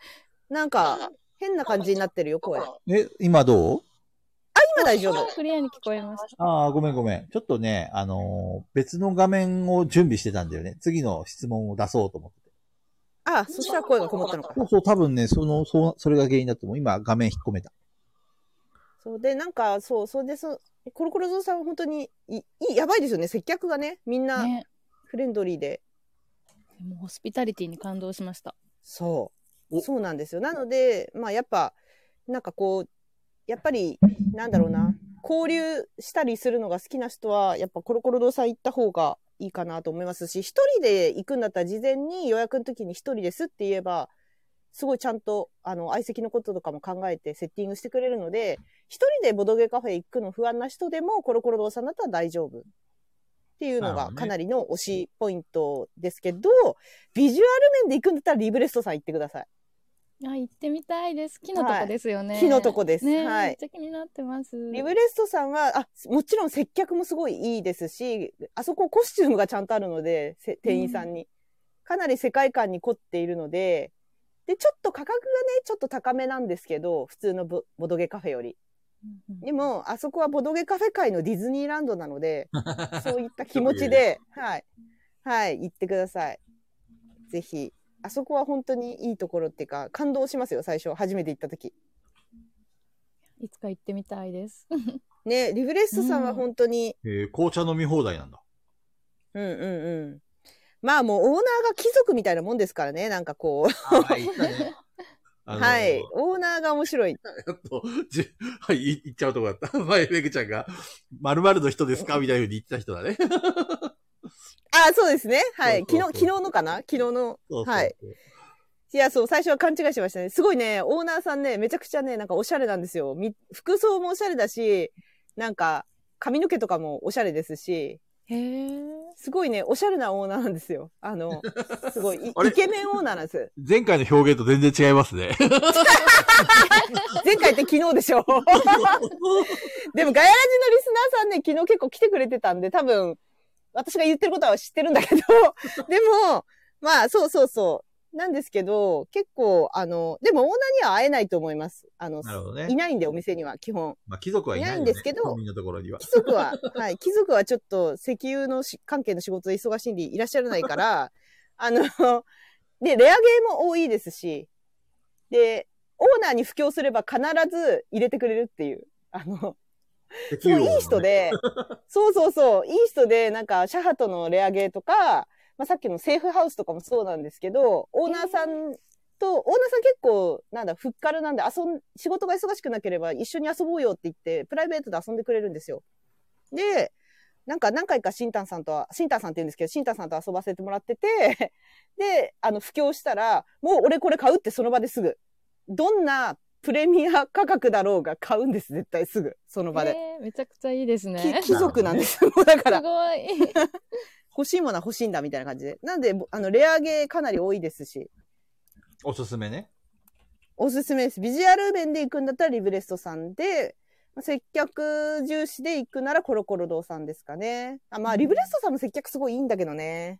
E: なんか、変な感じになってるよ、声。あ、
A: え、今どう
E: 今大丈夫。
B: クリアに聞こえました。
A: ああ、ごめんごめん。ちょっとね、あのー別の画面を準備してたんだよね。次の質問を出そうと思って。
E: あ、そしたら声がこもったのか。
A: そうそう、多分ね、その、そう、それが原因だと思う。今、画面引っ込めた。
E: そうで、なんか、そう、それで、そう、コロコロ蔵さんは本当に、いいい、やばいですよね、接客がね。みんな、
B: ね、
E: フレンドリーで。
B: でもホスピタリティに感動しました。
E: そ
A: お
E: う。そうなんですよ。なので、まあやっぱ、なんかこう、やっぱり、なんだろうな、交流したりするのが好きな人は、やっぱコロコロ堂さん行った方がいいかなと思いますし、一人で行くんだったら事前に予約の時に一人ですって言えば、すごいちゃんと、あの、相席のこととかも考えてセッティングしてくれるので、一人でボドゲカフェ行くの不安な人でも、コロコロ堂さんだったら大丈夫。っていう
A: な
E: の
A: る
E: が
A: ほどね
E: かなりの推しポイントですけど、ビジュアル面で行くんだったらリブレストさん行ってください。
B: あ、行ってみたいです。木のとこですよね。
E: 木のとこです
B: ね、
E: はい
B: めっちゃ気になってます。
E: リブレストさんは、あ、もちろん接客もすごいいいですし、あそこコスチュームがちゃんとあるので、せ店員さんに。かなり世界観に凝っているので、で、ちょっと価格がね、ちょっと高めなんですけど、普通のボボドゲカフェより。
B: うん
E: でも、あそこはボドゲカフェ界のディズニーランドなので、そういった気持ちで、はい。はい、行ってください。ぜひ。あそこは本当にいいところっていうか、感動しますよ、最初。初めて行った時。
B: いつか行ってみたい です。
E: ね、リブレストさんは本当に、
A: えー、紅茶飲み放題なんだ。
E: うんうんうん。まあもうオーナーが貴族みたいなもんですからね、なんかこう。
A: ああ、言ったね。あのー
E: はい。オーナーが面白い。
A: ちょっと、じ はい、い言っちゃうとこだった。 前、レグちゃんが、〇〇の人ですかみたいな風に言ってた人だ ね。
E: あ、そうですね。はい。
A: そう
E: 昨
A: そう
E: 日、
A: そう
E: 昨日のかな昨日の。
A: そうそう
E: はい。。いや、そう、最初は勘違いしましたね。すごいね、オーナーさんね、めちゃくちゃね、なんかおしゃれなんですよ。み服装もおしゃれだし、なんか髪の毛とかもおしゃれですし、
B: へえ。
E: すごいね、おしゃれなオーナーなんですよ。あの、すごい、い
A: あれ
E: イケメンオーナーなんです。
A: 前回の表現と全然違いますね。
E: 前回って昨日でしょでもガヤラジのリスナーさんね、昨日結構来てくれてたんで、多分、私が言ってることは知ってるんだけど、 でも、まあ、そうそうそう。なんですけど、結構、あの、でもオーナーには会えないと思います。あの、
A: なるほど
E: い
A: ね。
E: ないんで、お店には、基本。
A: まあ、貴族はいない,、
E: いないんですけど
A: 本人のところには
E: 貴。族は、はい、貴族はちょっと石油のし関係の仕事で忙しいんでいらっしゃらないから、あの、で、レアゲーも多いですし、で、オーナーに布教すれば必ず入れてくれるっていう、あの、すごいいい人。で、そうそうそう、いい人で、なんか、シャハトのレアゲーとか、まあ、さっきのセーフハウスとかもそうなんですけど、オーナーさんと、オーナーさん結構、なんだ、ふっからなんで、遊ん、仕事が忙しくなければ一緒に遊ぼうよって言って、プライベートで遊んでくれるんですよ。で、なんか何回かシンタンさんとは、シンタンさんって言うんですけど、シンタンさんと遊ばせてもらってて、 で、あの、布教したら、もう俺これ買うってその場ですぐ。どんなプレミア価格だろうが買うんです、絶対すぐ、その場で。
B: えーめちゃくちゃいいです
E: き
B: ね。す
E: 貴族なんですよ。もうだから、
B: ごい。
E: 欲しいものは欲しいんだみたいな感じで。なんで、ぼあの、レアゲーかなり多いですし、
A: おすすめね。
E: おすすめです。ビジュアル面で行くんだったらリブレストさんで、まあ接客重視で行くならコロコロ堂さんですかね。あ、まあ、リブレストさんも接客すごいいいんだけどね。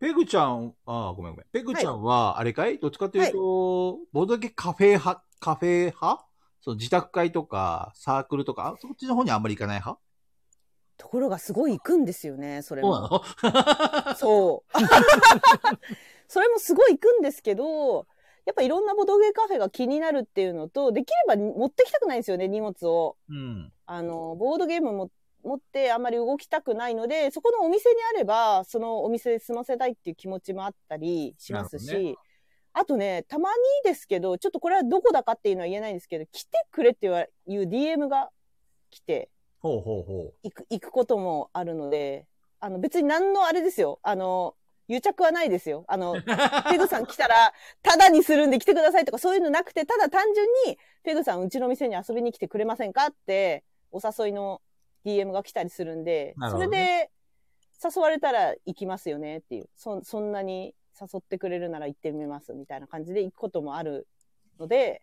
A: ペグちゃん、ああ、ごめんごめん。ペグちゃんは、あれかいどっちかというと、ボードゲカフェ派、カフェ派その自宅会とか、サークルとか、そっちの方にあんまり行かない派
E: ところがすごい行くんですよね、それ
A: そう
E: も。
A: なの
E: そう。それもすごい行くんですけど、やっぱいろんなボドゲカフェが気になるっていうのと、できれば持ってきたくないんですよね、荷物を。
A: うん。
E: あの、ボードゲームも持ってあんまり動きたくないので、そこのお店にあれば、そのお店で済ませたいっていう気持ちもあったりします
A: なるほど
E: し、あとね、たまにですけど、ちょっとこれはどこだかっていうのは言えないんですけど、来てくれって言わいう DM が来て、
A: ほうほうほう。
E: 行く、行くこともあるので、あの、別に何のあれですよ。あの、癒着はないですよ。あの、ペグさん来たら、ただにするんで来てくださいとかそういうのなくて、ただ単純に、ペグさんうちの店に遊びに来てくれませんかって、お誘いの DM が来たりするんで、
A: なる
E: そ
A: ほ
E: れ
A: ど
E: で、誘われたら行きますよねっていう。そ、そんなに誘ってくれるなら行ってみますみたいな感じで行くこともあるので、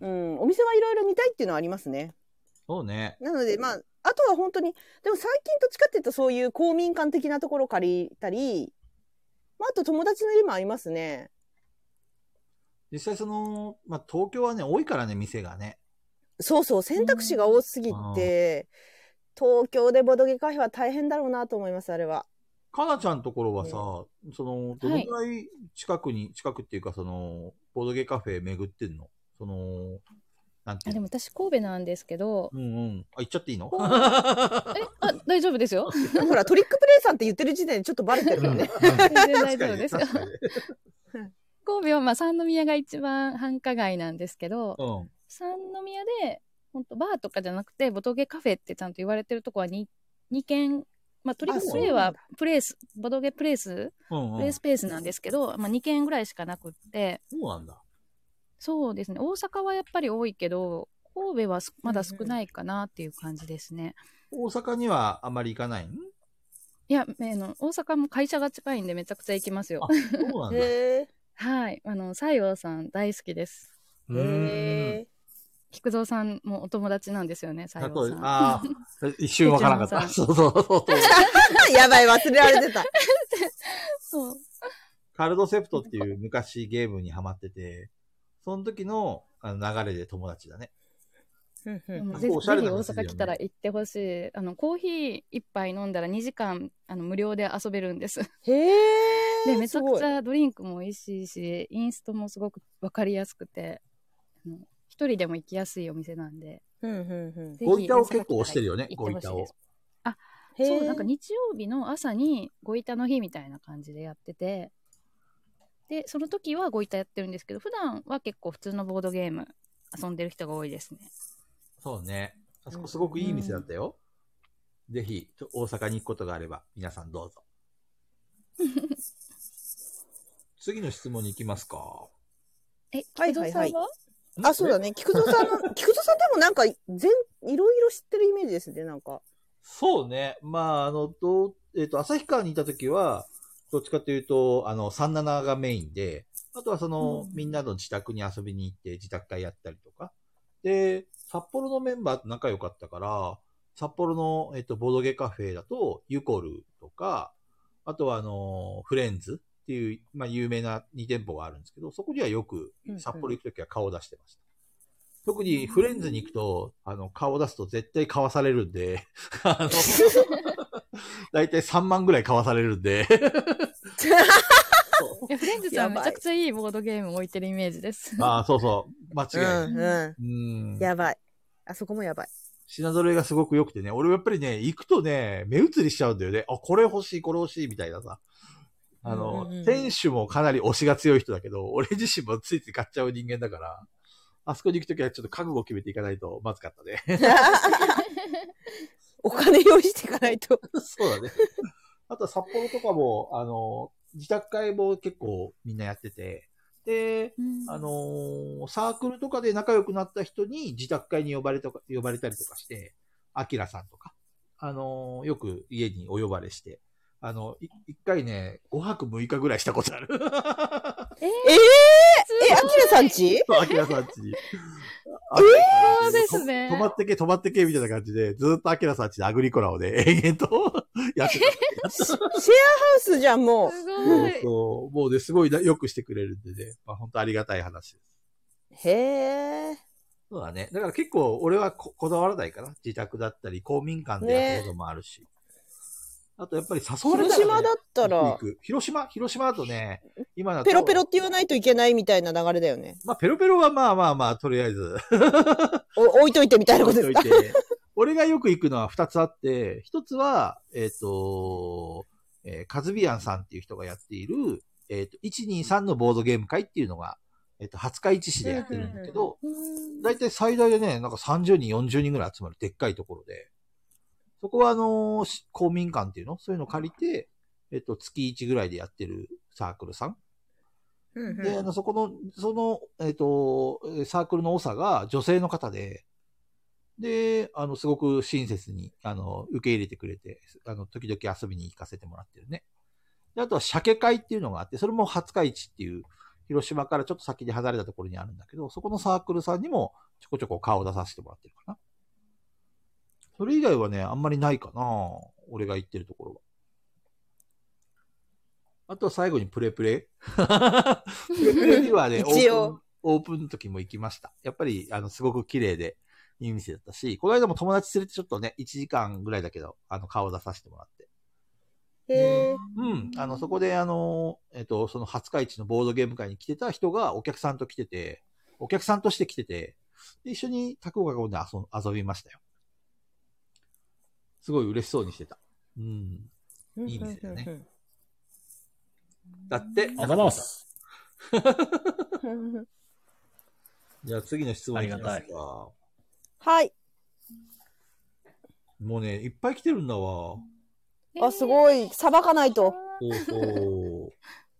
E: うん、お店はいろいろ見たいっていうのはありますね。
A: そうね。
E: なので、まあ、あとは本当に、でも最近どっちかっていうとそういう公民館的なところを借りたり、まあ、あと友達の家もありますね。
A: 実際その、まあ、東京はね、多いからね、店がね。
E: そうそう、選択肢が多すぎて、東京でボドゲカフェは大変だろうなと思います、あれは。
A: かなちゃんのところはさ、その、どのくらい近くに、近くっていうか、その、ボードゲカフェ巡ってんのその、なんて
B: あ
A: いう
B: で
A: の
B: も私神戸なんですけど、
A: うんうん。あ、行っちゃっていいの
B: えあ大丈夫です よ。
E: ほら、トリックプレイさんって言ってる時点でちょっとバレてるよね。
B: 全然大丈夫です よ。
A: 確かに確
B: 神戸はまあ三宮が一番繁華街なんですけど、
A: かに
B: 三宮で本当バーとかじゃなくてボトゲカフェってちゃんと言われてるとこは 2, 2軒、まあ、トリックプレイ
E: あそうなん
B: は
E: だ
B: プレイスボトゲプレイス
A: うん。うん
B: プ
A: う
B: レ
A: ん。
B: イ
A: そ
B: スペースなんですけど、まあ、2軒ぐらいしかなくって
A: うなんだ。
B: そうですね大阪はやっぱり多いけど神戸はすまだ少ないかなっていう感じですね。
A: 大阪にはあまり行かないん
B: いや、あの、大阪も会社が近いんでめちゃくちゃ行きますよ
A: あ。、そうなんだ。
E: へ
B: はい。あの、西洋さん大好きです。
E: え。
C: う
E: へ
C: ん
E: え。
B: 菊蔵さんもお友達なんですよね、西
A: あ
B: 洋
A: そう
B: さん。
A: あー、一瞬わからなかった。そうそうそうそう。
E: やばい、忘れられてた。
B: そう。
A: カルドセプトっていう昔ゲームにハマってて、その時のあの流れで友達だね。
B: もう
A: あ
B: ぜ
A: お
B: ひ、
A: しゃれ
B: ぜ
A: な街で
B: ひ大
A: すよね
B: 阪来たら行ってほしい。あの、コーヒー一杯飲んだら2時間、あの、無料で遊べるんです。
E: へえ。
B: で、めちゃくち
E: ゃ。
B: ゃドリンクも美味しいし、インストもすごくわかりやすくて、あの一人でも行きやすいお店なんで、
E: うんうんうん。
B: ぜひ
A: ごいたを
B: 大阪来たら
A: 結構押してるよね
B: 行ってほしい
A: ごい
B: で
A: た
B: す
A: を
E: へ
B: そ
E: え
B: う、なんか日曜日の朝にごいたの日みたいな感じでやってて、で、その時はごいたやってるんですけど、普段は結構普通のボードゲーム遊んでる人が多いですね。
A: そうね。あそこすごくいい店だったよ。ぜひ、ちょ大阪に行くことがあれば、皆さんどうぞ。次の質問に行きますか。
B: え、
E: はい
B: 木戸さん
E: はいはあ、そうだね。菊蔵さんの、菊蔵さんでもなんか、全、いろいろ知ってるイメージですね、なんか。
A: そうね。まあ、あの、どう、えっ、と、旭川にいた時は、どっちかというと、あの、37がメインで、あとはその、
B: うん
A: みんなの自宅に遊びに行って、自宅会やったりとか。で、札幌のメンバーと仲良かったから、札幌の、えっ、と、ボードゲカフェだと、ユコルとか、あとはあの、フレンズっていう、まあ、有名な2店舗があるんですけど、そこにはよく
E: うんうん
A: 札幌行くときは顔を出してました。特にフレンズに行くと、あの、顔を出すと絶対買わされるん で、あの、大体3万ぐらい買わされるん で、
B: いやフレンズさん
E: や
B: め
E: ばい
B: ちゃくちゃいいボードゲーム置いてるイメージです。
A: ああ、そうそう、間違いない。
E: うんうん。
A: うん。
E: やばい。あそこもやばい。
A: 品揃えがすごく良くてね、俺はやっぱりね、行くとね、目移りしちゃうんだよね。あ、これ欲しい、これ欲しい、みたいなさ。あの、
E: うんうんうん
A: 店主もかなり推しが強い人だけど、俺自身もついつい買っちゃう人間だから、あそこに行くときはちょっと覚悟を決めていかないとまずかった ね。
E: お金用意していかないと。
A: そうだね。あとは札幌とかも、あの、自宅会も結構みんなやってて、で、
B: うん
A: あのーサークルとかで仲良くなった人に自宅会に呼ばれとか呼ばれたりとかして、アキラさんとか、あのーよく家にお呼ばれして、あの、い一回ね、5泊6日ぐらいしたことある。
E: ええ
B: す
E: え、アキラさんち
A: アキラさん家に。え
B: そうですね
A: 止まってけ、止まってけ、みたいな感じで、ずっとアキラさん家でアグリコラをね、延々と やってた。
E: シシェアハウスじゃん、もう。
B: す
A: そ
B: ご
A: う
B: い。
A: そうもうね、すごいなよくしてくれるんでね、まあ本当ありがたい話です。
E: へえ。
A: そうだね。だから結構俺はここだわらないかな。自宅だったり、公民館でやったこともあるし。あとやっぱり誘われ
E: 広
A: たらね、
E: 島だった
A: 行
E: ら
A: く、行く広島、広島だとね、今だと。
E: ペロペロって言わないといけないみたいな流れだよね。
A: まあペロペロはまあまあまあ、とりあえず。
E: お置いといてみたいなことですか
A: 置いといて 俺がよく行くのは二つあって、一つは、えっ、と、えーカズビアンさんっていう人がやっている、えっ、と、123のボードゲーム会っていうのが、えっ、と、20日市市でやってるんだけど、だいたい最大でね、なんか30人、40人ぐらい集まるでっかいところで、そこはあのーし公民館っていうのそういうの借りて、えっ、と、月1ぐらいでやってるサークルさん。
G: うん
A: で、あの、そこの、その、えっ、と、えーサークルの多さが女性の方で、で、あの、すごく親切に、あの、受け入れてくれて、あの、時々遊びに行かせてもらってるね。で、あとは、鮭会っていうのがあって、それも20日市っていう、広島からちょっと先に離れたところにあるんだけど、そこのサークルさんにもちょこちょこ顔を出させてもらってるかな。それ以外はね、あんまりないかな。俺が行ってるところは。あとは最後にプレプレ。プレプレにはね、オ
E: 一
A: ープ
E: 応
A: ン、オープンの時も行きました。やっぱり、あの、すごく綺麗で、いい店だったし、この間も友達連れてちょっとね、1時間ぐらいだけど、あの、顔を出させてもらって。
E: へえ。
A: うん。あの、そこで、あの、えっと、その20日市のボードゲーム会に来てた人がお客さんと来てて、お客さんとして来てて、で一緒に卓を囲んで遊遊びましたよ。すごい嬉しそうにしてた。うん。いい店だね
E: うんうん
A: だって、
D: ありがとうございます。
E: うんうん
A: じゃあ次の質問いきますか
D: ありがたい
A: も
E: はい。
A: うね、いっぱい来てるんだわ。
E: あ、すご
B: え
E: い。
B: ー
E: さばかないと。
A: おーおー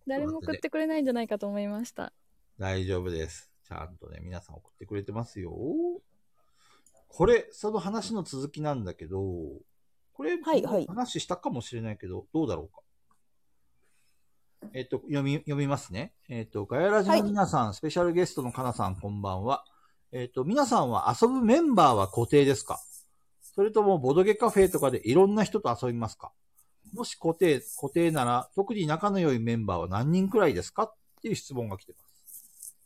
B: 誰も送ってくれないんじゃないかと思いました。
A: 大丈夫です。ちゃんとね、皆さん送ってくれてますよ。これ、その話の続きなんだけど、これ、
E: はいはい
A: 話したかもしれないけど、どうだろうか。えっと、読み、読みますね。えっと、ガヤラジの皆さん、スペシャルゲストのかなさん、こんばんは。えっと、皆さんは遊ぶメンバーは固定ですかそれとも、ボドゲカフェとかでいろんな人と遊びますかもし固定、固定なら、特に仲の良いメンバーは何人くらいですかっていう質問が来てます。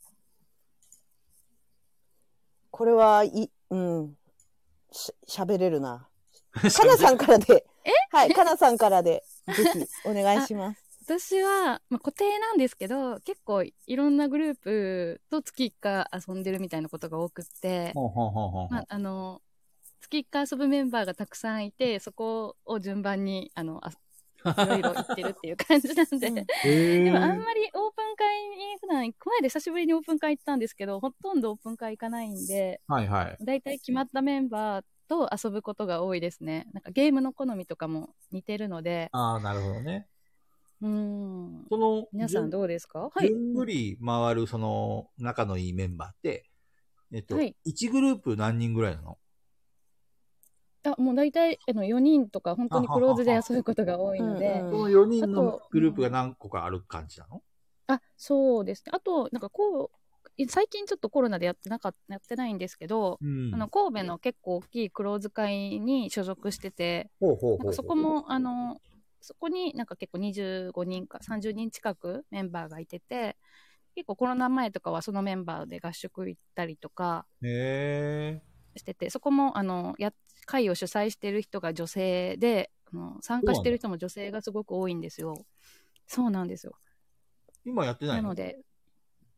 E: これは、い、うん。し、喋れるな。かなさんからで。えはい、かなさんからで。ぜひ、お願いします。
B: 私は、まあ、固定なんですけど、結構いろんなグループと月1回遊んでるみたいなことが多くって、
A: ほうほうほうほうほ
B: ま
A: う
B: あ、あの、月1回遊ぶメンバーがたくさんいて、そこを順番に、あの、あいろいろ行ってるっていう感じなんで、
E: うん
B: でもあんまりオープン会に普段行く前で久しぶりにオープン会行ったんですけど、ほとんどオープン会行かないんで、
A: はいはい。
B: だいたい決まったメンバーと遊ぶことが多いですね。なんかゲームの好みとかも似てるので、
A: ああ、なるほどね。
B: うーん。
A: その、
B: 皆さん
A: う
B: どうですかは
A: じ
B: い。
A: ゅんぐり回る、その、仲のいいメンバーって、えっと、
B: はい
A: 1グループ何人ぐらいなの
B: あ、もう大体、あの、4人とか、本当にクローズで遊ぶことが多いの
E: う
B: で
E: んう、ん
A: この4人
B: あ
A: の
B: と
A: グループが何個かある感じなの
B: あ、そうですね。あと、なんかこう、最近ちょっとコロナでやってなかっやってないんですけど、
A: うん
B: あの、神戸の結構大きいクローズ会に所属してて、
A: ほうほう
B: なん
A: ほう。
B: かそこも、あの、そこになんか結構25人か30人近くメンバーがいてて、結構コロナ前とかはそのメンバーで合宿行ったりとか
A: へえ。
B: してて、そこも、あの、や、会を主催してる人が女性で、あの参加してる人も女性がすごく多いんですよ。そうなんですよ。
A: 今やってない
B: な
A: の
B: ので、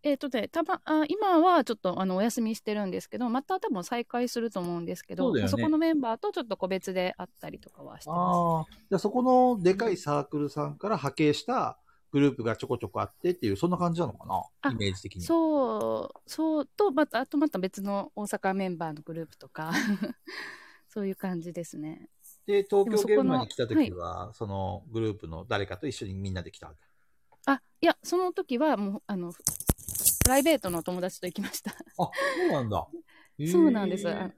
B: えっ、とね、たま、あ今はちょっとあのお休みしてるんですけど、また多分再開すると思うんですけ
A: そ
B: ど、
A: うだよね
B: そこのメンバーとちょっと個別で会ったりとかはしてま
A: ああ。じゃあそこのでかいサークルさんから派遣したグループがちょこちょこあってっていう、そんな感じなのかな
B: あ
A: イメージ的に。
B: す。そう、そうと、また、あとまた別の大阪メンバーのグループとか、 そういう感じですね。
A: で、東
B: でも
A: 京
B: そこ
A: ゲ
B: の
A: ームマに来た時は、そのグループの誰かと一緒にみんなで来たわけ。
B: あ、いや、その時はもう、あの、プライベートの友達と行きました。
A: あ、そうなんだ。
B: そうなんです。
A: へ
B: あ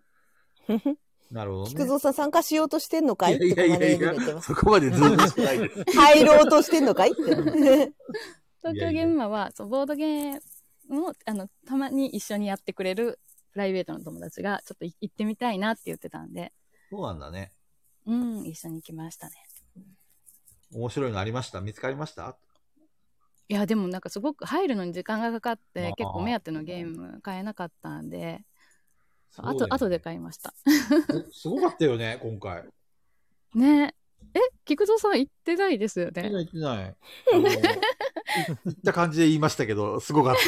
A: ーなるほど、ね。
E: 菊蔵さん参加しようとしてんのかいってこのメールが言ってます。
A: そこまでずるしくないで す。
E: 入ろうとしてんのかいって。
B: 東京ゲームマはそうボードゲームをあのたまに一緒にやってくれるプライベートの友達がちょっとい行ってみたいなって言ってたんで、
A: そうなんだね。
B: うん、一緒に行きましたね。
A: 面白いのありました見つかりました
B: いや、でもなんかすごく入るのに時間がかかっ
A: あ
B: て
A: ー、
B: 結構目当てのゲーム買えなかったんで、そうあ
A: そうだよね
B: と、後で買いました。
A: すすごかったよね、今回。
B: ねえ、菊蔵さん行ってないですよ
A: 言
B: ね。
A: ってない。言ってない。あの言った感じで言いましたけど、すごかった。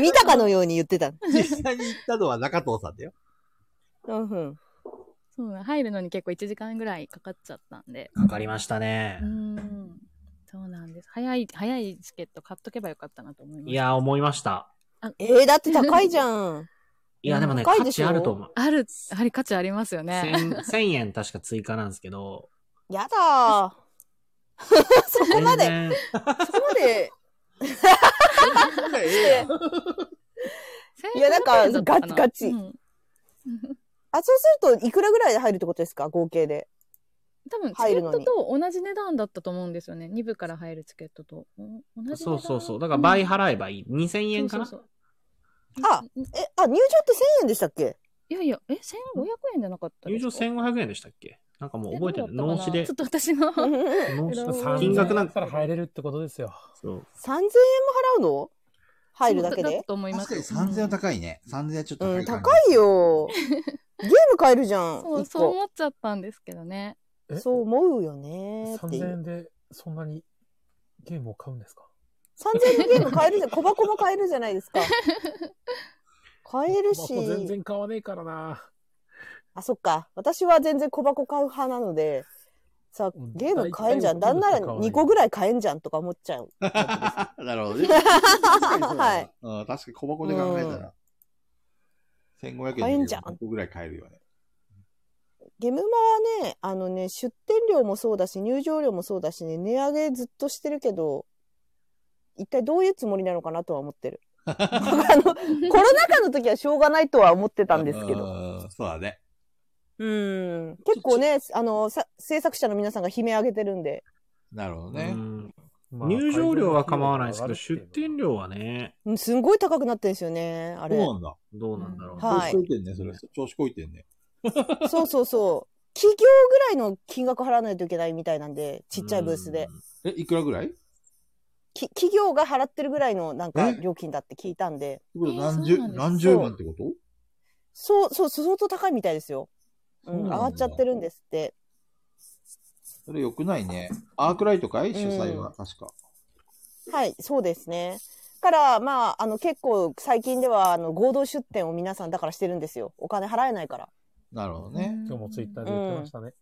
E: 見たかのように言ってた。
A: 実際に行ったのは中藤さんだよ。
E: うんうん。
B: そうだ入るのに結構1時間ぐらいかかっちゃったんで。
D: かかりましたね
B: う。ん。そうなんです。早い、早いチケット買っとけばよかったなと思います。
D: いやー、思いました。
E: えー、だって高いじゃん。
D: いや、でもね、
E: 高い
D: 価
E: でし
D: 値
E: ょ
D: あると思う。
B: ある、やはり価値ありますよね。
D: 1000 1000円確か追加なんですけど。
E: やだー。 そこまで、
D: 全然
E: そこま で、いやなんか
B: 1500円だったな
E: ガチ
B: うん
E: あ、そうするといくらぐらいで入るってことですか合計で。
B: 多分チ
E: 入
B: ケ
E: る
B: ッ
E: の
B: ト
E: に
B: と同じ値段だったと思うんですよね。2部から入るチケットと。お同じ値段
D: そうそうそう。だから倍払えばいい。2000円かな
B: そうそう
E: あ
B: そう
E: え、あ、入場って1000円でしたっけ
B: いやいや、え、1500円じゃなかった
D: 入
B: です
D: 場
B: か
D: 1500円でしたっけなんかもう覚えてる。
B: どうだ
D: 脳
B: ったかな
D: 死で
B: ちょっ。と私の。
D: 脳死
B: えっと
D: 金額なん
C: だったら入れるってことですよ。
D: そう。
E: ?3000 円も払うの入るだけで
B: と思いま
A: 確
B: す
A: かに3000は
B: うん
A: 高いね。3000はちょっと高
E: うん、
A: い感じ
E: 高 い。よ。ゲーム買えるじゃん。
B: そう、
E: 一
B: そう
E: 個
B: 思っちゃったんですけどね。
C: え
E: そう思うよねーっていう。
C: 3000円でそんなにゲームを買うんですか
E: 3000円のゲーム買えるじゃん。小箱も買えるじゃないです か。買えるし
C: 小。箱全然買わねえからな。
E: あ、そっか。私は全然小箱買う派なので、さ、ゲーム買えんじゃん。
C: 大
E: なん
C: 体小箱
E: なら
C: 買わない
E: 2個ぐらい買えんじゃんとか思っちゃう。
A: なるほどね。確かにそうだな
E: はい
A: うん、確かに小箱で考えたら。1500
E: 買え
A: 円
E: ん
A: で
E: じゃん
A: 1個ぐらい買えるよね。
E: ゲムマはね、あのね、出店料もそうだし、入場料もそうだしね、値上げずっとしてるけど、一体どういうつもりなのかなとは思ってる。あの、コロナ禍の時はしょうがないとは思ってたんですけど。
A: ど。そうだね。
E: うん。結構ね、あの、さ制作者の皆さんが悲鳴上げてるんで。
A: なるほど
D: う
A: ね。
D: ん
C: まあ
D: 入場料は構わないですけ
C: 買
D: ど、
C: い
D: 出
C: 物費用
D: 店
C: が
D: 料はね、
E: うんすんごい高くなってるんですよね、あ
A: そう
E: れ。
A: なんだ。
D: どうなんだろう。
E: うんはい
A: 調子こいてんね、それ。調子こいてんね。
E: そうそうそう。企業ぐらいの金額払わないといけないみたいなんで、ちっちゃいブースで。
A: え、いくらぐらいって
E: き企業が払ってるぐらいのなんか
A: え
E: 料金だって聞いたんで、
A: ことは何
B: えーそう
A: 十、
B: なんです
A: 何十万ってこと
E: そう、そう、そう相当高いみたいですよ。う
A: そ
E: ん、
A: うな
E: 上
A: んだ
E: がっちゃってるんですって。
A: それ良くないね。アークライトかい主催は、
E: うん
A: 確か。
E: はい、そうですね。から、まあ、あの、結構最近では、あの、合同出店を皆さんだからしてるんですよ。お金払えないから。
A: なるほどね。
C: 今日もツイッター
B: で。
C: で言ってましたね。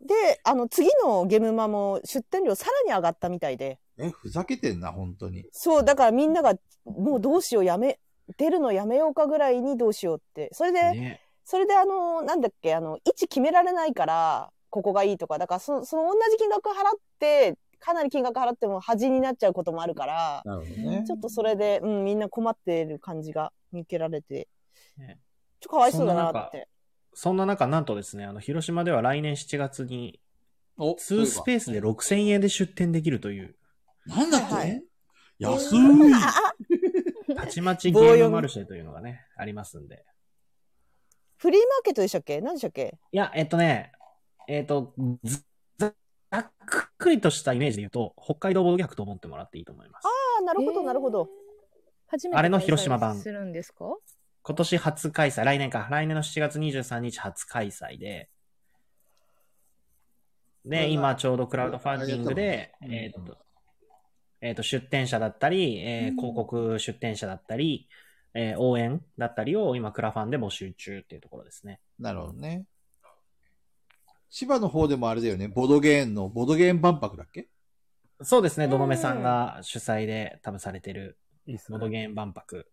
E: で、あの、次のゲムマも出店料さらに上がったみたいで。
A: え、ふざけてんな、本当に。
E: そう、だからみんなが、もうどうしよう、やめ、出るのやめようかぐらいにどうしようって。それで、
D: ね。
E: それであの、なんだっけ、あの、位置決められないから、ここがいいとか、だからそ、その同じ金額払って、かなり金額払っても恥になっちゃうこともあるから、
A: なるほどね
E: ち。ょっとそれで、うん、みんな困ってる感じが見受けられて
D: ね、
E: ちょっとかわいそうだなって。
D: そんな中、なんとですね、あの、広島では来年7月に、
A: お
D: 2スペースで6000円で出店できるという、
A: なんだって、
E: はいは
A: 安い
D: たちまちゲームマルシェというのがね、ありますんで。
E: フリーマーケットでしたっけ何でしたっけ
D: いや、えっとね、えっと、ざざざっくりとしたイメージで言うと、北海道ボードゲーム博と思ってもらっていいと思います。
E: ああ、なるほど、なるほど。。
B: 初めて
D: あれの広島版
B: 開催するんですか
D: 今年初開催、来年か、来年の7月23日初開催で、
A: これが
D: で、今ちょうどクラウドファンディングで、
A: あれ
D: え
A: だと
D: ー
A: 思
D: っ
A: う
D: と、えーっと、出展者だったり、えー
B: うん
D: 広告出展者だったり、えー応援だったりを今クラファンで募集中っていうところですね。
A: なるほどね。千葉の方でもあれだよね。ボドゲーンの、ボドゲーン万博だっけ
D: そうですね、どのめさんが主催で多分されてる、
C: いいっす
D: ボ
C: ね
D: ードゲーム万博。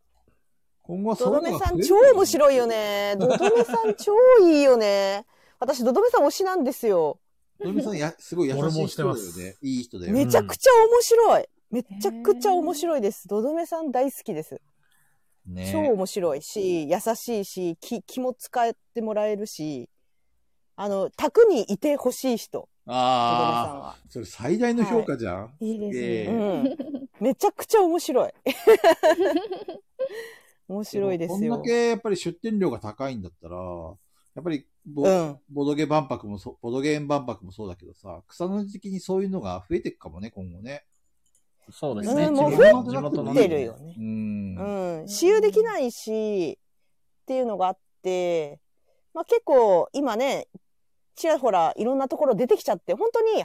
A: 今後は
E: ド
A: そ
E: ド
A: ういう
E: メ
A: の
E: さ
A: が増
E: ん
A: える
E: 超
A: よね
E: 面白いよね。ドドメさん超いいよね。私、ドドメさん推しなんですよ。
A: ドドメさんや、すごい優
C: 俺
A: しい
C: もして
A: 人だよ
C: ます
A: ね。いい人だよね。
E: めちゃくちゃ面白い。めちゃくちゃ面白いです。ドドメさん大好きです。
A: ね
E: 超面白いし、優しいし、気気も使ってもらえるし、あの、宅にいてほしい人、ドドメさん
A: ああ、
E: は。
A: それ最大の評価じゃん。
B: いいですね
A: え
E: う
A: え
E: ん。めちゃくちゃ面白い。 面白いです
A: でもこ
E: よ
A: んだ。けやっぱり出店料が高いんだったら、やっぱりボ,、
E: うん
A: ボドゲ万博もそう、ボドゲーン万博もそうだけどさ、草の時期にそういうのが増えていくかもね、今後ね。
D: そうですね、
E: うんもう
D: 地
E: 増え
D: 元地元の
E: 増えてるよね
A: うん。
E: うん。私有できないし、っていうのがあって、まあ結構今ね、ちらほらいろんなところ出てきちゃって、本当に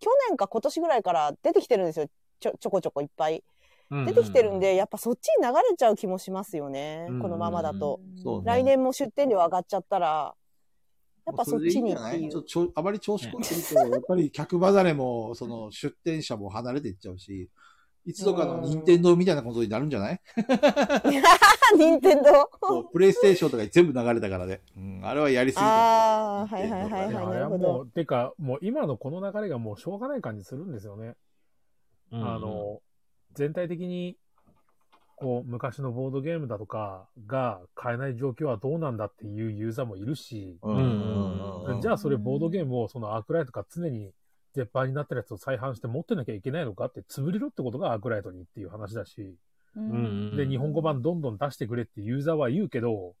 E: 去年か今年ぐらいから出てきてるんですよ。ちょ、ちょこちょこいっぱい。出てきてるん
D: う
E: で、やっぱそっちに流れちゃう気もしますよね
D: うん。
E: このままだと。
A: そうね
E: 来年も出店料上がっちゃったら、やっぱそっちにってい
A: ちょっと。
E: う
A: ちょあまり調子こいてる と、やっぱり客離れも、その出店者も離れていっちゃうし、いつとかの任天堂みたいなことになるんじゃない
E: 任天堂
A: そうプレイステーションとかに全部流れたからね。うん、あれはやりすぎた。
E: あーはいはいはい
C: い
E: はい
C: や、あれはもう、てか、もう今のこの流れがもうしょうがない感じするんですよね。あの、全体的に、こう、昔のボードゲームだとかが買えない状況はどうなんだっていうユーザーもいるし、
A: うんうんうん
C: じゃあそれボードゲームをそのアークライトが常に絶版になってるやつを再販して持ってなきゃいけないのかって潰れろってことがアークライトにっていう話だし、
D: うん
C: で、日本語版どんどん出してくれってユーザーは言うけど、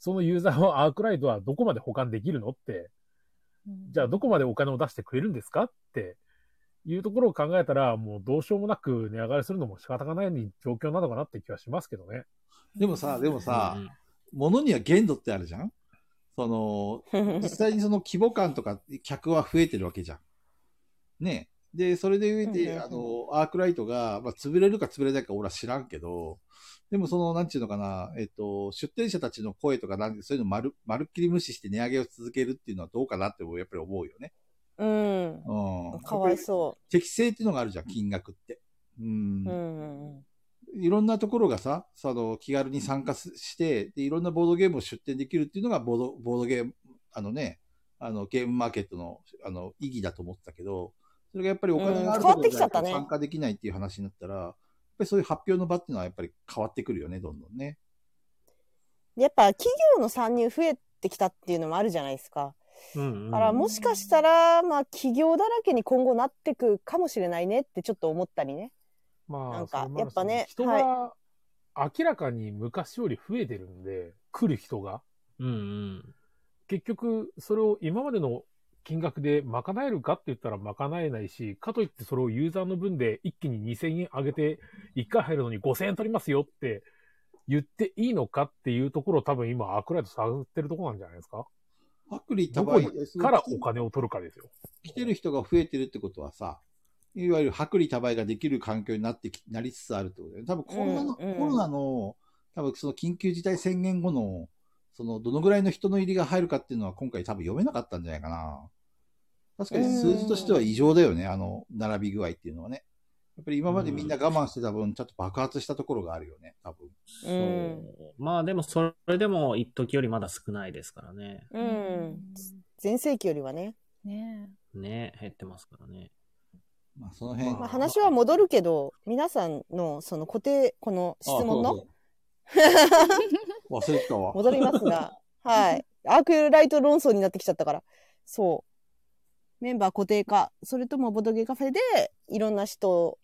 C: そのユーザーはアークライトはどこまで保管できるのって、じゃあどこまでお金を出してくれるんですかっていうところを考えたら、もうどうしようもなく値上がりするのも仕方がない状況なのかなって気はしますけどね。
A: でもさ、でもさ、
D: うん
A: 物には限度ってあるじゃんその、実際にその規模感とか客は増えてるわけじゃん。ねえで、それで上
E: うんうんう
A: で、
E: ん
A: あの、アークライトが、まあ、潰れるか潰れないか俺は知らんけど、でもその、なんちゅうのかな、えっと、出店者たちの声とか、なんてそういうのまる、まるっきり無視して値上げを続けるっていうのはどうかなって、やっぱり思うよね。
E: うん。
A: うん。。
E: かわいそう
A: 適正っていうのがあるじゃん、金額って。うん
E: う。うん。
A: いろんなところがさ、その気軽に参加すしてで、いろんなボードゲームを出展できるっていうのがボード、ボードゲーム、あのね、あのゲームマーケットのあの意義だと思ってたけど、それがやっぱりお金があると
E: うん
A: こ
E: 変わって
A: ろ
E: き
A: じ
E: ちゃ
A: ゃ
E: ったね
A: 参加できないっていう話になったら、やっぱりそういう発表の場っていうのはやっぱり変わってくるよね、どんどんね。
E: やっぱ企業の参入増えてきたっていうのもあるじゃないですか。
D: うんうん
E: だからもしかしたら、まあ企業だらけに今後なってくかもしれないねってちょっと思ったりね。
C: まあ、
E: なんか
C: それもあるし
E: やっぱね
C: 人が明らかに昔より増えてるんで、来る人が。
D: うん
C: 結局、それを今までの金額で賄えるかって言ったら賄えないし、かといってそれをユーザーの分で一気に2000円上げて、1回入るのに5000円取りますよって言っていいのかっていうところを多分今、アークライト探ってるところなんじゃないですか
A: アクリ
C: ど
A: 多
C: こ
A: 売
C: にからお金を取るかですよ。
A: 来てる人が増えてるってことはさ、いわゆる薄利多売ができる環境になってき、なりつつあるってことだよね。多分コロナの、
E: うんうん
A: コロナの、多分その緊急事態宣言後の、その、どのぐらいの人の入りが入るかっていうのは今回多分読めなかったんじゃないかな。確かに数字としては異常だよね、あの、並び具合っていうのはね。やっぱり今までみんな我慢してた分、ちょっと爆発したところがあるよね、多分。
D: う
E: うん
D: ん。そう。まあでもそれでも一時よりまだ少ないですからね。
E: うん。前世紀よりはね。
B: ねえ
D: ね減ってますからね。
A: まあ、その辺。
E: まあ、
C: あ
E: 話は戻るけど、皆さんのその固定、この質問
A: あ
E: の
A: そうそう忘れてたわ。
E: 戻りま すが、はい。アークライト論争になってきちゃったから。そう。メンバー固定化、それともボドゲカフェでいろんな人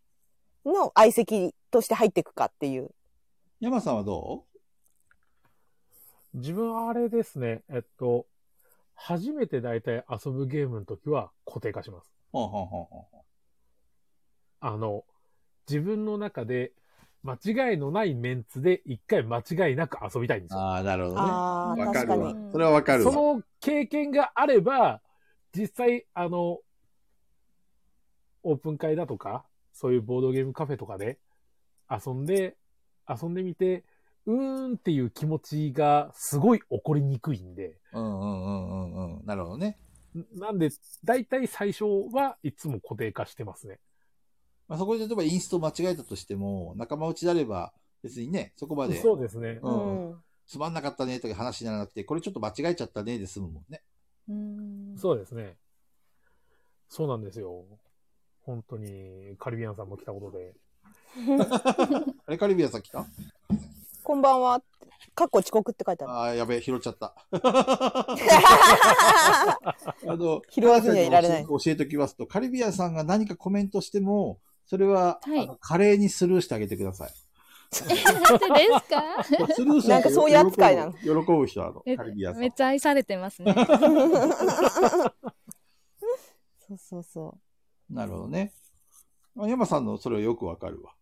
E: の相席として入っていくかっていう。
A: 山さんはど
C: 自分はあれですね、えっと、初めて大体遊ぶゲームの時は固定化します。
A: うほんほんほんほん
C: あの、自分の中で間違いのないメンツで一回間違いなく遊びたいんですよ。
A: ああ、なるほどね。
E: ああ、
A: わか
E: 確
A: る
E: か
A: わ
E: に。。
A: それはわかる
C: そ
A: わ。
C: の経験があれば、実際、あの、オープン会だとか、そういうボードゲームカフェとかで遊んで、遊んでみて、うーんっていう気持ちがすごい起こりにくいんで、
A: うんうんうんうんうん。なるほどね。
C: なんで、だいたい最初はいつも固定化してますね。
A: まあ、そこで例えばインスト間違えたとしても、仲間内であれば、別にね、そこまで、
C: そうですね。
E: う
A: うん
E: ん。
A: つまんなかったねとか話にならなくて、これちょっと間違えちゃったねで済むもんね。
B: うん
C: そうですね。そうなんですよ。本当に、カリビアンさんも来たことで。
A: あれ、カリビアンさん来た
E: こんばんは。かっこ遅刻って書いてある。
A: ああ、やべえ、拾っちゃ った。あの、
E: 拾わずにはいられない
A: 教えておきますと、カリビアンさんが何かコメントしても、それは、
B: はい
A: あの華麗にスルーしてあげてください。
B: 本当ですか
A: スルーすると
E: なんかそういう扱いなの
A: 喜ぶ喜ぶ人なの、
B: え
A: カリビアンさん
B: めっ。ちゃ愛されてますね。
E: そうそうそ
A: なるほどね。あ山さんのそれはよくわかるわ。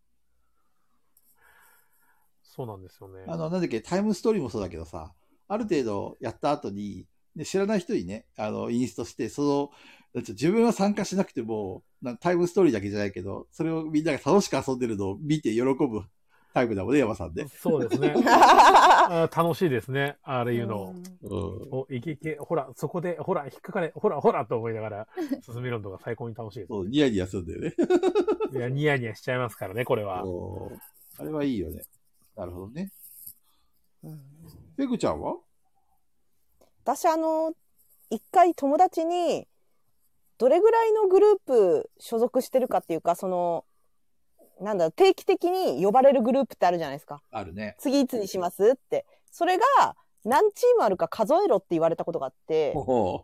C: そうなんですよね。
A: あの、なんだっけ、タイムストーリーもそうだけどさ、ある程度やった後に、で知らない人にね、あの、インストして、その、なんていうの自分は参加しなくても、なタイムストーリーだけじゃないけど、それをみんなが楽しく遊んでるのを見て喜ぶタイプだもんね、山さんね。
C: そう ですね。あー楽しいですね。あれいうの。
A: うん。
C: お、いけいけ、ほら、そこで、ほら、引っかかれ、ほら、ほら、と思いながら進めるのが最高に楽しいで
A: そう、ニヤニヤするんだよね。
C: す。いや、ニヤニヤしちゃいますからね、これは。
A: そうあれはいいよね。なるほどね。ペグちゃんは
E: 私あの一回友達にどれぐらいのグループ所属してるかっていうかそのなんだろう定期的に呼ばれるグループってあるじゃないですか
A: あるね。
E: 次いつにしますってそれが何チームあるか数えろって言われたことがあって
A: ほ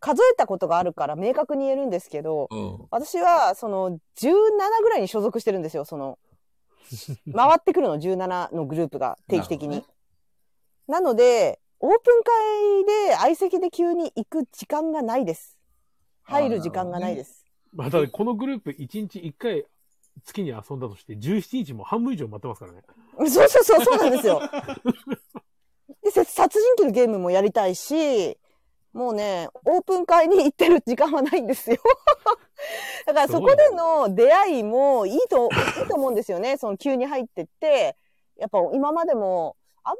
E: 数えたことがあるから明確に言えるんですけど
A: う。うん。
E: 私はその17ぐらいに所属してるんですよその回ってくるの17のグループが定期的に。なのでオープン会で相席で急に行く時間がないです。入る時間がないです。
C: まあ、ただこのグループ1日1回月に遊んだとして、17日も半分以上待ってますからね。
E: そうそうそう、そうなんですよ。で、せ殺人鬼のゲームもやりたいし、もうね、オープン会に行ってる時間はないんですよ。 だからそこでの出会いもいいと、いいと思うんですよね。その急に入ってって、やっぱ今までも、あんま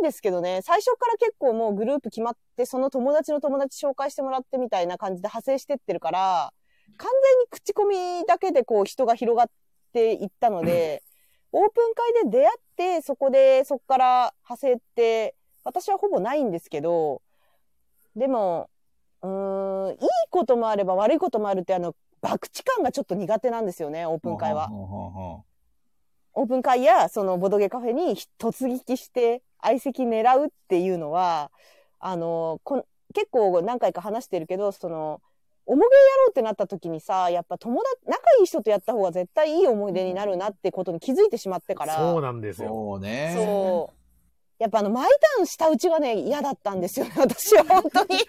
E: りないですけどね、最初から結構もうグループ決まって、その友達の友達紹介してもらってみたいな感じで派生してってるから、完全に口コミだけでこう人が広がっていったので、オープン会で出会って、そこで、そこから派生って、私はほぼないんですけど、でも、うーん、いいこともあれば悪いこともあるって、あの、博打感がちょっと苦手なんですよね、オープン会は。
A: ほうほうほうほ
E: オープン会や、そのボドゲカフェに突撃して、相席狙うっていうのは、あの、こん結構何回か話してるけど、その、おもげやろうってなった時にさ、やっぱ友達、仲いい人とやった方が絶対いい思い出になるなってことに気づいてしまってから。
C: そうなんで
A: う
C: すよ。
A: そうね。
E: そう。やっぱあの、毎ターン下打ちがね、嫌だったんですよね、 私は本当に。
C: ずっ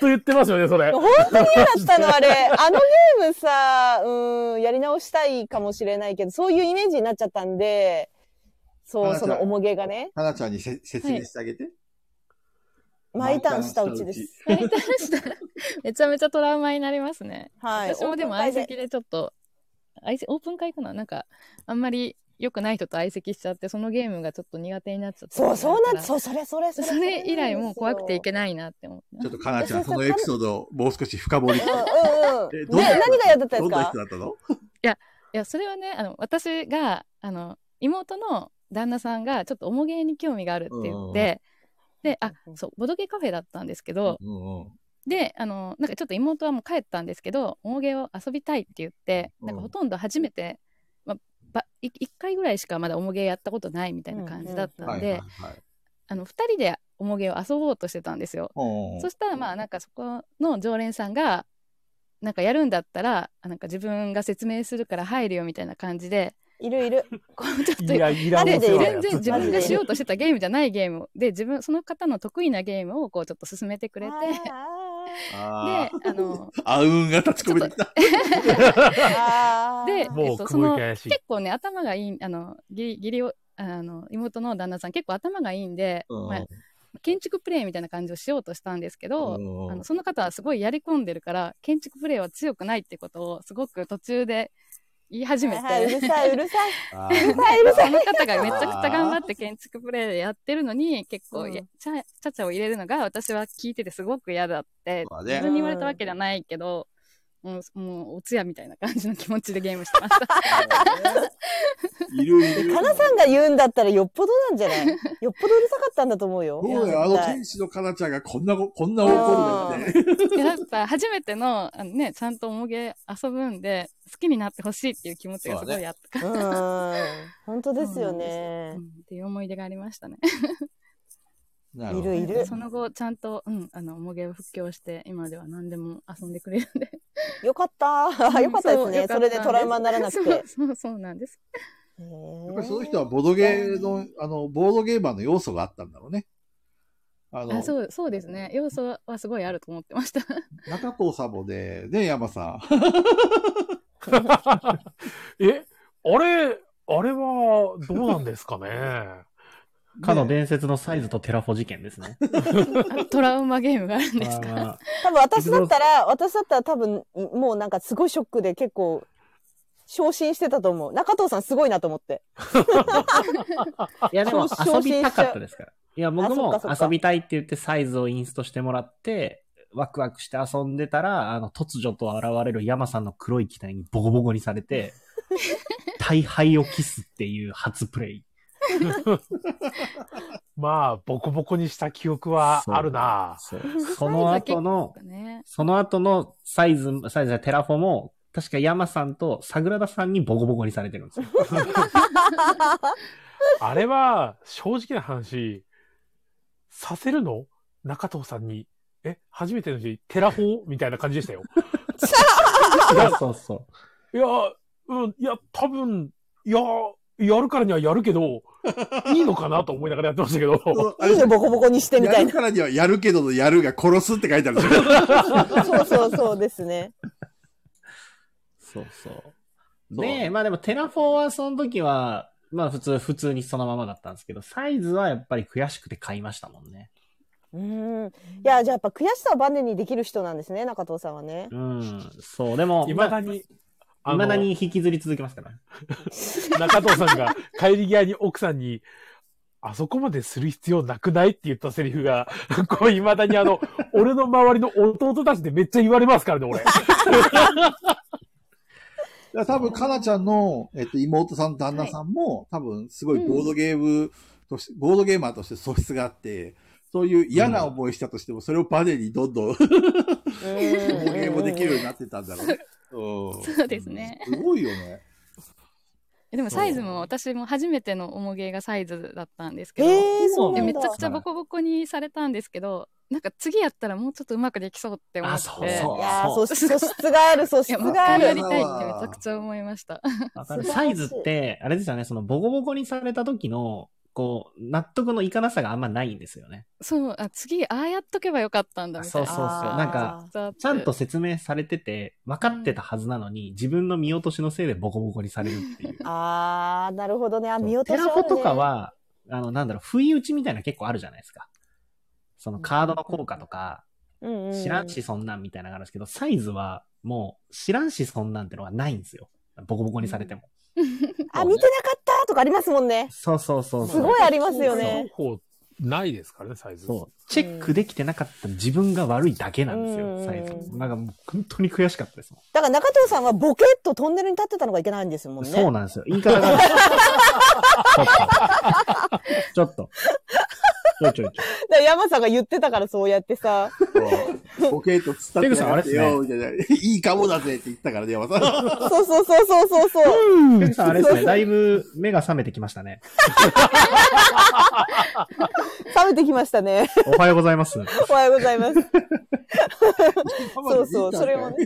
C: と言ってますよね、それ。
E: 本当に嫌だったの、あれ。あのゲームさ、うーん、やり直したいかもしれないけど、そういうイメージになっちゃったんで、そ
A: あ
E: う、
A: じゃあ
E: そのおもげがね、
A: かなちゃんにせ説明してあげて。
E: 毎ターン下打ちです。
B: 大胆したらめちゃめちゃトラウマになりますね。
E: はい。
B: 私もでも
E: オープン会
B: 相席でちょっと、相席オープン会かななんか、あんまり良くない人と相席しちゃって、そのゲームがちょっと苦手になっちゃった。
E: そう、そうなん、
B: そ
E: そう、それ、それ、
B: れそれ以来もう怖くていけ
E: な
B: ない
E: い。
B: なって思って
A: ちょ。っとかなちゃん、そのエピソードをもう少し深掘りして。
E: うん、うん、うん。ね、
A: な人
E: 何が嫌だっ
A: ど
E: たんです
A: んな
E: か
A: 人だったの
B: いや、それはね、あの、私が、あの、妹の旦那さんが、ちょっとおもげに興味があるって言って、で、あ、そう、ボドゲカフェだったんですけど、
A: うんうん。
B: で、あの、なんかちょっと妹はもう帰ったんですけど、おもげを遊びたいって言って、なんかほとんど初めて、まあ、ばい一回ぐらいしかまだおもげやったことないみたいな感じだった
E: は
B: ん
E: い
B: で、あの、二人でおもげを遊ぼうとしてたんですよ。そしたらまあなんかそこの常連さんがなんかやるんだったらあなんか自分が説明するから入るよみたいな感じで
E: いるいる。
B: こうちょっと
C: いや、いらん
E: で
B: で
C: お世話
B: 全
C: や
B: 然自分
E: マ
B: が
E: ジ
B: しようとしてたゲームじゃないゲームで自分その方の得意なゲームをこうちょっと進めてくれて
A: あ
B: であの
A: ーあうんが立ち込めてきた。
E: あーあー。
B: で
C: もう
B: えっとそ
C: 雲行
B: の
C: き怪しい
B: 結構ね頭がいいあのギリギリをあの妹の旦那さん結構頭がいいんで、
A: うん
B: まあ、建築プレイみたいな感じをしようとしたんですけど、
A: うん
B: あのその方はすごいやり込んでるから建築プレーは強くないってことをすごく途中で言い始めて、
E: はい、うるさい、うるさい。
A: あー
E: うるさい、うるさい
B: そ。の方がめちゃくちゃ頑張って建築プレーでやってるのに結構や、
E: うん
B: ちゃちゃちゃを入れるのが私は聞いててすごく嫌だって
A: そうだね
B: 自分に言われたわけじゃないけど、もうもうお通夜みたいな感じの気持ちでゲームしてました。
A: いるいる
E: か。なさんが言うんだったらよっぽどなんじゃないよっぽどうるさかったんだと思うよ。
A: そうだよ、あの
E: 絶対
A: 天使のかなちゃんがこんなこ、こんな怒るなんて。
B: やっぱ初めてのあの、ね、ちゃんとおもげ遊ぶんで好きになってほしいっていう気持ちがすごいあったから
E: うーん。本当ですよね
B: う。んっていう思い出がありましたね。
A: ない
E: るい
B: で
E: る
B: そ。の後ちゃんと、うん、あのもげを復興して今では何でも遊んでくれるんで
E: よかった。よかったです
B: う
E: ね。
B: ん
E: それでトラウマにならなくて。
B: そうそうそうなんです
E: へー
A: やっぱりその人はボードゲーの、あの、ボードゲーマーの要素があったんだろうね。あの、
B: あそうそうですね要素はすごいあると思ってました
A: 中藤さんもね、ね、山さん。
C: え、あれ、あれは、どうなんですかね。
D: かの伝説のサイズとテラフォ事件ですね。
B: あトラウマゲームがあるんですか
D: あー
E: 多分私だったら、私だったら多分、もうなんかすごいショックで結構、昇進してたと思う。中藤さんすごいなと思って。
D: いや、でも
E: そ
D: 遊
E: う
D: びたかったですから。いや、僕
E: あそっか
D: も
E: そっか
D: 遊びたいって言ってサイズをインストしてもらって、ワクワクして遊んでたら、あの、突如と現れる山さんの黒い機体にボコボコにされ て、大敗をキスっていう初プレイ。
C: まあ、ボコボコにした記憶はあるな。
D: そう。その後の、
B: ね。
D: その後のサイズ、サイズやテラフォも、確か山さんと桜田さんにボコボコにされてるんです よ。
C: あれは、正直な話、させるの中藤さんに。え、初めての日、テラフォーみたいな感じでした よ。
D: そうそうそ
C: いや、うん、いや、多分、いや、やるからにはやるけど、いいのかなと思いながらやってましたけど。
E: いいのボコボコにしてみた
G: や
E: い
G: る
E: な。
G: からにはやるけどのやるが殺すって書いてあるじゃん。
E: そうそうそうですね。
D: う。そうそう。で、まあでもテラフォーはその時は、まあ普通、普通にそのままだったんですけど、サイズはやっぱり悔しくて買いましたもんね。
E: うん。いや、じゃあやっぱ悔しさをバネにできる人なんですね、中藤さんはね。
D: うん、そう、でも、
C: い
D: ま
C: まだ
D: あ
C: に、あの
D: 未だに引きずり続けますから。
C: 中藤さんが帰り際に奥さんに、あそこまでする必要なくないって言ったセリフが、 こう、未だにあの、俺の周りの弟たちでめっちゃ言われますからね、俺。
A: だから多分、かなちゃんの、えっと、妹さん、旦那さんも、多分、すごいボードゲームとして、ボードゲーマーとして素質があって、そういう嫌な思いしたとしても、それをバネにどんどん、ボー
E: ボコ
A: ドゲームもできるようになってたんだろうね。うん
B: そうですね。
A: すごいよね。
B: えでもサイズも私も初めての重げがサイズだったんですけ
E: え
B: ど、
E: ー、そう
B: で
E: なん
B: めち
E: だ。
B: ゃくちゃボコボコにされたんですけどなんか次やったらもうちょっとうまくできそうって思って
D: あそうそ
E: いやー
D: そ
E: 素
D: う
E: 質素質がある、素
B: い
E: 質
B: やもう一
E: があ
B: 回やり
E: る。
B: たいってめちゃくちゃ思いました。
D: わかる
E: 素晴ら
D: サ
E: しい
D: イズって、あれですよね、そのボコボコにされた時の、こう、納得のいかなさがあんまないんですよね。
B: そうあ次ああやっとけばよかったんだみたいな。
D: そうそうなんか
B: あ
D: ちゃんと説明されてて、分かってたはずなのに、自分の見落としのせいでボコボコにされるっていう。
E: あー、なるほどね。あ、見落と
D: テ
E: しある
D: ラ
E: ね
D: フォとか、は、あの、なんだろう、不意打ちみたいな結構あるじゃないですか。そのカードの効果とか、
E: うんうん
D: 知らんし。そんなんみたいなのがあるんですけど、サイズはもう知らんしそんなんってのはないんですよ。ボコボコにされても。
E: あ、見てなかったとかありますもんね。
D: そうそうそうそう。
E: すごいありますよね。
C: そう。ないですからね、サイズ。
D: そう。チェックできてなかった自分が悪いだけなんです
E: う
D: よ、
E: ん
D: サイズ。なんかもう本当に悔しかったですもん。
E: だから中藤さんはボケっとトンネルに立ってたのがいけないんですもんね。
D: そうなんですよ。言い方 が。ちょっと。ちょっと。ちょいちょいちょい。
E: だから山さんが言ってたからそうやってさ。
A: そうボケーと伝ってなかったよ、
D: ペ
A: みたいな。いいかもだぜって言ったからね、山さん。
E: そうそうそうそうそうそう。
D: ペグさん、あれですね、だいぶ目が覚めてきましたね。
E: 冷めてきましたね。
D: おはようございます。
E: おはようございます。そうそう、それもね。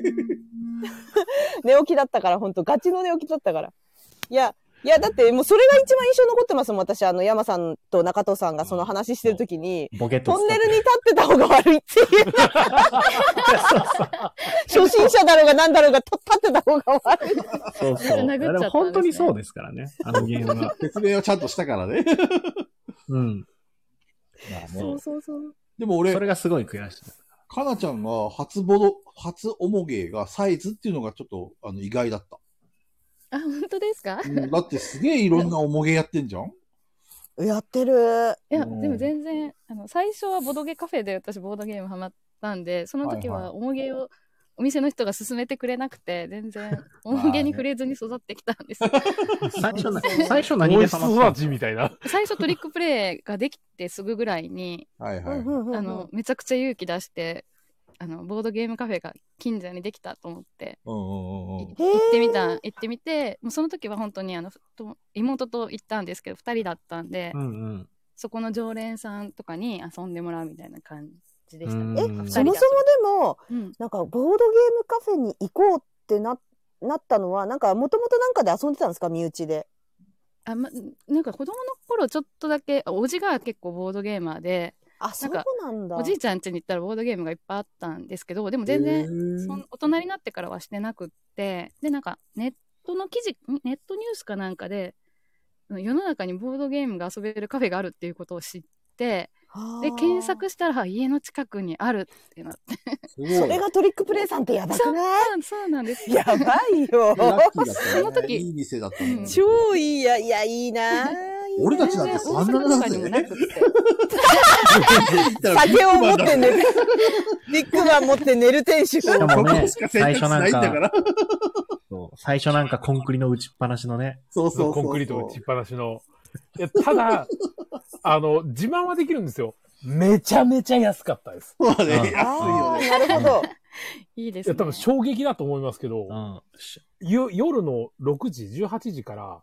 E: 寝起きだったから、本当ガチの寝起きだったから。いや、いや、だってもうそれが一番印象に残ってますもん、私。あの、山さんと中藤さんがその話してるときに。
D: ボケット
E: トンネルに立ってた方が悪いって いう。初心者だろうが何だろうがと立ってた方が悪い。
D: そ
B: 殴
D: うそう。
B: っちゃったんですね
D: でも本当にそうですからね、あのゲームは。
A: 説明をちゃんとしたからね。
D: うん。
E: そうそうそう。
A: でも俺
D: そ、れがすごい悔しい。
A: かなちゃんが初ボド、初おもげがサイズっていうのがちょっとあの意外だった。
B: 本当ですか？
A: うんだってすげえいろんなおもげやってんじゃん
E: やってる。
B: いや、
A: うん
B: でも全然、あの、最初はボドゲカフェで私ボードゲームハマったんで、その時
A: はい
B: はおもげをお店の人が勧めてくれなくて、全然おもげに触れずに育ってきたん です。
D: 最初な、最初何
C: 何
D: で
C: で
D: ハ
C: ハ
D: マ
C: マ
D: っ
C: ったた
D: んですか
C: みたいな。
B: 最初トリックプレイができてすぐぐらいに、
A: はい
E: うん
A: はい。
E: うんうんうん
B: あの、、めちゃくちゃ勇気出して、あの、ボードゲームカフェが近所にできたと思って、
A: うんうんうんう
B: い
A: ん
B: 行ってみた、行ってみて、もうその時は本当にあの、ふと妹と行ったんですけど、二人だったんで、
D: うんうん。
B: そこの常連さんとかに遊んでもらうみたいな感じでしたね。
D: うん
E: そもそもでも、
B: うん、
E: なんかボードゲームカフェに行こうってな、なったのは、なんかもともとなんかで遊んでたんですか身内で。
B: あま、なんか子供の頃ちょっとだけあおじが結構ボードゲーマーで
E: あ、そう
B: か
E: なんだ。
B: おじいちゃん家に行ったらボードゲームがいっぱいあったんですけどでも全然そん大人になってからはしてなくってでなんかネットの記事んネットニュースかなんかで世の中にボードゲームが遊べるカフェがあるっていうことを知ってで検索したら家の近くにあるってなって
E: すごいそれがトリックプレイさんってやばくない
B: そうそうなんです
E: やばいよ
G: ラッキーだった
B: その
G: よね。
B: 時
G: いい店だったのに。
E: 超いいやいやいいな
G: 俺たちなんて
B: 全然
G: そ
B: 大
G: んな
B: 阪と
G: な
B: か
G: ん
B: に
G: で
B: も
G: ね
B: なくって
E: 酒を持って寝る。ビッグマン持って寝る店主。
D: しかも
G: ここ
D: ね、
G: しか選択
D: 最
G: 肢
D: 初
G: な
D: ないん
G: んだか
D: か、
G: ら。
D: そう最初なんかコンクリの打ちっぱなしのね、
G: そうそうそうそう。
C: コンクリート打ちっぱなしの。いや、ただ、あの、自慢はできるんですよ。めちゃめちゃ安かったです。
G: そうね、
D: うん
G: 安いよ
E: あ
G: ね。
E: ーなるほど。
B: いいで
C: い
B: す
C: や、
B: ね
C: 多分衝撃だと思いますけど
D: う、 ん。し
C: よ夜の6時、18時から、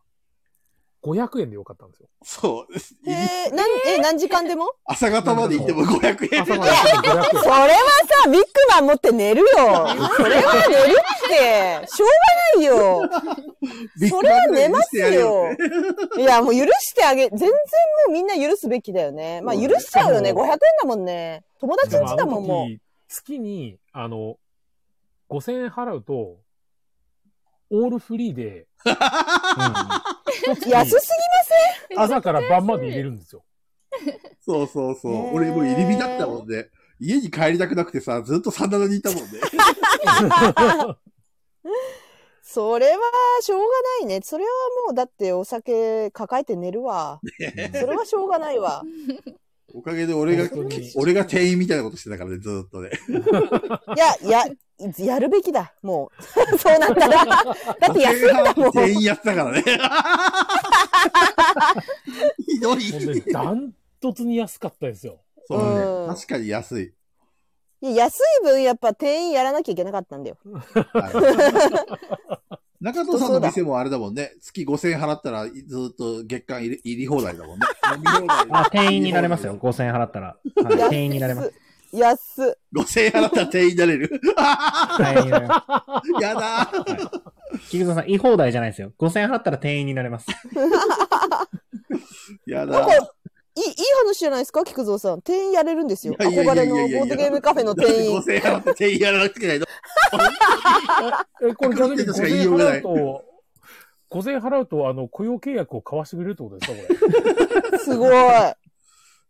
C: 500円でよかったんですよ。
G: そう。
E: へえ、なん、え、何時間でも
G: 朝方まで行っても500円。
C: 朝まで500円。
E: それはさ、ビッグマン持って寝るよ。それは寝るって、しょうがないよ。それは寝ますよ。いや、もう許してあげ、全然もうみんな許すべきだよね。まあ許しちゃうよね。500円だもんね。友達
C: で
E: ん
C: も
E: ち
C: あ
E: だ
C: の
E: もん、もう。
C: 時、月に、あの、5000円払うと、オールフリーで、
E: 安す
C: 朝から晩まで入れるんですよ。
G: そうそうそう。
E: ねえ
G: 俺もう入り火だったもんね。家に帰りたくなくてさ、ずっとサンダルにいたもんね。
E: ぎそれはしょうがないね。それはもうだってお酒抱えて寝るわ。それはしょうがないわ。
G: おかげで俺が
C: 本当に、
G: 俺が店員みたいなことしてたからね、ずーっとね。
E: いや、や、やるべきだ。もう。 そうなったら。だって安いんだもん。
G: 店員やってたからね。 ひどい。
C: ほんで、ダントツに安かったですよ。
G: そう
E: うん
G: ね。確かに安い。
E: いや安い分やっぱ店員やらなきゃいけなかったんだよ。
G: はい 中藤さん
E: そう
G: の
E: だ
G: 店もあれだもんね。月5000円払ったらずーっと月間入れ入り放題だもんね。飲み放題
D: ま あ、店員になれますよ。。5000円払ったら。はい
E: 安
D: 店員になれます。
E: 安っ。
G: 5000円払ったら店員になれる。
D: 店員になれま
G: やだー。
D: す。菊蔵さん、言い放題じゃないですよ。5000円払ったら店員になれます。
G: や
E: なん
G: だ
E: か、い
G: ー。
E: い、いい話じゃないですか、菊蔵さん。店員やれるんですよ。
G: いやいやい
E: 憧
G: や
E: れ
G: いやいやい
E: の
G: や
E: ボードゲームカフェの店員。
G: 5000円払って店員やらなくてないの。
C: え、これ逆に
G: 確
C: 5000
G: かに言い
C: 円
G: ようがな
C: 払
G: いう
C: と、5000円払うと、あの、雇用契約を交わしてくれるってことですか、これ。
E: すごい。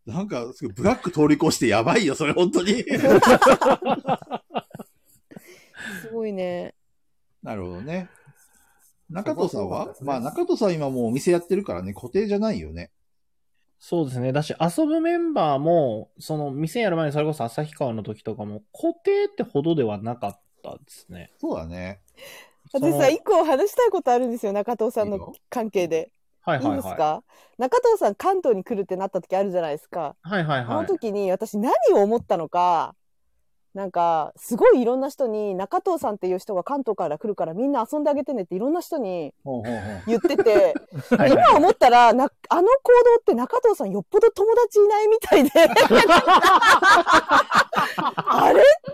G: なんか、すごいブラック通り越してやばいよ、それ、本当に。
E: すごいね。
A: なるほどね。中藤さんは、まあ中藤さん今もうお店やってるからね、固定じゃないよね。
D: そうですね。だし、遊ぶメンバーも、その、店やる前にそれこそ旭川の時とかも、固定ってほどではなかったですね。
A: そうだね。
D: その
E: 私さ、一個話したいことあるんですよ、中藤さん
G: いい
E: の
G: よ
E: 関係で。
D: はい
E: いい
D: はい
E: で
D: はい。
E: すか中藤さん関東に来るってなった時あるじゃないですか。
D: はいはい
E: あ
D: は
E: の
D: い。
E: 時に私何を思ったのか、なんか、すごいいろんな人に、中藤さんっていう人が関東から来るからみんな遊んであげてねっていろんな人に
A: ほうほうほう。
E: 言っ て
D: は
E: て、
D: いはい
E: 今思ったらな、あの行動って中藤さんよっぽど友達いないみ たいで。あれって、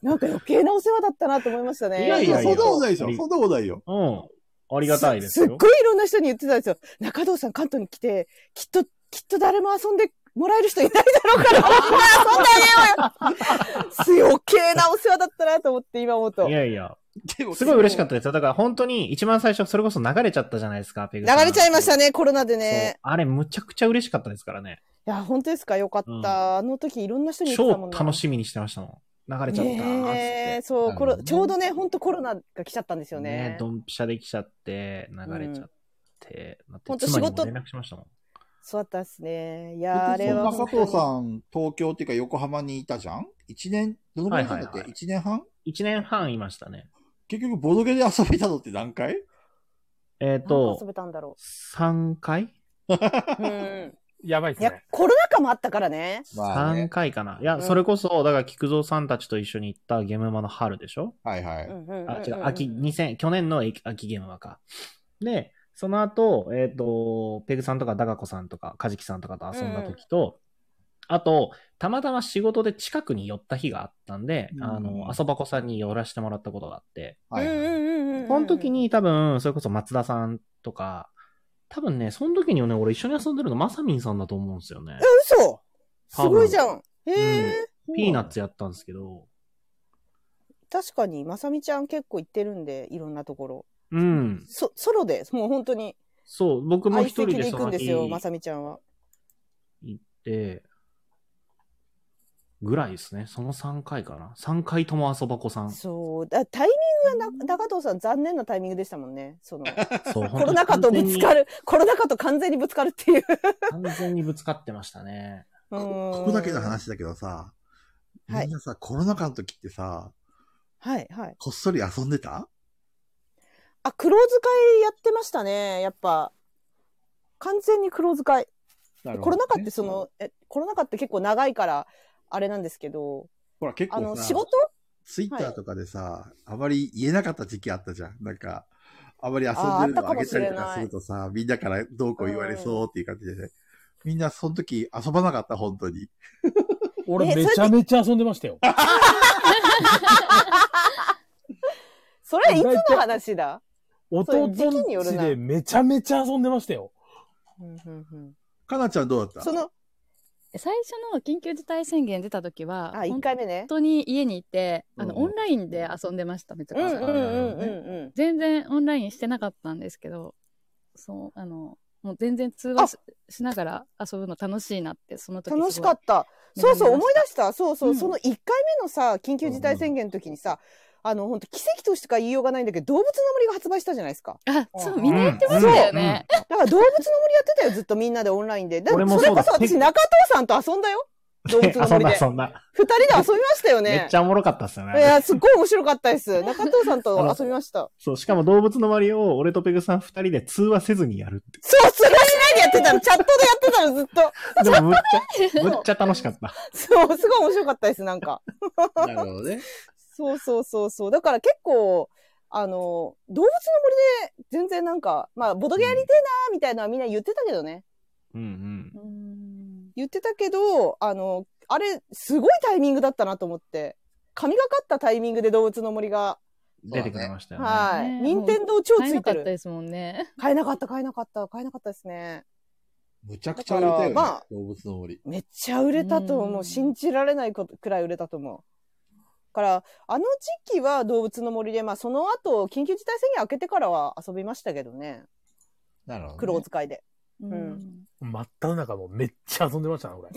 E: なんか余計なお世話だったなと思いましたね。
D: いやいやい
G: そ
D: や
G: んなことないでし
D: あ
G: ょ、
D: り
G: そんなことないよ。
D: うん。ありがたいです
E: すっ
D: よ。
E: ごいいろんな人に言ってたんですよ。中藤さん関東に来て、きっと、きっと誰も遊んでもらえる人いないだろ うから、遊んであげようよ。余計なお世話だったなと思って、今思うと。
D: い
E: 流
D: やいや。
G: でも
D: すごい嬉しかったですよ。だから本当に一番最初、それこそ流れちゃったじゃないですか、流
E: れちゃいました
D: ね。
E: ね、コロナで
D: そう
E: ね。
D: あれ、むちゃくちゃ嬉しかったですからね。
E: いや、本当ですかよかった。
D: うん
E: あの時いろんな人に言ってたも
D: 超
E: んな。
D: 楽しみにしてましたもん。流れちゃったーっつって。
E: ねえ、そう、コロ、ちょうどね、ほんとコロナが来ちゃったんですよね。
D: ドンピシャできちゃって、流れちゃって、なって
E: ほんと
D: 妻に
E: 仕事
D: も連絡しましたもん。
E: そうだったんですね。いやー、あ
A: で
E: れは
A: も
E: 本
A: 中
E: 当に。
A: 藤さん、東京っていうか横浜にいたじゃん ?1 年、どのくらいいたんだっ
D: はいは
A: け
D: いはい
A: ?1 年半
D: 1年半いましたね。
A: 結局、ボドゲで遊べたのって何回
D: えっ、
E: 何回遊
D: と、
E: べたんだろ
D: 3回
E: う。うん。
C: やばいで
E: い
C: す
E: や
C: ね。、
E: コロナ禍もあったからね。
A: まあ、
D: ?3
A: ね。
D: 回かな。いうや、
E: ん
D: それこそ、だから、菊蔵さんたちと一緒に行ったゲームマの春でしょ
A: はいはい。
E: うんうんうん
D: あ、違
E: う
D: う、
E: ん
D: 秋、2000、去年の秋ゲームマか。で、その後、えっ、と、ペグさんとかダガコさんとか、カジキさんとかと遊んだ時と、あと、たまたま仕事で近くに寄った日があったんで、
A: うん
D: あの、遊ばこさんに寄らせてもらったことがあって、
A: はいはい。
E: こ
D: この時、に多分、それこそ松田さんとか、多分ね、その時にね、俺一緒に遊んでるのまさみんさんだと思うんですよね。
E: 嘘す
D: 多分
E: ごいじゃん。へえ、
D: ピーナッツやったんですけど、
E: 確かに、まさみちゃん結構行ってるんで、いろんなところ。
D: うん。
E: そ、ソロで、もう本当に、
D: そう、僕も
E: 相
D: 一人で
E: 席
D: そ
E: で行くん
D: の
E: で
D: 日
E: すよ、まさみちゃんは。
D: 行って、ぐらいですね。その3回かな。3回とも遊ばこ さん。
E: そう。だタイミングがな、中藤さん残念なタイミングでしたもんね。その、
D: そう、
E: コロナ禍とぶつかる、コロナ禍と完全にぶつかるっていう。
D: 本当に完全に。完全にぶつかってましたね。
A: こ
E: うん
A: ここだけの。話だけどさ、
E: は
A: み
E: い
A: んなさ、コロナ禍の時ってさ、
E: はい、はい。
A: こっそり遊んでた
E: あ、黒使いやってましたね。やっぱ。完全に黒使い。コロナ禍ってその、え、コロナ禍って結構長いから、あれなんですけど、
A: ほら、結
E: あの、
A: 構
E: 仕
A: さ、
E: 事
A: ツイッターとかでさ、あまり言えなかった時期あったじゃん。なんか、あまり遊ん
E: あー
A: で
E: あっ
A: る
E: た
A: の
E: か
A: あ
E: も
A: げ
E: したれな
A: り
E: い
A: とかするとさ、みんなからどうこう言われそうっていう感じでね。みんなその時遊ばなかった、本当に。
C: 俺
E: え
C: めちゃめちゃ遊んでましたよ。
E: それいつの話だ
C: 弟ん
E: 時期による
C: ち
E: な
C: でめちゃめちゃ遊んでましたよ。
E: うんうん
A: かなちゃんどう
E: う
A: だ
E: ん
A: った
E: その、
B: 最初の緊急事態宣言出た時は、
E: あ、1回目ね
B: 本。当に家にいて、あの、
A: うん
B: オンラインで遊んでました、めちゃ
E: う
B: く
E: ん
B: ち
E: う
B: ゃ。
E: んうんうん
B: 全然オンラインしてなかったんですけど、そう、あの、もう全然通話ししながら遊ぶの楽しいなって、その時
E: うん。楽しか
B: っ
E: った。
B: た
E: そうそう、思い出した。そうそう、
B: うん
E: その1回目のさ、緊急事態宣言の時にさ、あの、本当奇跡としか言いようがないんだけど、動物の森が発売したじゃないですか。
B: あ、そう、みんな言ってましたよね。
E: だから動物の森やってたよ、ずっとみんなでオンラインで。だ
D: 俺も
E: それ
D: そう
E: こ
D: だ
E: そ私、中藤さんと遊ん だよ。動物の
D: 遊ん
E: 森
D: だ、
E: で。二人
D: 遊んだ。
E: で遊びましたよね。
D: めっちゃおもろかったっすよ
E: い
D: ね。
E: や、すっごい面白かったです。中藤さんと遊びました。
D: そう、しかも動物の森を俺とペグさん二人で通話せずにやるって。
E: そう、それはしないでやってたの。チャットでやってたの、ずっと。
D: でもむっちゃ、むっちゃ楽しかった。
E: そう、すごい面白かったです、なんか。
A: なるほどね。
E: そうそうそうそう。だから結構、あの、動物の森で全然なんか、まあ、ボドゲやりてえなーみたいなのはみんな言ってたけどね。
D: うんうん。
B: うん
E: 言ってたけど、あの、あれ、すごいタイミングだったなと思って。神がかったタイミングで動物の森が。
D: 出てくれましたよね。
E: はい。
B: ねえ
E: 任天堂超つ
B: 買えないか
E: て
B: った
E: る。
B: ですもんね。
E: 買えなかった、買えなかった、買えなかったですね。
A: むちゃくちゃ売れたよ、ね
E: だからまあ
A: 動物の森。
E: めっちゃ売れたと思
B: う
E: う。
B: ん
E: 信じられないことくらい売れたと思う。から、あの時期は動物の森で、まあその後、緊急事態宣言明けてからは遊びましたけどね。
A: なるほど、ね。
E: 苦労使 いで。
B: うん
C: 真っ只中もうめっちゃ遊んでましたね、 俺。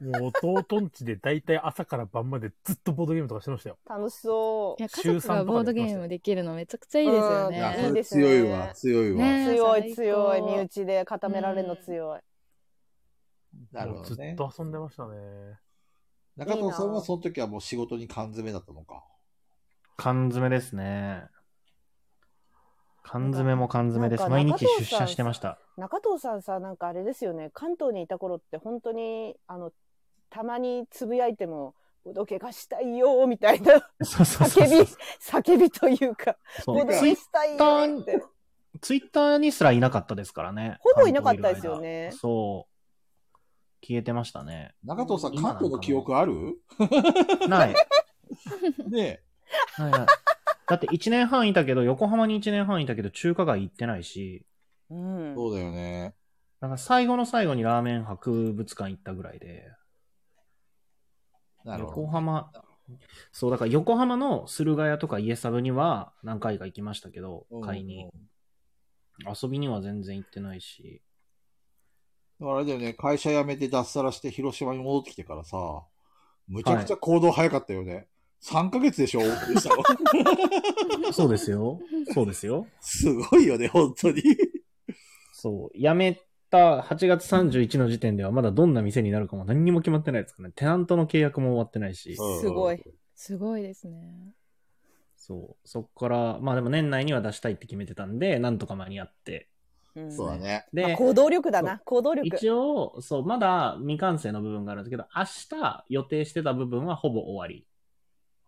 C: もう弟んちで大体朝から晩までずっとボードゲームとかしてましたよ。
E: 楽しそ
B: いや、家
C: 週
B: 族が
C: 三と
B: ボ
C: か
B: ー
C: で
B: ド
C: やって
B: ゲ
C: ましたよ
B: ームできるのめちゃくちゃいいですよ
E: う
A: い
E: ん
A: や、
E: い
A: そ
E: い
B: ね。
A: れ
E: です
A: 強い
E: ね
A: わ、強いわ。
E: う。
B: ね
E: 強い
B: 最高
E: 強い。身内で固められるの強い。
A: なるほどね。
C: もうずっと遊んでましたね。
A: 中藤さん
E: いい
A: は
E: な
A: その時はもう仕事に缶詰だったのか。
D: 缶詰ですね。缶詰も缶詰で
E: な
D: す。
E: んか
D: 毎日出社してました。
E: 中藤さんさ、なんかあれですよね。関東にいた頃って本当に、あの、たまにつぶやいても、おどけがしたいよーみたいな
D: そうそうそう
E: 叫
D: そう
E: び。、叫びというか、
D: そ
E: おど
D: う
E: け
D: ツイ
E: したいよーって。
D: ツイッターにすらいなかったですからね。
E: ほぼいなかったです
D: 関東
E: よね
D: いる間そう。消えてましたね。
A: 中藤さん、
D: 今なん
A: 関
D: かな
A: 東の記憶ある
D: ない。
A: ね
D: ないないだって1年半いたけど、横浜に1年半いたけど、中華街行ってないし、
E: うん
A: え。そうだよね。
D: なんか最後の最後にラーメン博物館行ったぐらいで、
A: なるほど。
D: 横浜、そう、だから横浜の駿河屋とか家サブには何回か行きましたけど
A: うん、
D: 買いに。。遊びには全然行ってないし、
A: だからあれだよね、会社辞めて脱サラして広島に戻ってきてからさ、むちゃくちゃ行動早かったよね。3ヶ月でしょ、大きい したの
D: そうですよ。そうですよ。
A: すごいよね、本当に。
D: そう。辞めた8月31の時点ではまだどんな店になるかも何にも決まってないですからね。テナントの契約も終わってないし。
E: すごい。
B: すごいですね。
D: そう。そこから、まあでも年内には出したいって決めてたんで、なんとか間に合って。
E: う
A: うんん。そうだね。
E: まあ
D: で、
E: 行動力だな、行動力。
D: 一応、そう、まだ未完成の部分があるんですけど、明日予定してた部分はほぼ終わり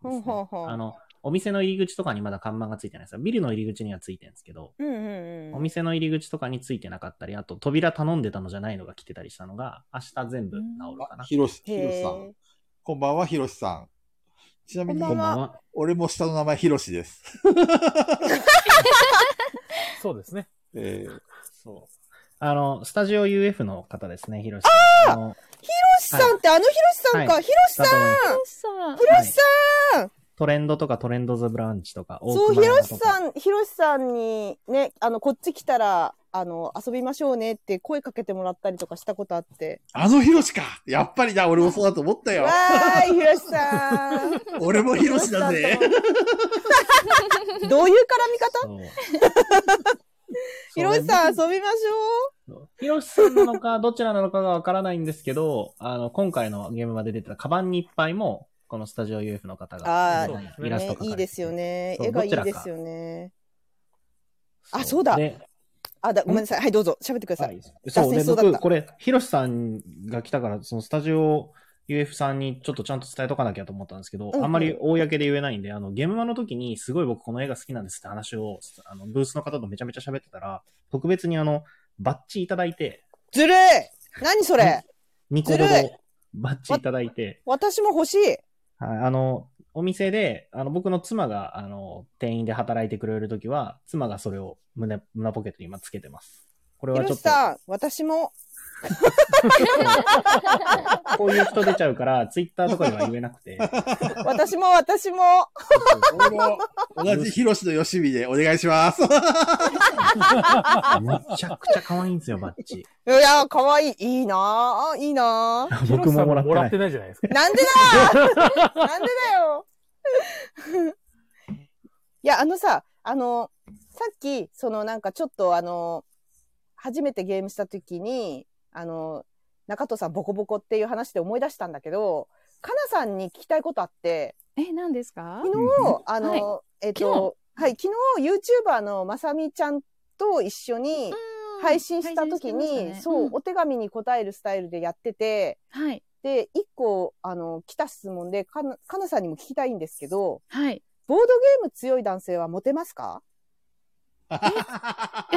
D: ですね、
E: ほんほんほん
D: あの、お店の入り口とかにまだ看板がついてないですよ。ビルの入り口にはついてるんですけど、
E: うんうんう
D: お
E: ん。
D: 店の入り口とかについてなかったり、あと扉頼んでたのじゃないのが来てたりしたのが、明日全部治るか
A: あ
D: な。
A: ひろし、ひろしさ
E: へ
A: ん。こんばんは、ひろしさん。ちなみに、
E: こんばんは
D: は。
A: 俺も下の名前、ひろしです。
C: そうですね。
A: えー
D: そう。あの、スタジオ UF の方ですね、ヒロシさん。あの
E: ひろしさんってあのひろしさんか、
D: は
E: ひろしさん、
D: だと思います
B: よっしゃ
E: ひろしさ
D: トレンドとかトレンドズブランチとか、
E: そう、
D: ヒ
E: ひろ
D: ロ
E: しさん、ひろしさんにね、あの、こっち来たら、あの、遊びましょうねって声かけてもらったりとかしたことあって。
G: あのヒロシかやっぱりな、俺もそうだと思ったよ
E: わ。ーい、ひろしさん。
G: 俺もヒロシだぜ。
E: どういう絡み方
D: そう。
E: ひろしさん、
D: そ
E: 遊びまし
D: う。ヒロシさんなのか、どちらなのかがわからないんですけど、あの、今回のゲームまで出てたカバンにいっぱいも、このスタジオ UF の方が、
E: あー
D: デザイン
C: そう
D: イ
E: ょう。
D: ラスト
E: ね
D: 描かれて、て
E: いいですよ。ね。
D: そう
E: 絵がいい
D: どちらか
E: ですよね。あそうだ
D: で
E: あ、だ、ごめんなさい。はい、どうぞ。喋ってください。
D: はいそう
E: 脱
D: で、
E: 線しそうだった
D: 僕、これ、ヒロシさんが来たから、そのスタジオ UF さんにちょっとちゃんと伝えとかなきゃと思ったんですけど、
E: うんうん
D: あんまり公で言えないんで、あの、ゲームマの時に、すごい僕この映画好きなんですって話を、あの、ブースの方とめちゃめちゃ喋ってたら、特別にあの、バッチいただいて、
E: ずるい何それ
D: ニコ動
E: ずるい
D: バッチいただいて、
E: 私も欲しい。
D: はい、あの、お店で、あの、僕の妻が、あの、店員で働いてくれる時は、妻がそれを胸、胸ポケットに今つけてます。これ
E: ひ
D: はち
E: ろ
D: ょ
E: し
D: っと。
E: さん、私も。
D: こういう人出ちゃうから、ツイッターとかでは言えなくて。
E: 私も、私も。
G: 俺も同じヒロシのよしみでお願いします。
D: め ちゃくちゃ可愛いんですよ、バッチ。
E: いや、かわいい。いいなぁ。いいなぁ。
D: 僕ももら
C: もらっ
D: っててな
C: な
D: い。
C: いじゃな いですか。
E: なんでだなんでだよ。いや、あのさ、あの、さっき、そのなんかちょっとあの、初めてゲームした時に、あの、中戸さんボコボコっていう話で思い出したんだけど、かなさんに聞きたいことあって、
B: え、何ですか
E: 昨日、あの、えっ、と、はい、昨日 YouTuber のまさみちゃんと一緒に配信した時に、そう、お手紙に答えるスタイルでやってて、
B: はい。
E: で、一個、あの、来た質問で、かな、かなさんにも聞きたいんですけど、
B: はい。
E: ボードゲーム強い男性はモテますか
B: いや、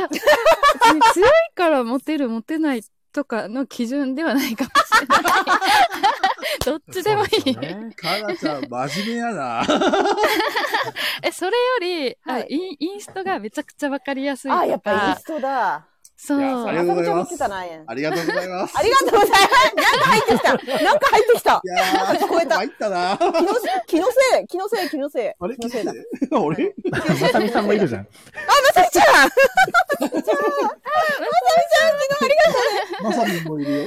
B: 別に強いからモテる、モテないとかの基準ではないかもしれない。どっちでもい
C: そう
B: い。
C: すよね
G: カナちゃん、真面目やな。
B: え、それより、あ
E: はい
B: イン、インストがめちゃくちゃわかりやすいとか。
E: あ、やっぱインストだ。
B: そ
G: いや
B: う
G: そ。れ
E: ま
G: りがと
E: さみ
G: うご
E: ち
G: ざ
E: ゃ
G: い
E: んも
G: ますあ
E: 言ってたな、あやん
G: りがとうございます。
E: ありがとうございます。なんか入ってきた。なんか入ってき
G: い
E: た。
G: やー、
E: 聞こえた
G: 参ったな。
E: 気のせい、気のせい、気のせい、気のせい。
G: あれ
E: 気のせいだ。
G: 俺
D: まさみさんもいるじゃん。
E: まさみちゃん
G: まさみもいるよ。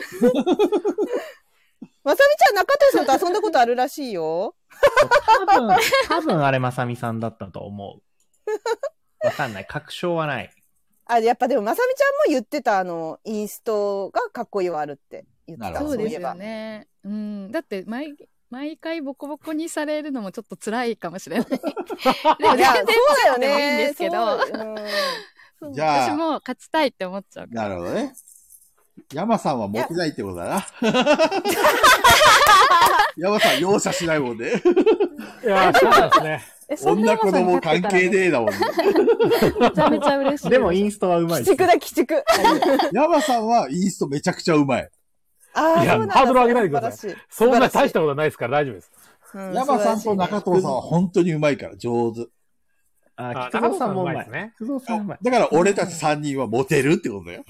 E: まさみちゃん中藤さんと遊んだことあるらしいよ。
D: 多分、多分あれまさみさんだったと思う。わかんない。確証はない。
E: あ、やっぱでもまさみちゃんも言ってた、あの、インストがかっこいいはあるって言って
G: なる
E: た。
G: ほ
B: そ
G: ど
B: うで
E: い
B: す
E: え
B: よ
E: ば。
B: ね。うん。だって、毎、毎回ボコボコにされるのもちょっと辛いかもしれない。でも全
E: いや、そう
B: 然
E: だよ
B: でもいいん
E: ね。
B: ですけど
E: そううん
B: そう
G: じゃあ
B: 私も勝ちたいって思っちゃう。
G: なるほどね。山さんはモテないってことだな。山さん容赦しないもんね。
C: いやー、そう ですね。
B: えそんな
G: 女子供
B: 山さん
G: 関
B: に勝
G: 係
B: ってたら
G: ねえだもんね。
B: めちゃめちゃ嬉しい。
D: でもインストはうまい
E: 鬼
D: です
E: 畜だ、鬼畜。
G: 山さんはインストめちゃくちゃうまい。
E: ああ、
C: いや
E: そうなんだ
C: ハードル上げないでくださ
E: 素晴らしい。
C: そんな
E: 素晴ら
C: 大
E: しい
C: したことはないですから大丈夫です。
E: うん
G: 山さん
E: 素
G: と
E: 晴らしいね
G: 中藤さんは本当にうまいから、上手。
D: あ、菊蔵さんもうまい。
C: ね。
D: 菊蔵さんうまい。
G: だから俺たち3人はモテるってことだよ。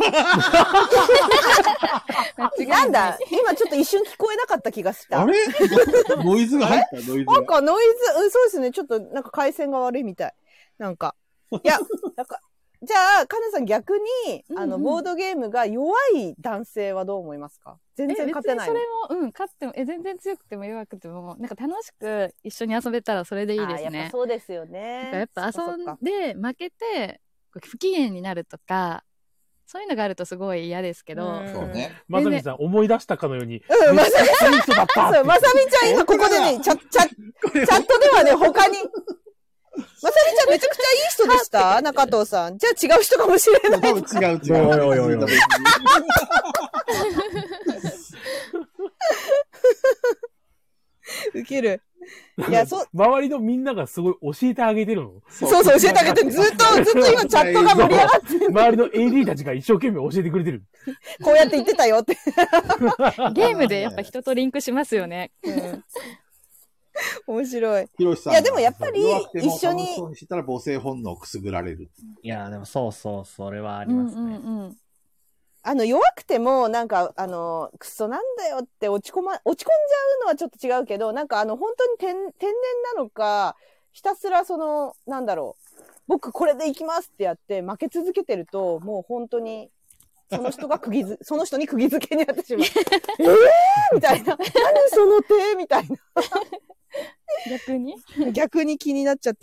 E: なんだ今ちょっと一瞬聞こえなかった気がした。
G: あ
E: な
G: れノイズが入った、ノイズ
E: ん
G: が。
E: かノイズ、うん、そうですね。ちょっとなんか回線が悪いみたい。なんか。いや、なんか、じゃあ、かなさん逆に、あの、
B: うんうん
E: ボードゲームが弱い男性はどう思いますか全
B: え
E: 然勝てない
B: 別
E: の
B: に。それも、うん、勝っても、え、全然強くても弱くても、なんか楽しく一緒に遊べたらそれでいい
E: あ
B: で
E: ー
B: す
E: やっぱ
B: ね。
E: そうですよ
B: なん
E: ね。
B: かやっぱ
E: そっか
B: 遊
E: そっ
B: ん
E: か
B: で負けて、こう不機嫌になるとか、そういうのがあるとすごい嫌ですけど、
E: うん
G: そうね。
C: まさみさん思い出したかのように。
E: うん、まさみ
C: いい人だったって
E: そう、まさみちゃん今ここでね、チャチャ
G: これ
E: チャットではね、他に。まさみちゃんめちゃくちゃいい人で した中藤さん。じゃあ違う人かもしれない。
G: 多分違う違う。
D: おいおいおいおい
E: ウケ る。いや、そう、
C: 周りのみんながすごい教えてあげてるの。
E: そうそう、教えてあげて、ずっと、ずっと今チャットが盛り上がって、
C: 周りの AD たちが一生懸命教えてくれてる。
E: こうやって言ってたよって。
B: ゲームでやっぱ人とリンクしますよね。
E: 面白い。
G: ひろしさん。
E: いやでもやっぱり
G: 弱くても
E: 一緒に
G: 楽しそうにしてたら母性本能をくすぐられる。
D: いや、でもそうそう、それはあ
B: う
D: り
B: ん
D: ます
B: うん
D: ね。
B: うん。
E: あの、弱くても、なんか、あの、クソなんだよって落ち込ま、落ち込んじゃうのはちょっと違うけど、なんかあの、本当に天天然なのか、ひたすらその、なんだろう、僕これでいきますってやって、負け続けてると、もう本当に、その人が釘 づ、その人に釘付けになっ てしまう。 えーみたいな。何その手みたいな。
B: 逆に
E: 逆に気になっちゃって